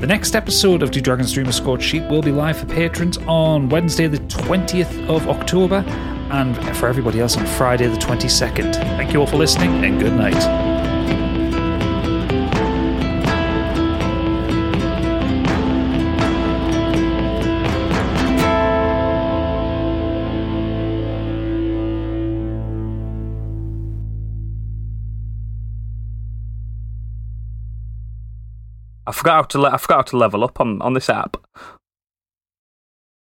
Speaker 5: The next episode of Do Dragons Dream of Scorched Sheep will be live for patrons on Wednesday, the 20th of October, and for everybody else on Friday, the 22nd. Thank you all for listening, and good night.
Speaker 8: I forgot how to le- I forgot how to level up on, on this app.